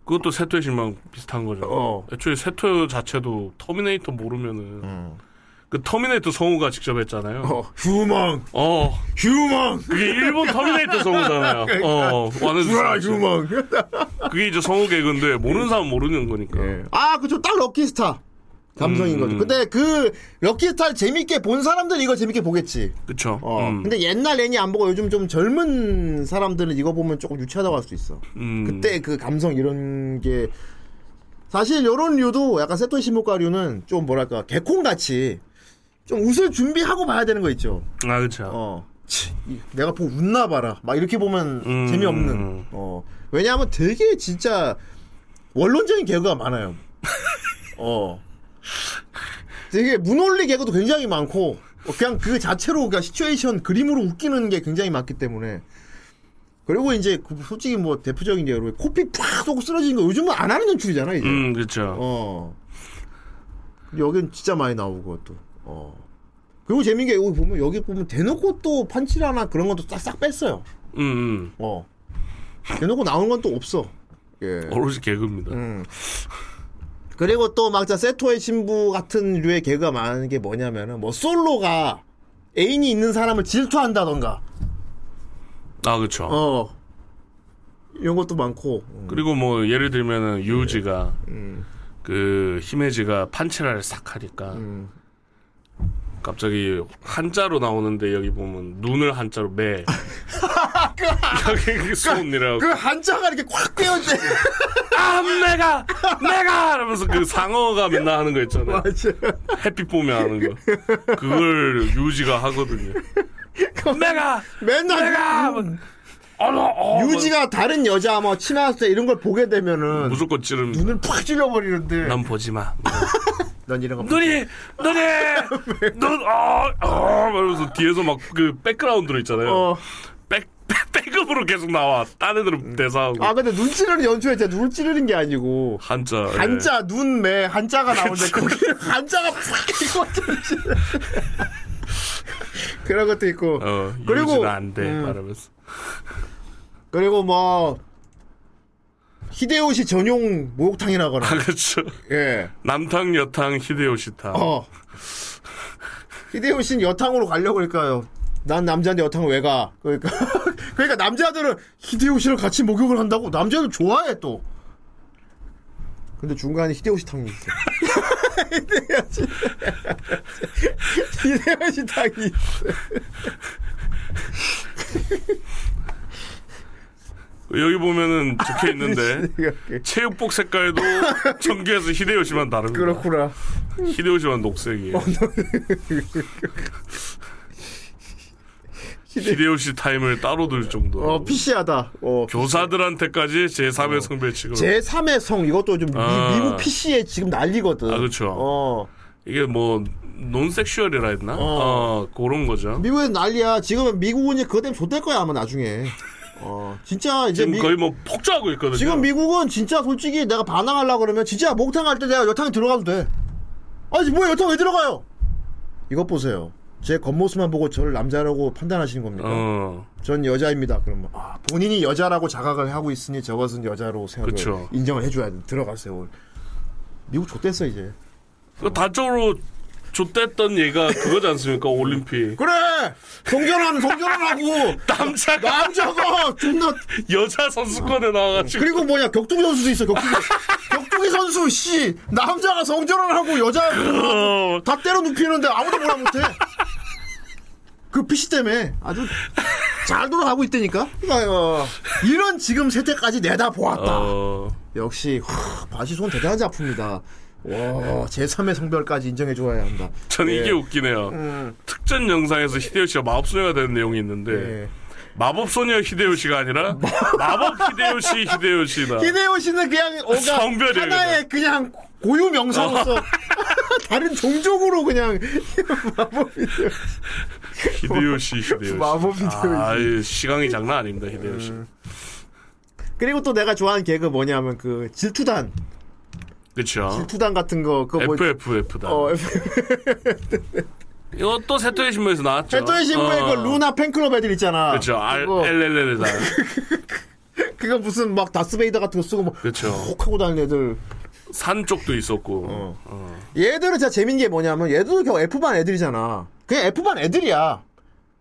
Speaker 7: 그것도 세토의 신랑 비슷한 거죠.
Speaker 6: 어.
Speaker 7: 애초에 세토 자체도 터미네이터 모르면은 그 터미네이터 성우가 직접 했잖아요.
Speaker 6: 음. 어, 휴먼,
Speaker 7: 어.
Speaker 6: 휴먼,
Speaker 7: 그게 일본 터미네이터 성우잖아요.
Speaker 6: 그러니까.
Speaker 7: 어, 완전
Speaker 6: 브라
Speaker 7: 비슷하죠.
Speaker 6: 휴먼.
Speaker 7: 그게 이제 성우 개그인데 모르는 사람 은 모르는 거니까.
Speaker 6: 예. 아, 그쵸. 딱 럭키스타. 감성인
Speaker 7: 음.
Speaker 6: 거죠. 근데 그 럭키스타를 재밌게 본 사람들은 이거 재밌게 보겠지.
Speaker 7: 그쵸.
Speaker 6: 어.
Speaker 7: 음.
Speaker 6: 근데 옛날 애니 안 보고 요즘 좀 젊은 사람들은 이거 보면 조금 유치하다고 할 수 있어.
Speaker 7: 음.
Speaker 6: 그때 그 감성 이런 게 사실 요런 류도 약간 세토 시모가류는 좀 뭐랄까 개콘같이 좀 웃을 준비하고 봐야 되는 거 있죠.
Speaker 7: 아, 그쵸.
Speaker 6: 어. 치, 이- 내가 보고 웃나 봐라. 막 이렇게 보면
Speaker 7: 음.
Speaker 6: 재미없는. 어. 왜냐하면 되게 진짜 원론적인 개그가 많아요. 어. 되게 문올리 개그도 굉장히 많고 어, 그냥 그 자체로 그냥 시츄에이션 그림으로 웃기는 게 굉장히 많기 때문에 그리고 이제 그 솔직히 뭐 대표적인 게 여러 가지. 코피 팍 쏘고 쓰러지는 거 요즘은 안 하는 연출이잖아 이제.
Speaker 7: 음, 그렇죠.
Speaker 6: 어. 근데 여긴 진짜 많이 나오고 또. 어. 그리고 재밌는 게 여기 보면 여기 보면 대놓고 또 판치라나 그런 것도 싹싹 뺐어요.
Speaker 7: 음, 음.
Speaker 6: 어. 대놓고 나오는 건 또 없어. 예.
Speaker 7: 오로지 개그입니다.
Speaker 6: 음. 그리고 또 막자 세토의 신부 같은 류의 개그가 많은 게 뭐냐면은 뭐 솔로가 애인이 있는 사람을 질투한다던가.
Speaker 7: 아, 그렇죠.
Speaker 6: 어. 이런 것도 많고. 음.
Speaker 7: 그리고 뭐 예를 들면은
Speaker 6: 네.
Speaker 7: 유지가
Speaker 6: 음.
Speaker 7: 그 히메지가 판치라를 싹 하니까 갑자기 한자로 나오는데 여기 보면 눈을 한자로 매. 여기 손이라고.
Speaker 6: 그 한자가 이렇게 꽉 빼어져.
Speaker 7: 아 내가 내가 하면서 그 상어가 맨날 하는 거 있잖아요.
Speaker 6: 맞아.
Speaker 7: 햇빛 보면 하는 거. 그걸 유지가 하거든요. 내가
Speaker 6: 맨날 음.
Speaker 7: 내가 어, 어, 어,
Speaker 6: 유지가 다른 여자 뭐 친한 때 이런 걸 보게 되면은
Speaker 7: 무조건 찌르면
Speaker 6: 눈을 팍 찔러버리는데.
Speaker 7: 넌 보지 마.
Speaker 6: 넌 이런 거. 봐.
Speaker 7: 눈이 눈이 눈어어 이러면서 뒤에서 막 그 백그라운드로 있잖아요.
Speaker 6: 어.
Speaker 7: 백 백- 백업으로 계속 나와. 딴 애들은 대사하고
Speaker 6: 아 근데 눈 찌르는 연출에 진짜 눈을 찌르는 게 아니고
Speaker 7: 한자 예.
Speaker 6: 한자 눈매 한자가 나오는데
Speaker 7: 그렇죠.
Speaker 6: 거기 한자가 팍 이거 그런 것도 있고
Speaker 7: 어,
Speaker 6: 그리고-
Speaker 7: 유지는 안돼
Speaker 6: 음.
Speaker 7: 말하면서
Speaker 6: 그리고 뭐 히데요시 전용 목욕탕이라거나
Speaker 7: 아 그렇죠
Speaker 6: 예.
Speaker 7: 남탕 여탕 히데요시탕
Speaker 6: 어. 히데요시는 여탕으로 가려고 그러니까요. 난 남자인데 여탕을 왜 가? 그러니까 그러니까 남자들은 히데요시를 같이 목욕을 한다고 남자들 좋아해 또. 근데 중간에 히데요시 탕이 있어. 히데요시 히데요시 탕이 있어.
Speaker 7: 여기 보면은 적혀 있는데
Speaker 6: 이렇게.
Speaker 7: 체육복 색깔도 정규에서 히데요시만 다릅니다
Speaker 6: 그렇구나. 어,
Speaker 7: 히데요시만 녹색이에요 히데요시 타임을 따로 둘 정도
Speaker 6: 어 피시하다. 어.
Speaker 7: 교사들한테까지 제3의 성별 취급
Speaker 6: 제 3의 성 이것도 좀 미,
Speaker 7: 아.
Speaker 6: 미국 PC에 지금 난리거든.
Speaker 7: 아, 그쵸.
Speaker 6: 어.
Speaker 7: 이게 뭐 논섹슈얼이라 했나?
Speaker 6: 어.
Speaker 7: 어. 그런 거죠
Speaker 6: 미국엔 난리야. 지금은 미국은 이제 그거 때문에 좆될 거야, 아마 나중에. 어, 진짜 이제
Speaker 7: 지금
Speaker 6: 미,
Speaker 7: 거의 뭐 폭주하고 있거든요
Speaker 6: 지금 미국은 진짜 솔직히 내가 반항하려고 그러면 진짜 목탕 갈 때 내가 여탕에 들어가도 돼. 아니, 뭐야, 여탕 왜 들어가요? 이것 보세요. 제 겉모습만 보고 저를 남자라고 판단하시는 겁니까?
Speaker 7: 어.
Speaker 6: 전 여자입니다. 그러면 아, 본인이 여자라고 자각을 하고 있으니 저것은 여자로 생각을
Speaker 7: 그쵸.
Speaker 6: 인정을 해줘야 돼. 들어가세요. 미국 좆됐어 이제.
Speaker 7: 그 단적으로 좆됐던 얘가 그거지 않습니까? 올림픽.
Speaker 6: 그래. 동전하는 동전하고
Speaker 7: 남자가
Speaker 6: 남자가 존나
Speaker 7: 여자 선수권에
Speaker 6: 어.
Speaker 7: 나와가지고
Speaker 6: 그리고 뭐냐 격투기 선수도 있어 격투기 격투기 선수 씨 남자가 성전을 하고 여자
Speaker 7: 어,
Speaker 6: 다 때려 눕히는데 아무도 뭐라 못해 그 PC 때문에 아주 잘 돌아가고 있다니까 그러니까, 어, 이런 지금 세태까지 내다 보았다
Speaker 7: 어,
Speaker 6: 역시 후, 바시손 대단한 작품이다 와 제3의 성별까지 인정해 줘야 한다
Speaker 7: 저는
Speaker 6: 예.
Speaker 7: 이게 웃기네요. 특전 영상에서 히데요시가 마법소녀가 되는 내용이 있는데
Speaker 6: 예.
Speaker 7: 마법소녀 히데요시가 아니라 마법 히데요시 히데요시다.
Speaker 6: 히데요 씨는 그냥 뭔가
Speaker 7: 성별이에요, 어.
Speaker 6: 하나의 그냥 고유 명사로서 다른 종족으로 그냥
Speaker 7: 히데요시 히데요시.
Speaker 6: 마법 히데요시. 음.
Speaker 7: 아유, 시강이 장난 아닙니다 히데요시.
Speaker 6: 그리고 또 내가 좋아하는 개그 뭐냐면 그 질투단
Speaker 7: 그렇죠.
Speaker 6: 질투단 같은 거 그거 뭐
Speaker 7: FFF다.
Speaker 6: 어,
Speaker 7: 이것도 세토의 신문에서 나왔죠.
Speaker 6: 배토의 신부의
Speaker 7: 어.
Speaker 6: 그 루나 팬클럽 애들 있잖아.
Speaker 7: 그렇죠.
Speaker 6: 그거,
Speaker 7: RLLL다.
Speaker 6: 그거 무슨 막 다스베이더 같은 거 쓰고 막
Speaker 7: 그렇죠.
Speaker 6: 훅 하고 다니는 애들.
Speaker 7: 산 쪽도 있었고.
Speaker 6: 어. 얘들은 진짜 재밌는 게 뭐냐면 얘들도 결국 F반 애들이잖아. 그냥 F반 애들이야.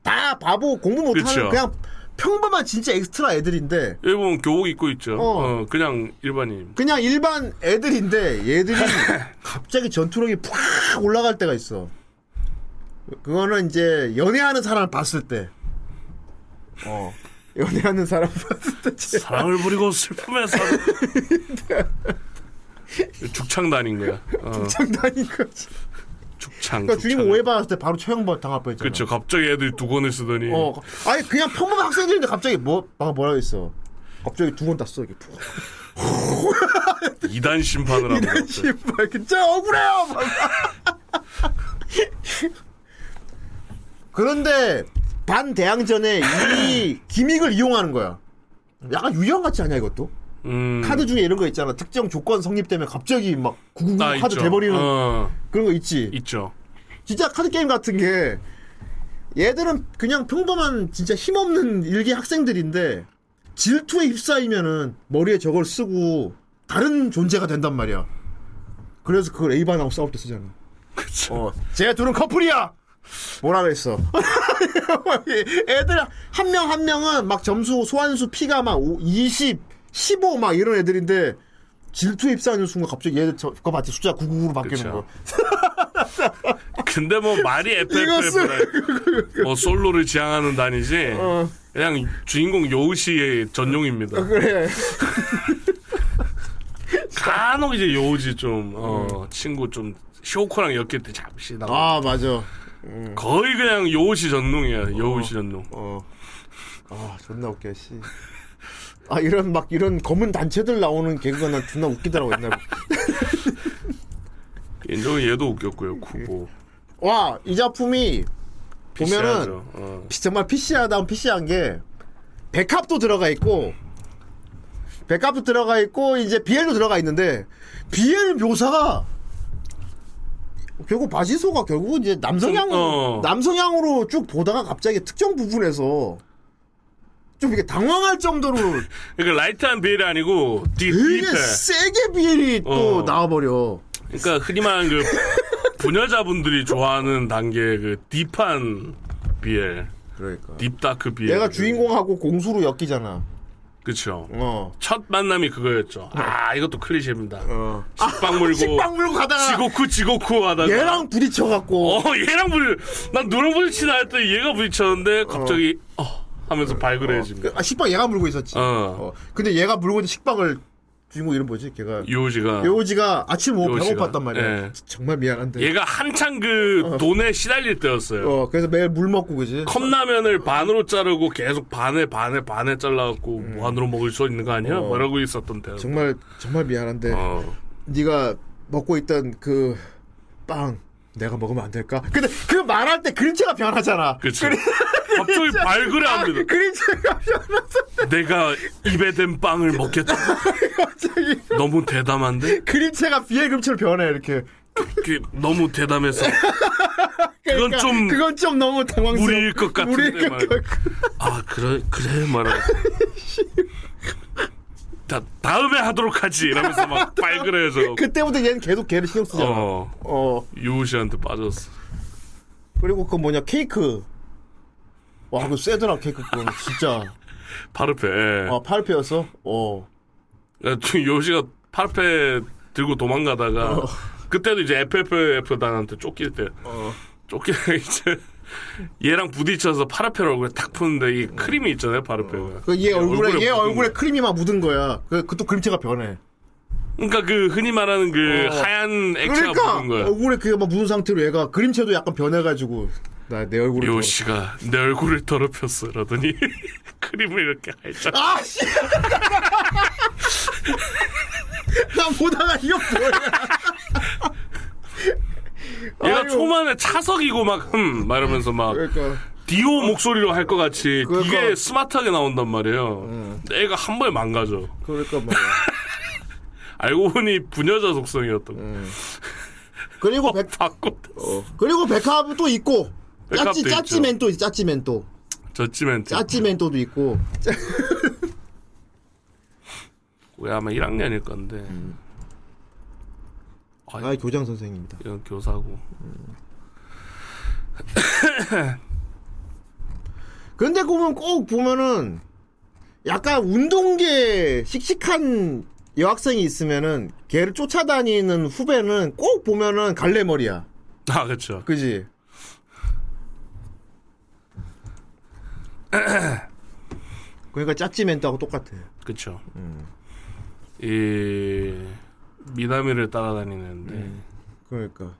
Speaker 6: 다 바보 공부 못하는
Speaker 7: 그쵸.
Speaker 6: 그냥 평범한 진짜 엑스트라 애들인데
Speaker 7: 여기 보면 교복 입고 있죠.
Speaker 6: 어.
Speaker 7: 어. 그냥 일반인.
Speaker 6: 그냥 일반 애들인데 얘들이 갑자기 전투력이 팍 올라갈 때가 있어. 그거는 이제 연애하는 사람 봤을 때. 어. 연애하는 사람 봤을 때 진짜
Speaker 7: 사랑을 부리고 슬픔에 사는. 죽창단인 거야. 어,
Speaker 6: 장난인 거지.
Speaker 7: 죽창.
Speaker 6: 그러니까 주인공
Speaker 7: 죽창.
Speaker 6: 오해받았을 때 바로 처형받 당할 뻔했잖아.
Speaker 7: 그렇죠. 갑자기 애들이 두건을 쓰더니
Speaker 6: 어, 아니 그냥 평범한 학생들인데 갑자기 뭐 아, 뭐라고 했어. 갑자기 두건 땄어 이게. 푹.
Speaker 7: 이 단 심판을 하고. 그랬어요.
Speaker 6: 씨발 뭐 진짜 억울해요. 막. 그런데 반대항전에 이 기믹을 이용하는 거야. 약간 유형 같지 않냐 이것도?
Speaker 7: 음.
Speaker 6: 카드 중에 이런 거 있잖아. 특정 조건 성립되면 갑자기 막 구구구
Speaker 7: 아,
Speaker 6: 카드
Speaker 7: 있죠.
Speaker 6: 돼버리는
Speaker 7: 어,
Speaker 6: 그런 거 있지.
Speaker 7: 있죠.
Speaker 6: 진짜 카드 게임 같은 게 얘들은 그냥 평범한 진짜 힘없는 일개 학생들인데 질투에 휩싸이면은 머리에 저걸 쓰고 다른 존재가 된단 말이야. 그래서 그걸 에이반하고 싸울 때 쓰잖아.
Speaker 7: 그쵸.
Speaker 6: 쟤 둘은 커플이야. 뭐라 그랬어? 애들 한 명 한 명은 막 점수 소환수 피가 막 50, 15 막 이런 애들인데 질투에 휩싸이는 순간 갑자기 얘 저거 봤지 숫자 999로 바뀌는
Speaker 7: 그쵸.
Speaker 6: 거.
Speaker 7: 근데 뭐 말이 FFF라 뭐 솔로를 지향하는 단이지 그냥 주인공 여우씨의 전용입니다.
Speaker 6: 어. 아, 그래.
Speaker 7: 간혹 이제 여우지 좀
Speaker 6: 음.
Speaker 7: 어, 친구 좀 쇼코랑 엮일 때 잠시 나
Speaker 6: 아 맞아.
Speaker 7: 거의 그냥 여우씨 전용이야 여우씨 전용.
Speaker 6: 어. 아 존나 웃겨 씨. 아 이런 막 이런 검은 단체들 나오는 개그가 난 존나 웃기더라고 옛날에.
Speaker 7: 인정은 얘도 웃겼고요 쿠보.
Speaker 6: 와이 작품이 보면은
Speaker 7: 피시하죠. 어.
Speaker 6: 피- 정말 PC하다운 PC한 게 백합도 들어가 있고 백합도 들어가 있고 이제 BL도 들어가 있는데 BL 묘사가 결국 바지소가 결국은 이제 남성향
Speaker 7: 좀, 어.
Speaker 6: 남성향으로 쭉 보다가 갑자기 특정 부분에서 좀 이렇게 당황할 정도로
Speaker 7: 그러니까 라이트한 비엘이 아니고 딥,
Speaker 6: 되게
Speaker 7: 딥해.
Speaker 6: 세게 BL이 또
Speaker 7: 예? 어.
Speaker 6: 나와버려.
Speaker 7: 그러니까 흔히 말하는 그 부녀자분들이 좋아하는 단계의 그 딥한 비엘.
Speaker 6: 그러니까
Speaker 7: 딥다크 비엘.
Speaker 6: 얘가 주인공하고 공수로 엮이잖아.
Speaker 7: 그쵸.
Speaker 6: 어.
Speaker 7: 첫 만남이 그거였죠. 아, 이것도 클리셰입니다.
Speaker 6: 어.
Speaker 7: 식빵 물고.
Speaker 6: 식빵 물고 가다가
Speaker 7: 지고쿠, 지고쿠 하다가.
Speaker 6: 얘랑 부딪혀갖고
Speaker 7: 어, 얘랑 부딪, 난 누랑 부딪히나 했더니 얘가 부딪혔는데 갑자기, 어, 하면서 발그레해진 거.
Speaker 6: 아, 식빵 얘가 물고 있었지.
Speaker 7: 어.
Speaker 6: 어. 근데 얘가 물고 있는 식빵을 주인공 이름 뭐지? 걔가
Speaker 7: 유호지가.
Speaker 6: 그 요지가 아침 오후
Speaker 7: 요지가.
Speaker 6: 배고팠단 말이야.
Speaker 7: 예.
Speaker 6: 정말 미안한데.
Speaker 7: 얘가 한창 그 돈에 시달릴 때였어요.
Speaker 6: 어 그래서 매일 물 먹고 그지.
Speaker 7: 컵라면을 반으로 자르고 계속 반에 반에 반에 잘라갖고 무한으로 먹을 수 있는 거 아니야?
Speaker 6: 음. 어.
Speaker 7: 뭐라고 있었던 때.
Speaker 6: 정말 정말 미안한데
Speaker 7: 어.
Speaker 6: 네가 먹고 있던 그 빵 내가 먹으면 안 될까? 근데 그 말할 때 그림체가 변하잖아.
Speaker 7: 그치. 갑자기 발그레합니다.
Speaker 6: 그림체가 변하서
Speaker 7: 내가 입에 댄 빵을 먹겠다.
Speaker 6: 갑자기
Speaker 7: 너무 대담한데?
Speaker 6: 그림체가 비의 그림체로 변해 이렇게.
Speaker 7: 그, 너무 대담해서.
Speaker 6: 그러니까
Speaker 7: 그건 좀
Speaker 6: 그건 좀 너무 당황스러워.
Speaker 7: 무리일 것 같은데
Speaker 6: 무리일 것
Speaker 7: 말이야.
Speaker 6: 같고.
Speaker 7: 아 그래 그래 말아. 다 다음에 하도록 하지 이러면서 막 발그레해서
Speaker 6: 그때부터 얘는 계속 걔를 신경 쓰잖아.
Speaker 7: 뭐. 어
Speaker 6: 어.
Speaker 7: 유우 씨한테 빠졌어.
Speaker 6: 그리고 그 뭐냐 케이크 와 그거 쎄더라 케이크 그건 진짜
Speaker 7: 파르페. 예.
Speaker 6: 아 팔페였어? 어
Speaker 7: 야, 좀 유우 씨가 파르페 들고 도망가다가
Speaker 6: 어.
Speaker 7: 그때도 이제 FFF 단한테 쫓길 때
Speaker 6: 어.
Speaker 7: 쫓길 때 이제 얘랑 부딪혀서 파르페를 얼굴에 탁 푸는데 이 크림이 있잖아요 파르페가.
Speaker 6: 그 얘 얼굴에 얘
Speaker 7: 묻은
Speaker 6: 얼굴에
Speaker 7: 거.
Speaker 6: 크림이 막 묻은 거야 그, 그또 그림체가 변해
Speaker 7: 그러니까 그 흔히 말하는 그
Speaker 6: 어.
Speaker 7: 하얀 액체가
Speaker 6: 그러니까
Speaker 7: 묻은 거야.
Speaker 6: 얼굴에 그게 막 묻은 상태로 얘가 그림체도 약간 변해가지고 나 내 얼굴을
Speaker 7: 요 씨가 내 얼굴을 더럽혔어 라더니 크림을 이렇게 할자
Speaker 6: 아씨 나 보다가 이거 뭐야
Speaker 7: 얘가
Speaker 6: 아이고.
Speaker 7: 초반에 차석이고 막흠 말하면서 막
Speaker 6: 그러니까
Speaker 7: 디오 목소리로 할 것 같이
Speaker 6: 그러니까. 음.
Speaker 7: 되게 스마트하게 나온단 말이에요 근데 애가 한 번에 망가져
Speaker 6: 그러니까 말이야
Speaker 7: 알고 보니 부녀자 속성이었던 거 어,
Speaker 6: 그리고 백
Speaker 7: 바꿔
Speaker 6: 그리고 어. 백합도 네. 있고
Speaker 7: 백합도
Speaker 6: 짜찌
Speaker 7: 있죠.
Speaker 6: 짜찌맨 또 짜찌맨 또
Speaker 7: 저지멘트
Speaker 6: 짜찌맨 또도 있고
Speaker 7: 왜 아마 1학년일 건데 아,
Speaker 6: 아 교장 선생입니다.
Speaker 7: 이런 교사고
Speaker 6: 근데 보면 꼭 보면은 약간 운동계 씩씩한 여학생이 있으면은 걔를 쫓아다니는 후배는 꼭 보면은 갈래머리야.
Speaker 7: 아 그쵸
Speaker 6: 그지? 그러니까 짜찌맨트하고 똑같아.
Speaker 7: 그쵸. 이 미나미를 따라다니는데
Speaker 6: 그러니까.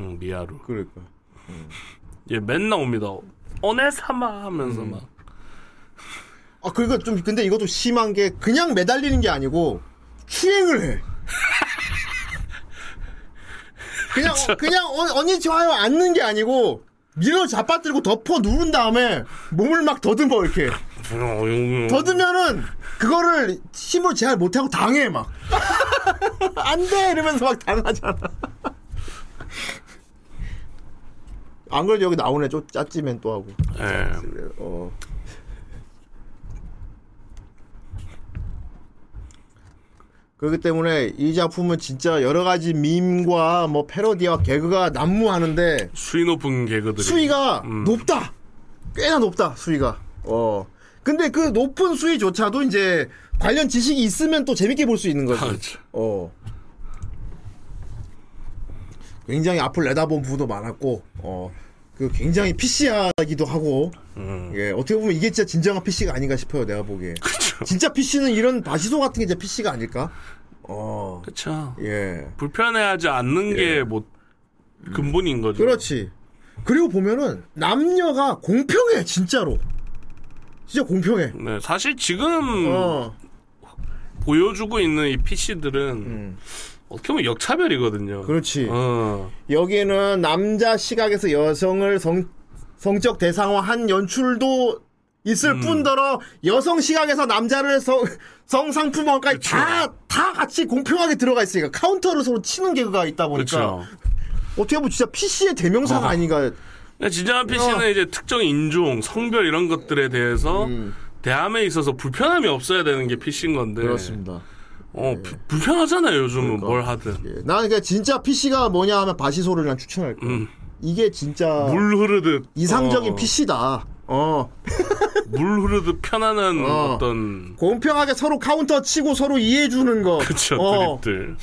Speaker 7: 응, 음, 미아루.
Speaker 6: 그러니까.
Speaker 7: 얘 맨날 옵니다. 어네사마 하면서 막.
Speaker 6: 아 그리고 좀 근데 이것도 심한 게 그냥 매달리는 게 아니고 추행을 해. 그냥 어, 그냥 어, 언니 좋아요 앉는 게 아니고 밀어 잡아들고 덮어 누른 다음에 몸을 막 더듬어 이렇게 더듬면은 그거를 힘으로 제할 못하고 당해 막. 안돼 이러면서 막 당하잖아. 안 그래도 여기 나오네 좀 짜찌맨 또 하고.
Speaker 7: 예.
Speaker 6: 어. 그렇기 때문에 이 작품은 진짜 여러 가지 밈과 뭐 패러디와 개그가 난무하는데
Speaker 7: 수위 높은 네, 개그들이.
Speaker 6: 수위가
Speaker 7: 음.
Speaker 6: 높다. 꽤나 높다 수위가. 어. 근데 그 높은 수위조차도 이제 관련 지식이 있으면 또 재밌게 볼 수 있는 거지.
Speaker 7: 그렇죠.
Speaker 6: 어. 굉장히 앞을 내다본 부분도 많았고, 어. 그 굉장히 PC하기도 하고, 예, 어떻게 보면 이게 진짜 진정한 PC가 아닌가 싶어요, 내가 보기에.
Speaker 7: 음. 그렇죠.
Speaker 6: 진짜 PC는 이런 바시소 같은 게 이제 PC가 아닐까? 어,
Speaker 7: 그렇죠.
Speaker 6: 예.
Speaker 7: 불편해하지 않는 게 뭐 근본인 거죠.
Speaker 6: 그렇지. 그리고 보면은 남녀가 공평해, 진짜로. 진짜 공평해.
Speaker 7: 네, 사실 지금
Speaker 6: 어,
Speaker 7: 보여주고 있는 이 PC들은 어떻게 보면 역차별이거든요.
Speaker 6: 음. 그렇지.
Speaker 7: 어,
Speaker 6: 여기에는 남자 시각에서 여성을 성, 성적 대상화한 연출도 있을
Speaker 7: 음.
Speaker 6: 뿐더러 여성 시각에서 남자를 성, 성상품화까지
Speaker 7: 그렇죠.
Speaker 6: 다, 다 같이 공평하게 들어가 있으니까 카운터를 서로 치는 개그가 있다 보니까
Speaker 7: 그렇죠.
Speaker 6: 어떻게 보면 진짜 PC의 대명사가
Speaker 7: 어.
Speaker 6: 아닌가
Speaker 7: 그러니까
Speaker 6: 어.
Speaker 7: 진정한 PC는 이제 특정 인종, 성별 이런 것들에 대해서
Speaker 6: 음.
Speaker 7: 대함에 있어서 불편함이 없어야 되는 게 PC인 건데. 어, 부- 불편하잖아요, 요즘은 뭘 하든.
Speaker 6: 예, 나는 그냥 진짜 PC가 뭐냐 하면 바시소를 난 추천할 거야
Speaker 7: 음.
Speaker 6: 이게 진짜
Speaker 7: 물 흐르듯
Speaker 6: 이상적인
Speaker 7: 어,
Speaker 6: PC다 어
Speaker 7: 물 흐르듯 편안한
Speaker 6: 어.
Speaker 7: 어. 떤
Speaker 6: 공평하게 서로 카운터 치고 서로 이해해주는 거
Speaker 7: 그쵸
Speaker 6: 어.
Speaker 7: 드립들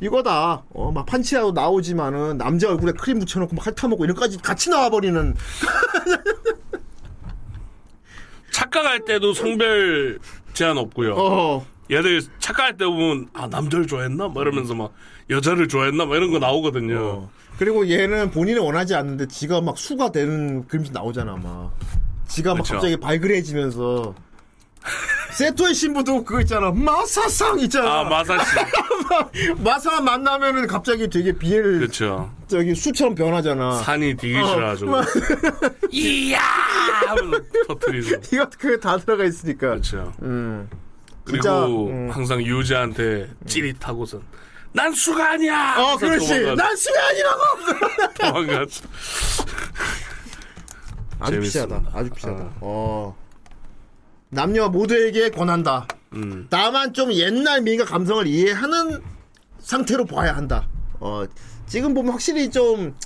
Speaker 6: 이거다. 어, 막 판치라도 나오지만은 남자 얼굴에 크림 묻혀놓고 막 핥아먹고 이런 까지 같이 나와버리는.
Speaker 7: 착각할 때도 성별 제한 없고요.
Speaker 6: 어.
Speaker 7: 얘들 착각할 때 보면 아 남자를 좋아했나 막 이러면서 막 여자를 좋아했나 막 이런 거 나오거든요.
Speaker 6: 어. 그리고 얘는 본인은 원하지 않는데 지가 막 수가 되는 그림이 나오잖아, 막. 지가 막
Speaker 7: 그쵸.
Speaker 6: 갑자기 발그레해지면서. 세토의 신부도 그거 있잖아. 마사상 있잖아.
Speaker 7: 아 마사 씨
Speaker 6: 마사 만나면은 갑자기 되게 비엘
Speaker 7: 그렇죠.
Speaker 6: 저기 수처럼 변하잖아.
Speaker 7: 산이 되기
Speaker 6: 어.
Speaker 7: 싫어하죠. 이야 하면서 터트리고
Speaker 6: 이거 그게 다 들어가 있으니까.
Speaker 7: 그렇죠.
Speaker 6: 음.
Speaker 7: 그리고
Speaker 6: 진짜, 음.
Speaker 7: 항상 유지한테 찌릿하고선 난 수가 아니야.
Speaker 6: 어,
Speaker 7: 하면서
Speaker 6: 그렇지.
Speaker 7: 도망가-
Speaker 6: 난 수가 아니라고.
Speaker 7: 도망가죠.
Speaker 6: 아주
Speaker 7: 재밌습니다.
Speaker 6: 피하다. 아주 피하다. 어. 남녀 모두에게 권한다.
Speaker 7: 음.
Speaker 6: 다만 좀 옛날 미인과 감성을 이해하는 상태로 봐야 한다. 어, 지금 보면 확실히 좀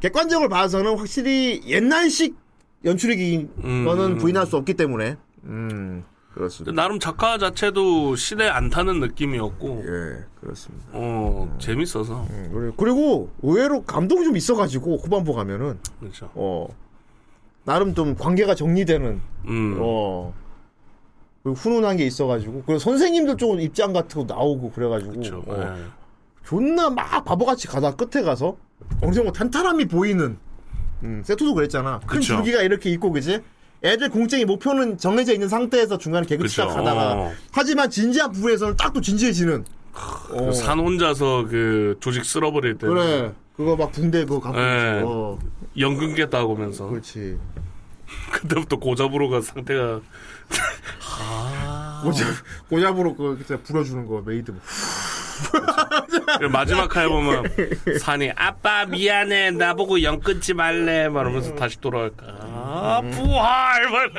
Speaker 6: 객관적으로 봐서는 확실히 옛날식 연출이긴
Speaker 7: 음.
Speaker 6: 거는 부인할 수 없기 때문에. 음. 그렇습니다.
Speaker 7: 근데 나름 작가 자체도 시대에 안 타는 느낌이었고
Speaker 6: 예, 그렇습니다.
Speaker 7: 어 재밌어서
Speaker 6: 음, 그리고- 그리고 의외로 감동이 좀 있어가지고 후반부 가면은
Speaker 7: 그렇죠.
Speaker 6: 어 나름 좀 관계가 정리되는
Speaker 7: 음.
Speaker 6: 어. 그리고 훈훈한 게 있어가지고. 그리고 선생님들 쪽은 입장 같은 거 나오고 그래가지고.
Speaker 7: 그렇죠.
Speaker 6: 어.
Speaker 7: 예.
Speaker 6: 존나 막 바보같이 가다 끝에 가서 어느 정도 탄탄함이 보이는. 음, 세토도 그랬잖아. 큰
Speaker 7: 그쵸.
Speaker 6: 줄기가 이렇게 있고, 그지? 애들 공쟁이 목표는 정해져 있는 상태에서 중간에 개그
Speaker 7: 그쵸.
Speaker 6: 치다 가다가.
Speaker 7: 어.
Speaker 6: 하지만 진지한 부분에서는 딱 또 진지해지는. 어.
Speaker 7: 그 산 혼자서 그 조직 쓸어버릴 때
Speaker 6: 그래. 그거 막 군대 그거 갖고.
Speaker 7: 예.
Speaker 6: 어,
Speaker 7: 연근계 따오면서
Speaker 6: 그렇지.
Speaker 7: 그때부터 고잡으로 간 상태가
Speaker 6: 고잡, 고잡으로 그, 그때 불어주는 거, 메이드. 뭐.
Speaker 7: 그리고 마지막 할 보면 산이 아빠 미안해 나보고 연 끊지 말래 말하면서 다시 돌아갈까 아 부활 말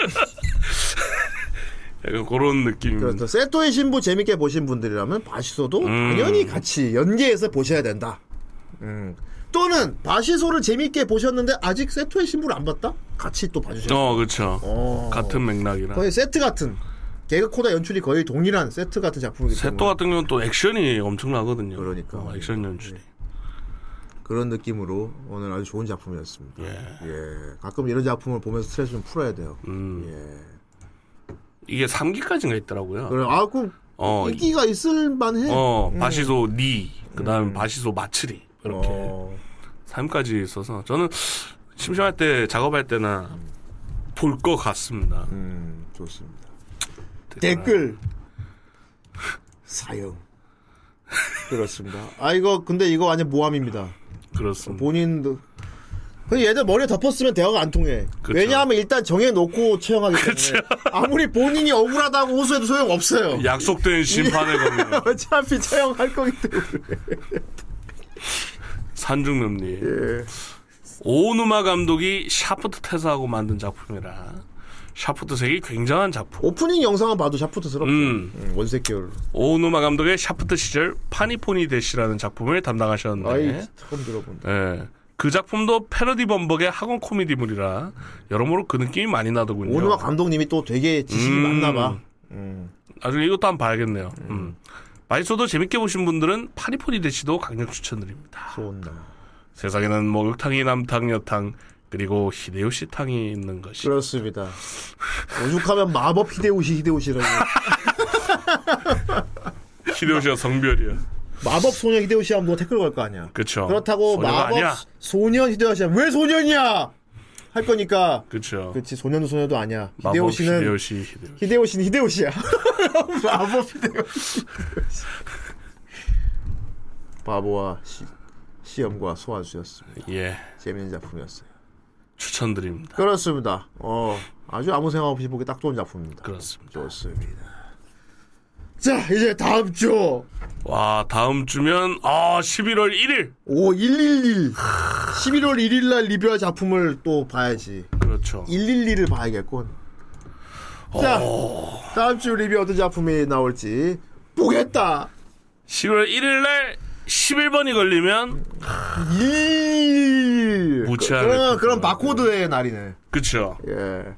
Speaker 7: 약간 그런 느낌
Speaker 6: 그렇죠. 세토의 신부 재밌게 보신 분들이라면 바시소도
Speaker 7: 음.
Speaker 6: 당연히 같이 연계해서 보셔야 된다. 음. 또는 바시소를 재밌게 보셨는데 아직 세토의 신부를 안 봤다? 같이 또 봐주세요.
Speaker 7: 어 그렇죠
Speaker 6: 어.
Speaker 7: 같은 맥락이라
Speaker 6: 거의 세트 같은 개그 코다 연출이 거의 동일한 세트 같은 작품이기 때문에
Speaker 7: 세토 같은 경우는 또 액션이 엄청나거든요
Speaker 6: 그러니까.
Speaker 7: 어, 액션 연출이
Speaker 6: 그런 느낌으로 오늘 아주 좋은 작품이었습니다.
Speaker 7: 예.
Speaker 6: 예. 가끔 이런 작품을 보면서 스트레스 좀 풀어야 돼요.
Speaker 7: 음.
Speaker 6: 예.
Speaker 7: 이게 3기까지가 있더라고요
Speaker 6: 그래. 아, 그럼
Speaker 7: 어,
Speaker 6: 인기가 있을 만해.
Speaker 7: 어, 바시소 니, 그 다음에 바시소 마츠리. 이렇게
Speaker 6: 어.
Speaker 7: 3까지 있어서 저는 심심할 때 작업할 때나 볼 것 같습니다.
Speaker 6: 음, 좋습니다. 댓글 사용 그렇습니다. 아 이거 근데 이거 완전 모함입니다.
Speaker 7: 그렇습니다.
Speaker 6: 본인도 근데 얘들 머리 덮었으면 대화가 안 통해.
Speaker 7: 그쵸.
Speaker 6: 왜냐하면 일단 정해놓고 채용하기 때문에 아무리 본인이 억울하다고 호소해도 소용 없어요.
Speaker 7: 약속된
Speaker 6: 예.
Speaker 7: 심판의 겁니다.
Speaker 6: 어차피 채용할 거기 때문에.
Speaker 7: 산중놈님.
Speaker 6: 예.
Speaker 7: 오누마 감독이 샤프트 퇴사하고 만든 작품이라 샤프트 색이 굉장한 작품.
Speaker 6: 오프닝 영상은 봐도 샤프트스럽죠.
Speaker 7: 음.
Speaker 6: 음, 원색 계열.
Speaker 7: 오누마 감독의 샤프트 시절 파니포니 대시라는 작품을 담당하셨는데
Speaker 6: 아이 처음 들어본다.
Speaker 7: 예. 그 작품도 패러디 범벅의 학원 코미디물이라 여러모로 그 느낌이 많이 나더군요.
Speaker 6: 오누마 감독님이 또 되게 지식이
Speaker 7: 음.
Speaker 6: 많나 봐.
Speaker 7: 나중에 이것도 한번 봐야겠네요. 음. 마이소도 재밌게 보신 분들은 파리포니 대시도 강력 추천드립니다.
Speaker 6: 좋은다.
Speaker 7: 세상에는 목욕탕이 남탕 여탕 그리고 히데요시 탕이 있는 것이
Speaker 6: 그렇습니다. 오죽하면 마법 히데오시 히데오시라고.
Speaker 7: 히데요시가 성별이야.
Speaker 6: 마법 소녀 히데오시 하면 너 댓글 걸 거 아니야.
Speaker 7: 그렇죠.
Speaker 6: 그렇다고
Speaker 7: 소녀가
Speaker 6: 마법
Speaker 7: 아니야.
Speaker 6: 소년 히데오시 하면 왜 소년이야? 할 거니까.
Speaker 7: 그렇죠.
Speaker 6: 그렇지 소년도 소녀도 아니야.
Speaker 7: 마법
Speaker 6: 히데오시는
Speaker 7: 히데요시 히데요시.
Speaker 6: 히데오시는 히데오시야. 마법 히데오시. 바보와 시, 시험과 소환수였습니다.
Speaker 7: 예
Speaker 6: 재밌는 작품이었어요.
Speaker 7: 추천드립니다.
Speaker 6: 그렇습니다. 어, 아주 아무 생각 없이 보기 딱 좋은 작품입니다.
Speaker 7: 그렇습니다.
Speaker 6: 좋습니다. 자, 이제 다음 주.
Speaker 7: 와 다음 주면 아 11월 1일
Speaker 6: 오, 111. 11월 1일 날 리뷰할 작품을 또 봐야지.
Speaker 7: 그렇죠.
Speaker 6: 111을 봐야겠군. 자,
Speaker 7: 어.
Speaker 6: 다음 주 리뷰 어떤 작품이 나올지 보겠다.
Speaker 7: 11월 1일 날 11번이 걸리면
Speaker 6: 111.
Speaker 7: 무채하게
Speaker 6: 그런,
Speaker 7: 됐구나.
Speaker 6: 그런 바코드의 날이네.
Speaker 7: 그렇죠.
Speaker 6: 예.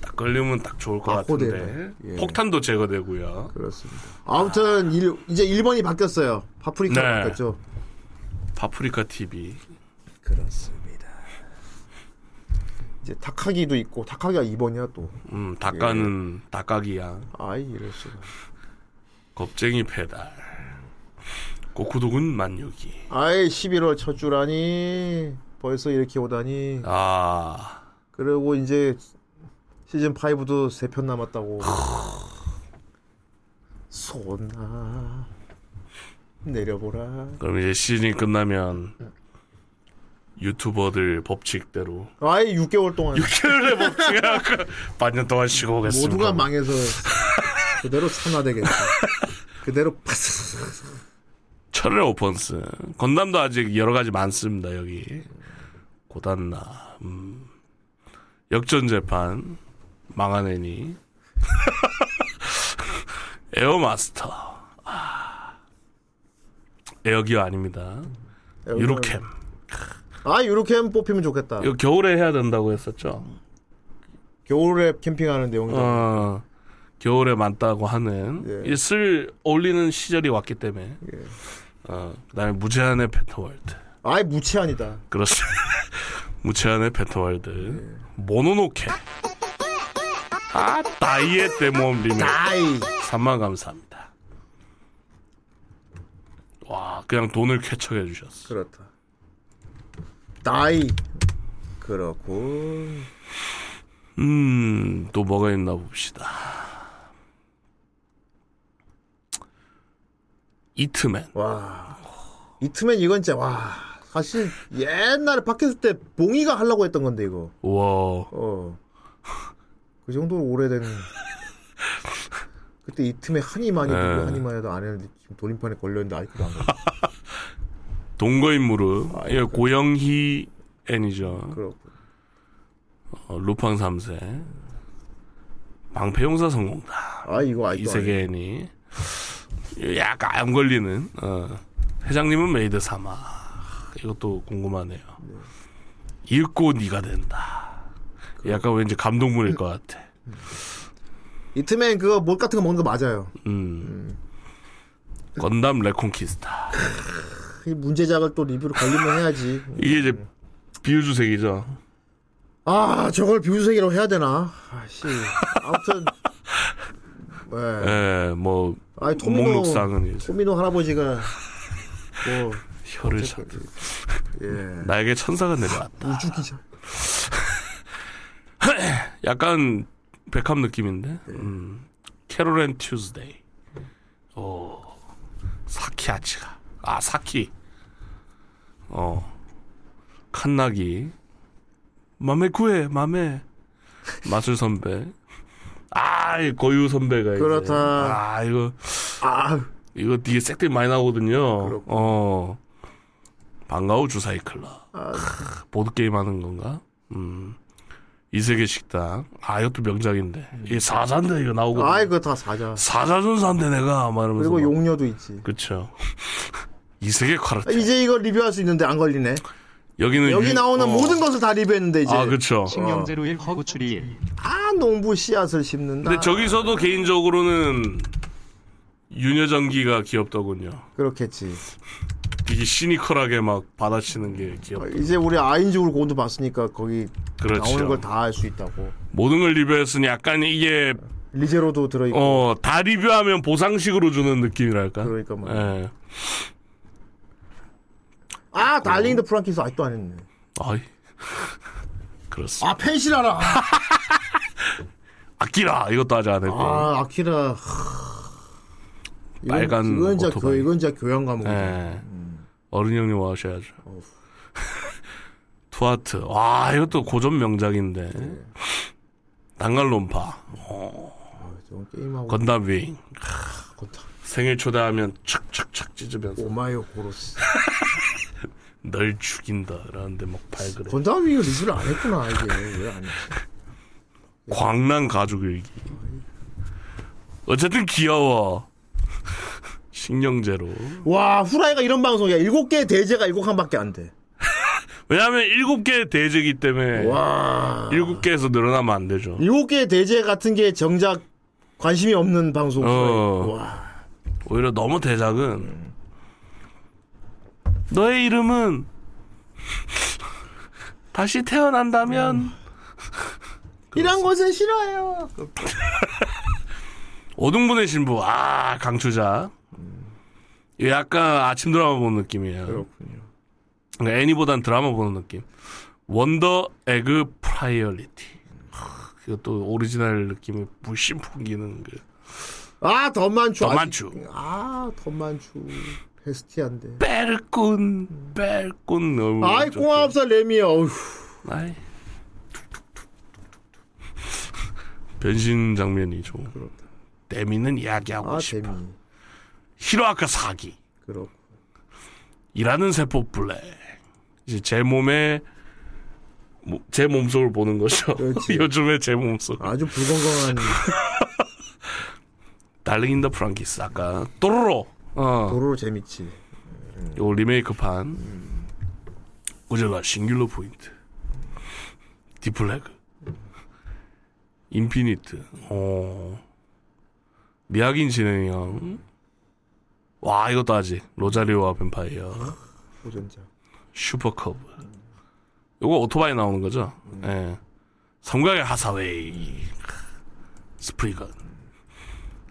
Speaker 7: 딱 걸리면 딱 좋을 것
Speaker 6: 아,
Speaker 7: 같은데
Speaker 6: 호되네. 예.
Speaker 7: 폭탄도 제거되고요.
Speaker 6: 그렇습니다. 아무튼, 일- 이제 1번이 바뀌었어요. 파프리카로
Speaker 7: 네.
Speaker 6: 바뀌었죠.
Speaker 7: 파프리카 TV
Speaker 6: 그렇습니다. 이제 닭하기도 있고 닭하기가 2번이야 또.
Speaker 7: 음 닭가는
Speaker 6: 예.
Speaker 7: 닭가기야
Speaker 6: 아이 이럴 수가.
Speaker 7: 겁쟁이 페달 고쿠독은 만유기
Speaker 6: 아이 11월 첫 주라니 벌써 이렇게 오다니.
Speaker 7: 아
Speaker 6: 그리고 이제 시즌 5도 세 편 남았다고. 소나 내려보라.
Speaker 7: 그럼 이제 시즌이 끝나면
Speaker 6: 예.
Speaker 7: 유튜버들 법칙대로
Speaker 6: 아이 6개월 동안
Speaker 7: 6개월의 법칙이라고 반년 동안 쉬고 오겠습니다
Speaker 6: 모두가 망해서 그대로 산화되겠다. 그대로 파스.
Speaker 7: 철의 오펀스 건담도 아직 여러 가지 많습니다 여기 고단나 음. 역전 재판 망한 애니 에어마스터 아. 에어기어 아닙니다 유로캠
Speaker 6: 아 유로캠 뽑히면 좋겠다.
Speaker 7: 이거 겨울에 해야 된다고 했었죠
Speaker 6: 겨울에 캠핑하는 내용이다.
Speaker 7: 어, 겨울에 많다고 하는
Speaker 6: 예.
Speaker 7: 이슬 올리는 시절이 왔기 때문에 어, 그다음에 무제한의 페터월드
Speaker 6: 아예 무치한이다.
Speaker 7: 그렇습니다. 무채한의 페터월드 모노노케 아 다이에 때몸 리메
Speaker 6: 아이.
Speaker 7: 3만 감사합니다. 와 그냥 돈을 쾌척해 주셨어.
Speaker 6: 그렇다. 나이. 그렇고.
Speaker 7: 음, 또 뭐가 있나 봅시다. 이트맨.
Speaker 6: 와. 이트맨 이건 진짜 와. 사실 옛날에 팟캐스트 때 봉이가 하려고 했던 건데 이거.
Speaker 7: 와,
Speaker 6: 어. 그 정도로 오래된. 그때 이틈에 한이 많이
Speaker 7: 네.
Speaker 6: 들고 한이 많이 해도 안 했는데 지금 돌림판에 걸렸는데 아직도 안 걸려.
Speaker 7: 동거인 무릎. 예, 고영희 애니죠.
Speaker 6: 그렇고.
Speaker 7: 어, 루팡 3세. 방패용사 성공다.
Speaker 6: 아 이거 아직도
Speaker 7: 이 세계인이 약간 안 걸리는 어. 회장님은 메이드 삼아 이것도 궁금하네요. 읽고 네가 된다. 약간 왠지 감동물일 것 같아.
Speaker 6: 이틈에 그거 못 같은 거 먹는 거 맞아요.
Speaker 7: 음. 건담 레콘키스타.
Speaker 6: 그 문제작을 또 리뷰로 걸리면 해야지.
Speaker 7: 이게 이제 비유주색이죠.
Speaker 6: 아 저걸 비우색이라고 해야 되나? 아씨. 아무튼. 네.
Speaker 7: 예, 뭐
Speaker 6: 아니, 토미노-
Speaker 7: 목록상은 이제
Speaker 6: 토미노 할아버지가 뭐
Speaker 7: 혀를 아, 찾는
Speaker 6: 예.
Speaker 7: 나에게 천사가 내려왔다.
Speaker 6: 우주 기자.
Speaker 7: 약간 백합
Speaker 6: 네.
Speaker 7: 느낌인데. 음. 캐롤 앤 튜즈데이. 오. 사키 아치가. 아, 사키. 어. 칸나기. 맘에 구해, 맘에. 마술 선배. 아, 이 고유 선배가 이제.
Speaker 6: 그렇다.
Speaker 7: 아, 이거
Speaker 6: 아
Speaker 7: 이거 뒤에 색들 많이 나오거든요. 어. 반가워 주사이클럽.
Speaker 6: 아, 네.
Speaker 7: 크, 보드게임 하는 건가? 음. 이세계 식당. 아, 이것도 명작인데.
Speaker 6: 음.
Speaker 7: 이게 사자인데 이거 나오거든요.
Speaker 6: 아이 그거 다 사자.
Speaker 7: 뭐. 사자전사인데 내가. 막 이러면서.
Speaker 6: 그리고
Speaker 7: 막.
Speaker 6: 용녀도 있지.
Speaker 7: 그쵸. 이세계 카르텔.
Speaker 6: 이제 이거 리뷰할 수 있는데 안 걸리네.
Speaker 7: 여기는
Speaker 6: 여기
Speaker 7: 그 유-
Speaker 6: 나오는
Speaker 7: 어.
Speaker 6: 모든 것을 다 리뷰했는데 이제 어.
Speaker 7: 아 그렇죠.
Speaker 12: 신경제로 일 허구추리 일
Speaker 6: 아 농부 씨앗을 심는다.
Speaker 7: 근데 저기서도 개인적으로는 윤여정기가 귀엽더군요.
Speaker 6: 그렇겠지.
Speaker 7: 이게 시니컬하게 막 받아치는 게 귀엽다.
Speaker 6: 이제 우리 아인즈울 고도 봤으니까 거기
Speaker 7: 그렇죠.
Speaker 6: 나오는 걸 다 알 수 있다고.
Speaker 7: 모든 걸 리뷰했으니 약간 이게
Speaker 6: 리제로도 들어있고.
Speaker 7: 어 다 리뷰하면 보상식으로 주는 느낌이랄까.
Speaker 6: 그러니까 말이야.
Speaker 7: 예.
Speaker 6: 아 달링 더 프랑키스 아직도 안 했네.
Speaker 7: 아이. 그렇습니다.
Speaker 6: 아 펜시라라.
Speaker 7: 아끼라 이것도 아직 안 했고.
Speaker 6: 아 아키라. 하... 이건,
Speaker 7: 빨간
Speaker 6: 이건 진짜
Speaker 7: 오토바이.
Speaker 6: 교 이건 진짜 교양 과목.
Speaker 7: 예. 어른 형님 와셔야죠. 투아트. 와, 이것도 고전 명작인데.
Speaker 6: 네.
Speaker 7: 난갈론파.
Speaker 6: 저건 게임하고
Speaker 7: 건담 윙.
Speaker 6: 건담.
Speaker 7: 생일 초대하면 착착착 찢으면서
Speaker 6: 오마이오 고로스.
Speaker 7: 널 죽인다. 이러는데 막 발그레.
Speaker 6: 건담이 이거 리뷰를 안 했구나 이게 왜 안 했지?
Speaker 7: 네. 광란 가족일기. 어쨌든 귀여워. 신경제로.
Speaker 6: 와 후라이가 이런 방송이야. 일곱 개 대제가 일곱 칸밖에 안 돼.
Speaker 7: 왜냐하면 일곱 개 대제기
Speaker 6: 네.
Speaker 7: 때문에
Speaker 6: 와
Speaker 7: 일곱 개에서 늘어나면 안 되죠.
Speaker 6: 일곱 개 대제 같은 게 정작 관심이 없는 방송.
Speaker 7: 어.
Speaker 6: 후라이. 와.
Speaker 7: 오히려 너무 대작은 너의 이름은 다시 태어난다면
Speaker 6: 이런 것은 싫어요.
Speaker 7: 오등분의 신부 아 강추자 이거 약간 아침 드라마 보는 느낌이에요
Speaker 9: 그렇군요.
Speaker 7: 그러니까 애니보단 드라마 보는 느낌 원더 에그 프라이어리티 크, 이것도 오리지널 느낌이 물씬 풍기는 그
Speaker 6: 아 덤만추. 아직-
Speaker 7: 더만추
Speaker 6: 아 덤만추. 베스티한데.
Speaker 7: 베르꾼 베르꾼 너무
Speaker 6: 아이
Speaker 7: 좋죠.
Speaker 6: 꼬마 네, 없어 레미야. 어휴.
Speaker 7: 아이. 변신 장면이 좀 데미는 이야기하고
Speaker 6: 아
Speaker 7: 싶어
Speaker 6: 재미.
Speaker 7: 히로아카 사기
Speaker 6: 그렇고.
Speaker 7: 일하는 세포 블랙. 이제 제 몸에 뭐, 제 몸속을 보는 거죠.
Speaker 6: 그렇지.
Speaker 7: 요즘에 제 몸속.
Speaker 6: 아주 불건강한
Speaker 7: 달링 인더 프랑키스 아까 또로로. 어.
Speaker 6: 도로로 재밌지.
Speaker 7: 요 리메이크판. 우제가 싱귤러 포인트. 디플래그. 인피니트. 어. 미학인 진행형. 와 이것도 아직 로자리오와 뱀파이어.
Speaker 6: 오전자.
Speaker 7: 슈퍼컵. 요거 오토바이 나오는 거죠? 예. 삼각의 하사웨이. 스프리건.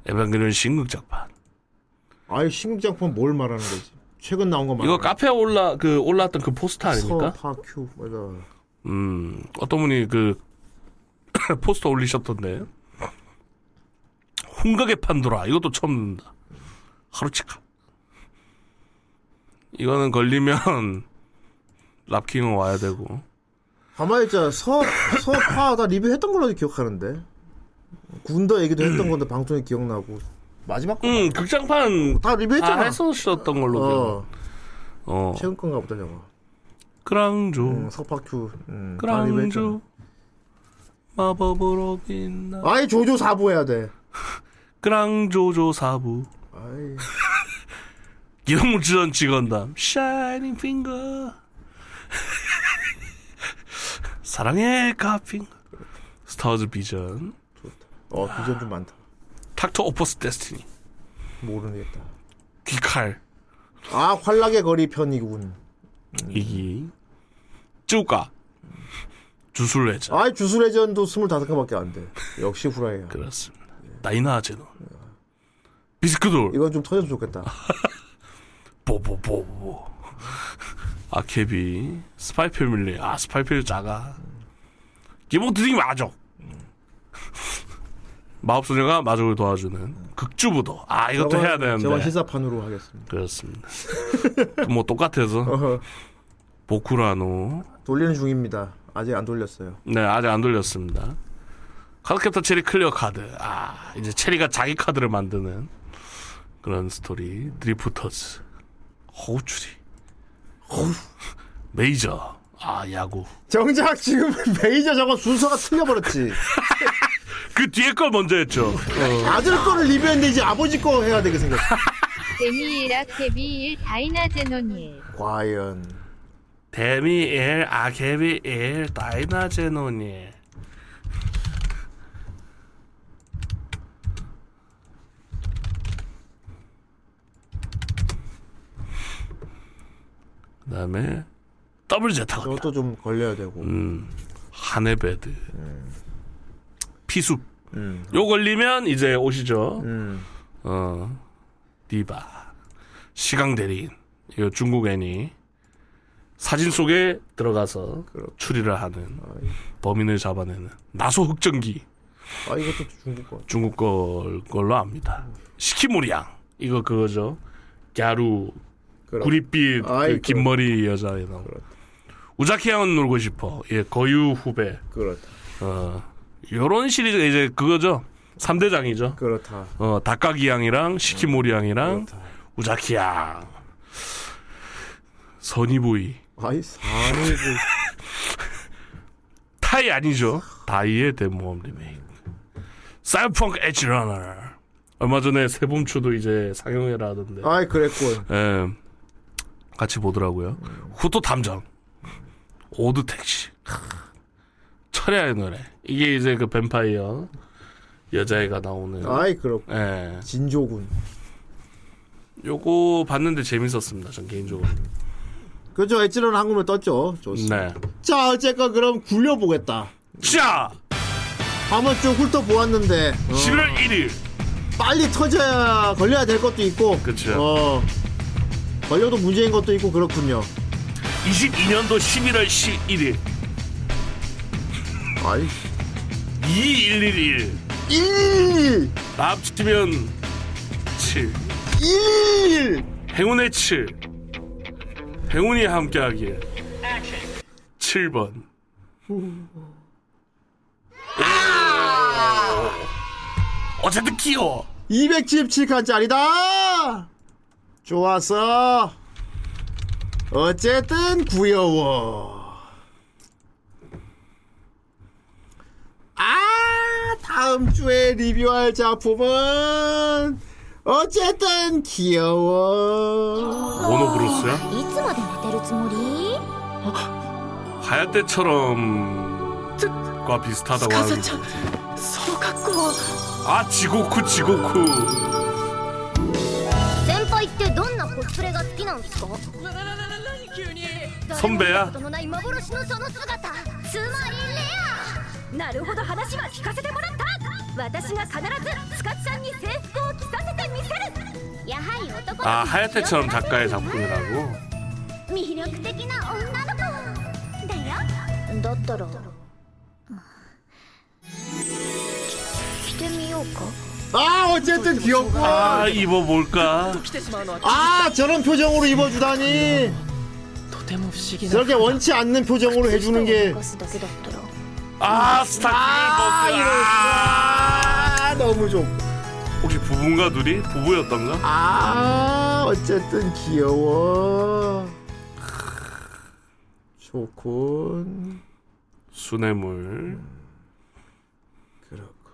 Speaker 7: 에반게리온 신극작판.
Speaker 6: 아이 신국장판 뭘 말하는 거지? 최근 나온 거 말하는
Speaker 7: 이거 카페에 올라, 그, 올라왔던 그 포스터
Speaker 6: 서,
Speaker 7: 아닙니까?
Speaker 6: 파, 큐, 그러니까 맞아.
Speaker 7: 음, 어떤 분이 그, 포스터 올리셨던데. 홍각의 판도라. 이것도 처음 듣는다. 하루치카. 이거는 걸리면, 랍킹은 와야 되고.
Speaker 6: 가만히 있자. 서, 서, 파, 다 리뷰했던 걸로 기억하는데. 군더 얘기도 했던 건데 방송에 기억나고. 마지막 거.
Speaker 7: 음, 극장판
Speaker 6: 다
Speaker 7: 다
Speaker 6: 리뷰했잖아.
Speaker 7: 했었던 걸로 기억.
Speaker 6: 어,
Speaker 7: 어.
Speaker 6: 최근 건가 보다, 저거.
Speaker 7: 그랑조,
Speaker 6: 응, 서파큐. 응, 네, 다 리뷰했잖아.
Speaker 7: 그랑조, 마법으로 빛나.
Speaker 6: 아이, 조조 사부 해야 돼.
Speaker 7: 그랑조조 사부.
Speaker 6: 아이.
Speaker 7: 기름물질한 직원담. 샤이닝 핑거. 사랑해 가핑. 스타워즈 비전.
Speaker 6: 어, 비전 좀 많다.
Speaker 7: 닥터 오퍼스 데스티니.
Speaker 6: 모르겠다.
Speaker 7: 귀칼.
Speaker 6: 아, 활락의 거리 편이군.
Speaker 7: 이기. 쭈가. 주술회자.
Speaker 6: 아이, 주술회전도 25개밖에 안 돼. 역시 후라이야.
Speaker 7: 그렇습니다. 나이나 제노. 비스크돌.
Speaker 6: 이건 좀 터져서 좋겠다.
Speaker 7: 뽀뽀뽀뽀 아케비 스파이 패밀리 아 스파이 패밀리 작아 기본 드딩 마족 마법소녀가 마족을 도와주는 극주부도 아 이것도 해야
Speaker 6: 제가
Speaker 7: 되는데
Speaker 6: 시사판으로 하겠습니다.
Speaker 7: 그렇습니다 또뭐 똑같아서
Speaker 6: 어허.
Speaker 7: 보쿠라노
Speaker 6: 돌리는 중입니다. 아직 안 돌렸어요.
Speaker 7: 네 아직 안 돌렸습니다 카드캡터 체리 클리어 카드 아 이제 체리가 자기 카드를 만드는 그런 스토리 드리프터즈 허우추리 메이저 아 야구
Speaker 6: 정작 지금 메이저 저거 순서가 틀려버렸지.
Speaker 7: 그 뒤에 걸 먼저 했죠. 어.
Speaker 6: 아들 거를 리뷰했는데 이제 아버지 거 해야 되게 생겼어.
Speaker 8: 데미이라 케비일 다이나제논일
Speaker 6: 과연
Speaker 7: 데미엘 아케비엘 다이나제노니 그다음에 더블 제타가
Speaker 6: 저것도 좀 걸려야 되고.
Speaker 7: 음. 하네베드 피숲 요 걸리면 이제 오시죠
Speaker 6: 음.
Speaker 7: 어 디바 시강 대리인 이거 중국 애니 사진 속에 들어가서 추리를 하는 범인을 잡아내는 나소 흑정기
Speaker 6: 아 이것도 중국 거.
Speaker 7: 중국 걸 걸로 압니다
Speaker 6: 음.
Speaker 7: 시키무리양 이거 그거죠 갸루
Speaker 6: 그럼.
Speaker 7: 구릿빛
Speaker 6: 아이,
Speaker 7: 그 긴머리 여자에 나온
Speaker 6: 그렇다.
Speaker 7: 우자키양은 놀고 싶어 예 거유 후배
Speaker 6: 그렇다.
Speaker 7: 어 요런 시리즈가 이제 그거죠 삼대장이죠
Speaker 6: 그렇다.
Speaker 7: 어, 닭가기양이랑 시키모리양이랑 우자키양 선이보이
Speaker 6: 아이 산이고.
Speaker 7: 타이 아니죠 다이의 데모험 리메이크 사이펑크 엣지러너 얼마 전에 세봄추도 이제 상영회라 하던데
Speaker 6: 아이 그랬군.
Speaker 7: 예, 같이 보더라고요 후토 탐정 오드 택시 크, 철야의 노래 이게 이제 그 뱀파이어 여자애가 나오는
Speaker 6: 아이 그렇군.
Speaker 7: 예.
Speaker 6: 진조군.
Speaker 7: 요거 봤는데 재밌었습니다. 전 개인적으로.
Speaker 6: 그죠? 엣지런 한국을 떴죠. 좋습니다.
Speaker 7: 네.
Speaker 6: 자 어쨌건 그럼 굴려보겠다.
Speaker 7: 자,
Speaker 6: 한번 쭉 훑어보았는데
Speaker 7: 11월 1일.
Speaker 6: 빨리 터져야 걸려야 될 것도 있고.
Speaker 7: 그쵸.
Speaker 6: 어. 걸려도 문제인 것도 있고 그렇군요.
Speaker 7: 22년도 11월 11일.
Speaker 6: 아이.
Speaker 7: 2111.
Speaker 6: 1!
Speaker 7: 다 합치면 7.
Speaker 6: 1!
Speaker 7: 행운의 7. 행운이 함께하기에. 7번. 아! 어쨌든 귀여워.
Speaker 6: 277칸짜리다! 좋았어. 어쨌든 구여워. 아, 다음 주에 리뷰할 작품은 어쨌든 귀여워.
Speaker 7: 모노브로스야?
Speaker 3: いつまで寝てるつもり
Speaker 7: 하야떼처럼 과 비슷하다고 하는
Speaker 5: 가서 참 소각고
Speaker 7: 아 지고쿠 지고쿠
Speaker 3: 先輩ってどんなコスプレが好きなんですか
Speaker 7: 선배야
Speaker 3: とのない幻のその姿つまりレアなるほど話は聞かせてもらった私が必ずスカチさんに制服を着させてみせるやはり男
Speaker 7: 아 하야테처럼 작가의 작품이라고
Speaker 3: 魅力的な女の子だよだったら着てみようか
Speaker 6: 아, 어쨌든 귀엽고.
Speaker 7: 아 입어볼까
Speaker 6: 아, 저런 표정으로 입어주다니.
Speaker 5: とても不思議な
Speaker 6: 저렇게 원치 않는 표정으로 해주는 게.
Speaker 3: すだけだったら
Speaker 7: 아 스타킹을 벗고 아
Speaker 6: 아, 너무 좋고.
Speaker 7: 혹시 부부인가 둘이? 부부였던가?
Speaker 6: 아 어쨌든 귀여워 좋군
Speaker 7: 수뇌물
Speaker 6: 그렇군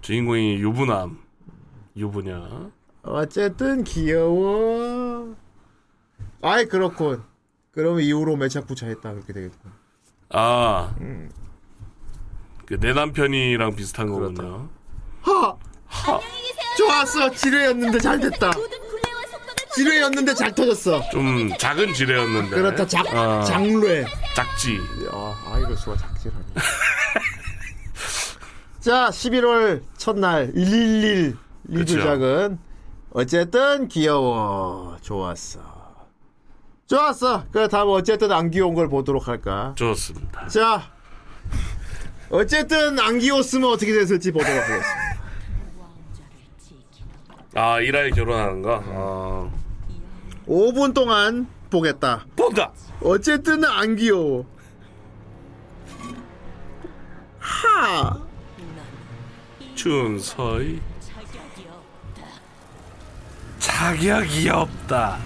Speaker 7: 주인공이 유부남 유부녀
Speaker 6: 어쨌든 귀여워 아이 그렇군 그러면 이후로 매착 부차했다 그렇게 되겠군
Speaker 7: 아그 내 남편이랑 비슷한 거군요
Speaker 6: 하! 좋았어 지뢰였는데 잘 됐다 지뢰였는데 잘 터졌어
Speaker 7: 좀 작은 지뢰였는데
Speaker 6: 그렇다 작,
Speaker 7: 아,
Speaker 6: 장뢰
Speaker 7: 작지
Speaker 6: 아, 아이를 수가 작질하네 자 11월 첫날 111
Speaker 7: 그쵸.
Speaker 6: 리뷰작은 어쨌든 귀여워 좋았어 좋았어 그래 다음 어쨌든 안 귀여운 걸 보도록 할까
Speaker 7: 좋습니다
Speaker 6: 자 어쨌든 안 귀여웠으면 어떻게 됐을지 보도록 하겠습니다
Speaker 7: 아 이라에 결혼하는 거? 어.
Speaker 6: 5분 동안 보겠다
Speaker 7: 본다!
Speaker 6: 어쨌든 안 귀여워 하
Speaker 7: 준서이 자격이 없다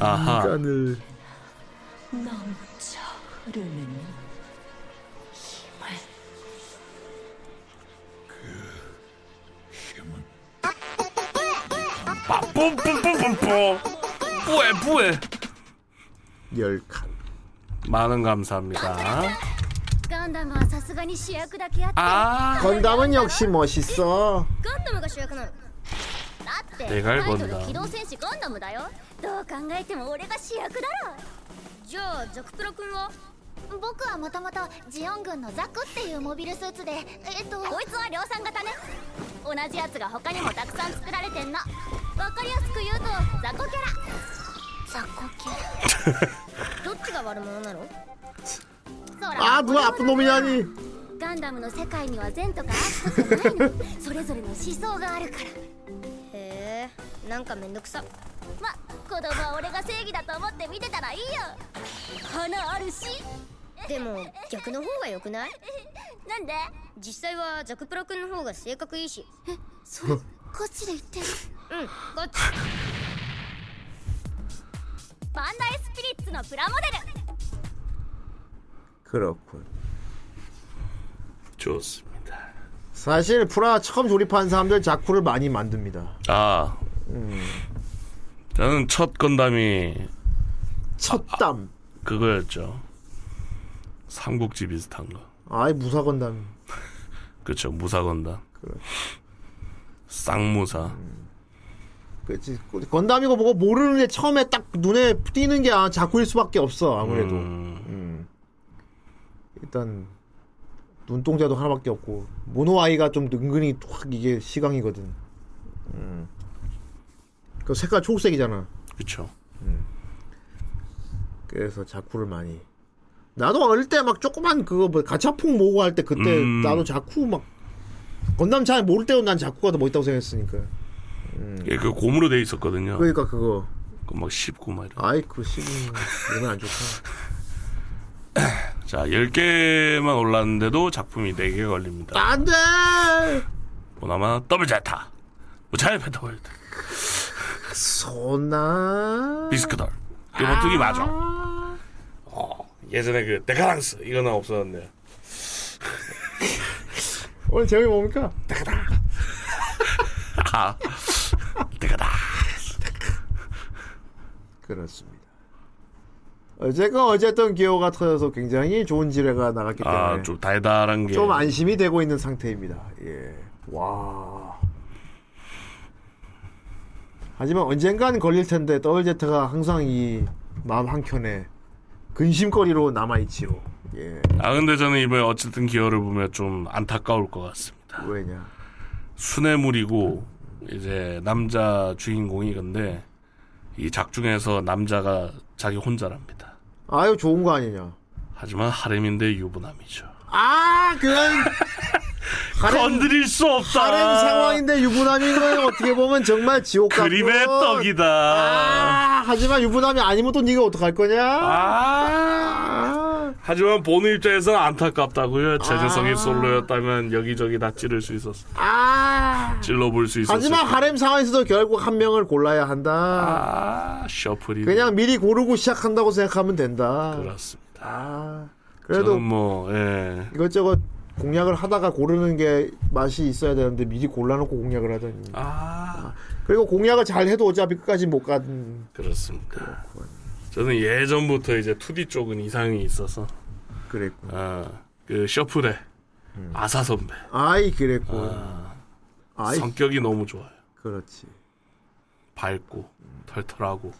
Speaker 7: 아하
Speaker 6: 간을
Speaker 5: 넘쳐 흐르는 힘을
Speaker 7: 뿜뿜뿜뿜뿜 뿌에 뿌에
Speaker 6: 열 칸.
Speaker 7: 많은 감사합니다
Speaker 4: ガンダムはさすがに主役だけやって
Speaker 7: 아
Speaker 6: 건담은 역시 멋있어.
Speaker 4: ガンダムが主役なのだって
Speaker 7: でかいガンダム
Speaker 4: タイトル機動戦士ガンダムだよどう考えても俺が主役だろじゃあザクプラ君は僕はもともとジオン軍のザクっていうモビルスーツでえっとこいつは量産型ね同じやつが他にもたくさん作られてんのわかりやすく言うとザコキャラザコキャラ どっちが悪者なのそら
Speaker 6: 아 누가 아픈 놈이냐니.
Speaker 4: ガンダムの世界には善とか悪とかないのそれぞれの思想があるからへえなんかめんどくさま子供は俺が正義だと思って見てたらいいよ花あるしでも逆の方が良くないなんで実際はザクプロ君の方が性格いいしえそれガチで言ってるうんガチバンダイスピリッツのプラモデル
Speaker 13: 그렇군.
Speaker 7: 좋습니다
Speaker 6: 사실 프라 처음 조립한 사람들 자쿠를 많이 만듭니다.
Speaker 7: 아 저는 첫 건담이
Speaker 6: 첫 땀.
Speaker 7: 그거였죠 삼국지 비슷한 거
Speaker 6: 아이 무사 건담.
Speaker 7: 그렇죠 무사 건담
Speaker 6: 그렇죠.
Speaker 7: 쌍무사
Speaker 6: 그치 건담이고 뭐고 모르는 게 처음에 딱 눈에 띄는 게 아, 자쿠일 수밖에 없어 아무래도.
Speaker 7: 음,
Speaker 6: 일단 눈동자도 하나밖에 없고 모노아이가 좀 은근히 확 이게 시강이거든. 음. 그 색깔 초록색이잖아.
Speaker 7: 그렇죠
Speaker 6: 그래서 자쿠를 많이. 나도 어릴 때 막 조그만 그거 뭐 가차풍 모으고 할 때 그때
Speaker 7: 음.
Speaker 6: 나도 자쿠 막 건담 잘 모를 때도 난 자쿠가 더 멋있다고 생각했으니까.
Speaker 7: 예, 그 곰으로 돼 있었거든요
Speaker 6: 그러니까 그거
Speaker 7: 그막 씹고 막 이런
Speaker 6: 아이쿠 시기 몸에 안 좋다.
Speaker 7: 자 10개만 올랐는데도 작품이 4개 걸립니다
Speaker 6: 안돼.
Speaker 7: 보나마 더블 자타 무차의 펜타월드
Speaker 6: 소나.
Speaker 7: 비스크덜 이거 보통이 그 맞아 어, 예전에 그 데카랑스 이거는 없었는데
Speaker 6: 오늘 제목이 뭡니까?
Speaker 7: 아 데카다
Speaker 6: 그렇습니다. 어제가 어쨌든 기호가 터져서 굉장히 좋은 지뢰가 나갔기 때문에 좀,
Speaker 7: 아좀 달달한 게
Speaker 6: 안심이 되고 있는 상태입니다. 예. 와. 하지만 언젠간 걸릴 텐데 더블제트가 항상 이 마음 한켠에 근심거리로 남아있지요. 예.
Speaker 7: 아 근데 저는 이번에 어쨌든 기어를 보면 좀 안타까울 것 같습니다
Speaker 6: 왜냐.
Speaker 7: 순애물이고 이제 남자 주인공이 근데 이 작중에서 남자가 자기 혼자랍니다
Speaker 6: 아유, 좋은 거 아니냐.
Speaker 7: 하지만 하렘인데 유부남이죠
Speaker 6: 아, 그건. 하렘,
Speaker 7: 건드릴 수 없다
Speaker 6: 하렘 상황인데 유부남인 건 어떻게 보면 정말 지옥 같고
Speaker 7: 그림의 떡이다
Speaker 6: 아, 하지만 유부남이 아니면 또 네가 어떡할 거냐? 아.
Speaker 7: 아. 하지만 보는 입장에서는 안타깝다고요. 제재성이 솔로였다면 여기저기 다 찌를 수 있었어.
Speaker 6: 아.
Speaker 7: 찔러볼 수 있었어.
Speaker 6: 하지만 하렘 상황에서도 결국 한 명을 골라야 한다.
Speaker 7: 아, 셔플이
Speaker 6: 음. 그냥 미리 고르고 시작한다고 생각하면 된다.
Speaker 7: 그렇죠. 그렇습니다.
Speaker 6: 아.
Speaker 7: 저는
Speaker 6: 그래도
Speaker 7: 뭐 예.
Speaker 6: 이것저것 공략을 하다가 고르는 게 맛이 있어야 되는데 미리 골라놓고 공략을 하다니.
Speaker 7: 아,
Speaker 6: 그리고 공략을 잘 해도 어차피 끝까지 못 간.
Speaker 7: 그렇습니다. 저는 예전부터 이제 2D 쪽은 이상이 있어서
Speaker 6: 그랬군.
Speaker 7: 아, 그 셔플의 아사 선배
Speaker 6: 아이 그랬군. 음. 아이
Speaker 7: 성격이 너무 좋아요.
Speaker 6: 그렇지.
Speaker 7: 밝고 털털하고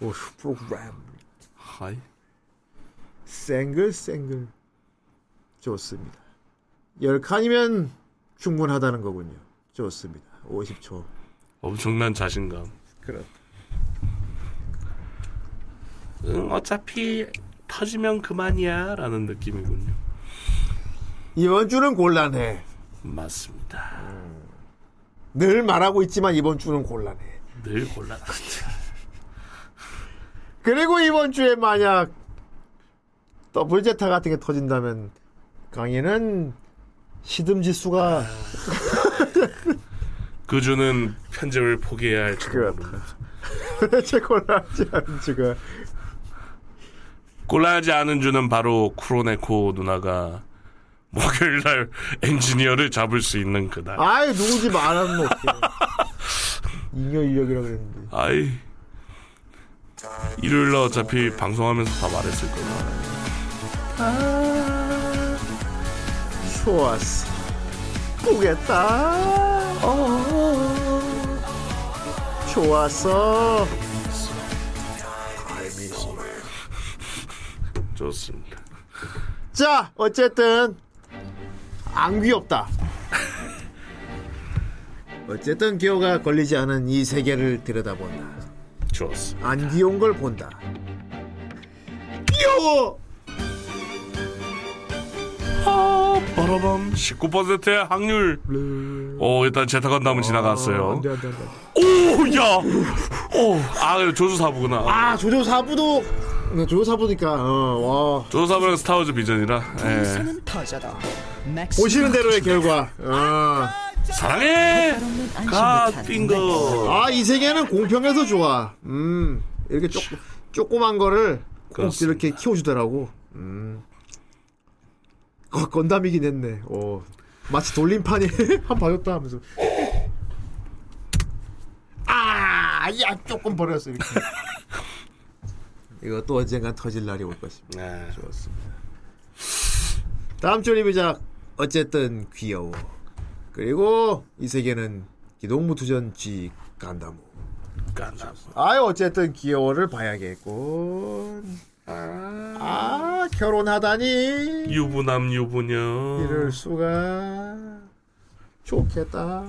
Speaker 6: 오 프로그램.
Speaker 7: 하이
Speaker 6: 생글생글 좋습니다. 10칸이면 충분하다는 거군요. 좋습니다. 50초.
Speaker 7: 엄청난 자신감.
Speaker 6: 그렇다.
Speaker 7: 응, 어차피 터지면 그만이야 라는 느낌이군요.
Speaker 6: 이번 주는 곤란해.
Speaker 7: 맞습니다.
Speaker 6: 늘 말하고 있지만 이번 주는 곤란해.
Speaker 7: 늘 곤란합니다.
Speaker 6: 그리고 이번 주에 만약 더블제타 같은 게 터진다면 강의는 시듬지수가
Speaker 7: 그 주는 편집을 포기해야 할지 모릅니다.
Speaker 6: 대체 곤란하지 않은 지금.
Speaker 7: 곤란하지 않은 주는 바로 쿠로네코 누나가 목요일날 엔지니어를 잡을 수 있는 그날.
Speaker 6: 아이 누구지 말하면 어떡해. 뭐 잉여 인력이라고 그랬는데.
Speaker 7: 아이 일요일 날 어차피 방송하면서 다 말했을 거야.
Speaker 6: 좋았어. 보겠다. 어. 좋았어.
Speaker 7: 좋습니다.
Speaker 6: 자, 어쨌든 안 귀엽다. 어쨌든 기호가 걸리지 않은 이 세계를 들여다본다.
Speaker 7: 좋았어.
Speaker 6: 안 귀여운 걸 본다. 귀여워.
Speaker 7: 아, 빠라밤. 19%의 확률. 오, 일단 재타건 다음은 지나갔어요.
Speaker 6: 네. 아, 안돼 안돼 안돼.
Speaker 7: 오, 야. 오, 아, 조수사부구나.
Speaker 6: 아 조조사부도 네, 조조사부니까 어, 와
Speaker 7: 조수사부랑 스타워즈 비전이라. 예.
Speaker 6: 보시는 대로의 결과. 어.
Speaker 7: 사랑해.
Speaker 6: 아,
Speaker 7: 갓빙거.
Speaker 6: 아이 세계는 공평해서 좋아. 음 이렇게 쪼, 조그만 거를 꼭
Speaker 7: 그렇습니다.
Speaker 6: 이렇게 키워주더라고. 음. 거, 건담이긴 했네. 어 마치 돌림판이 한 봐줬다 하면서. 아야 조금 버렸어 이렇게. 이거 또 언젠간 터질 날이 올 것입니다.
Speaker 7: 네.
Speaker 6: 좋습니다. 다음 주 리뷰작 어쨌든 귀여워. 그리고 이 세계는 기동무 투전 G 간다무.
Speaker 7: 깐다.
Speaker 6: 아유 어쨌든 귀여워를 봐야겠군. 아, 결혼하다니
Speaker 7: 유부남 유부녀.
Speaker 6: 이럴 수가 좋겠다.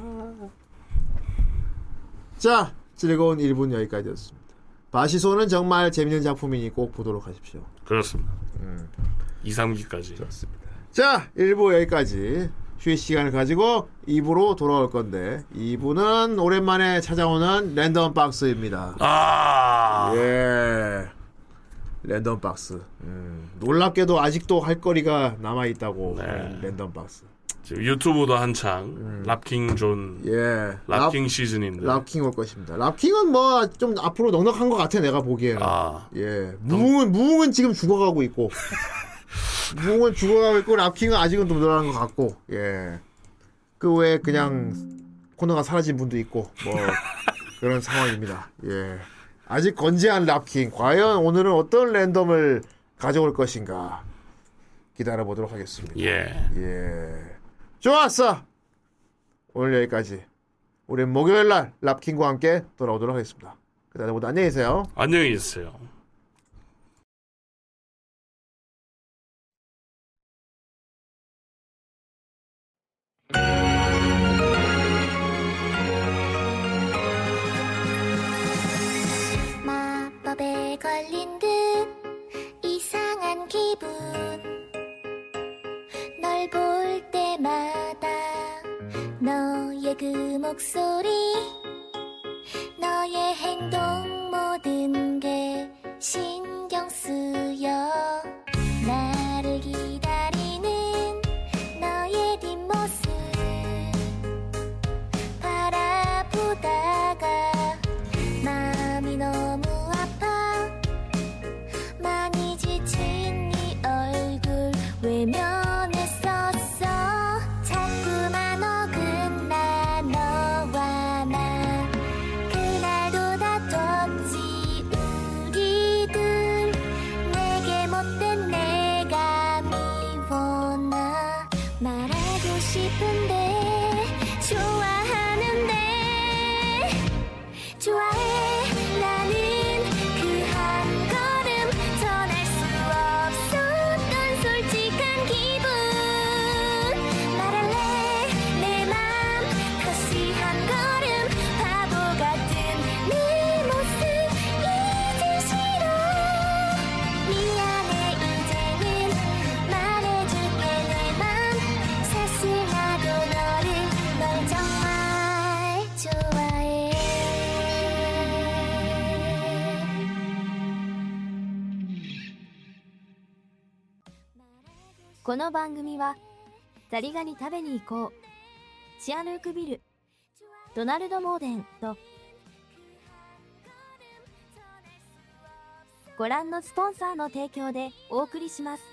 Speaker 6: 자 즐거운 1분 여기까지였습니다. 바시소는 정말 재밌는 작품이니 꼭 보도록 하십시오.
Speaker 7: 그렇습니다.
Speaker 6: 음.
Speaker 7: 2, 3기까지.
Speaker 6: 자, 1부 여기까지. 휴식 시간을 가지고 2부로 돌아올 건데 2부는 오랜만에 찾아오는 랜덤 박스입니다.
Speaker 7: 아.
Speaker 6: 예. 랜덤 박스. 음, 놀랍게도 아직도 할 거리가 남아 있다고 하는 랜덤 박스.
Speaker 7: 지금 유튜브도 한창 랍킹 존
Speaker 6: 예. 음. 랍-
Speaker 7: 랍킹 시즌인데
Speaker 6: 랍킹 올 것입니다. 랍킹은 뭐 좀 앞으로 넉넉한 것 같아 내가 보기에는.
Speaker 7: 아
Speaker 6: 예. 무웅은 무웅은 지금 죽어가고 있고. 무웅은 죽어가고 있고 랍킹은 아직은 좀 늘어난 것 같고. 예. 그 외에 그냥 코너가 사라진 분도 있고 뭐 그런 상황입니다. 예. 아직 건재한 랍킹. 과연 오늘은 어떤 랜덤을 가져올 것인가 기다려 보도록 하겠습니다.
Speaker 7: 예.
Speaker 6: 예. 좋았어. 오늘 여기까지. 우린 목요일 날 랍킹과 함께 돌아오도록 하겠습니다. 그다음에 모두 안녕히 계세요.
Speaker 7: 안녕히 계세요.
Speaker 4: 마법에 걸린 듯 이상한 기분 널 볼 때마다 너의 그 목소리 너의 행동 모든 게 신경 쓰여 나를 기다리는 너의 뒷모습 바라보다가 마음이 너무 아파 많이 지친 네 얼굴 외면했었어 자꾸만 어긋나 너와 나 그날도 다퉜지 우리들 내게 못된 내가 미워 나 말하고 싶은데 좋아하는데 좋아해 나는 그 한 걸음 전할 수 없었던 솔직한 기분 말할래 내 맘 다시 한 걸음 바보 같은 내 모습 이제 싫어 미안해 이제는 말해줄게 내 맘 사실 나도 너를 널 정말 좋아해
Speaker 3: この番組はザリガニ食べに行こうシアヌークビルドナルド・モーデンとご覧のスポンサーの提供でお送りします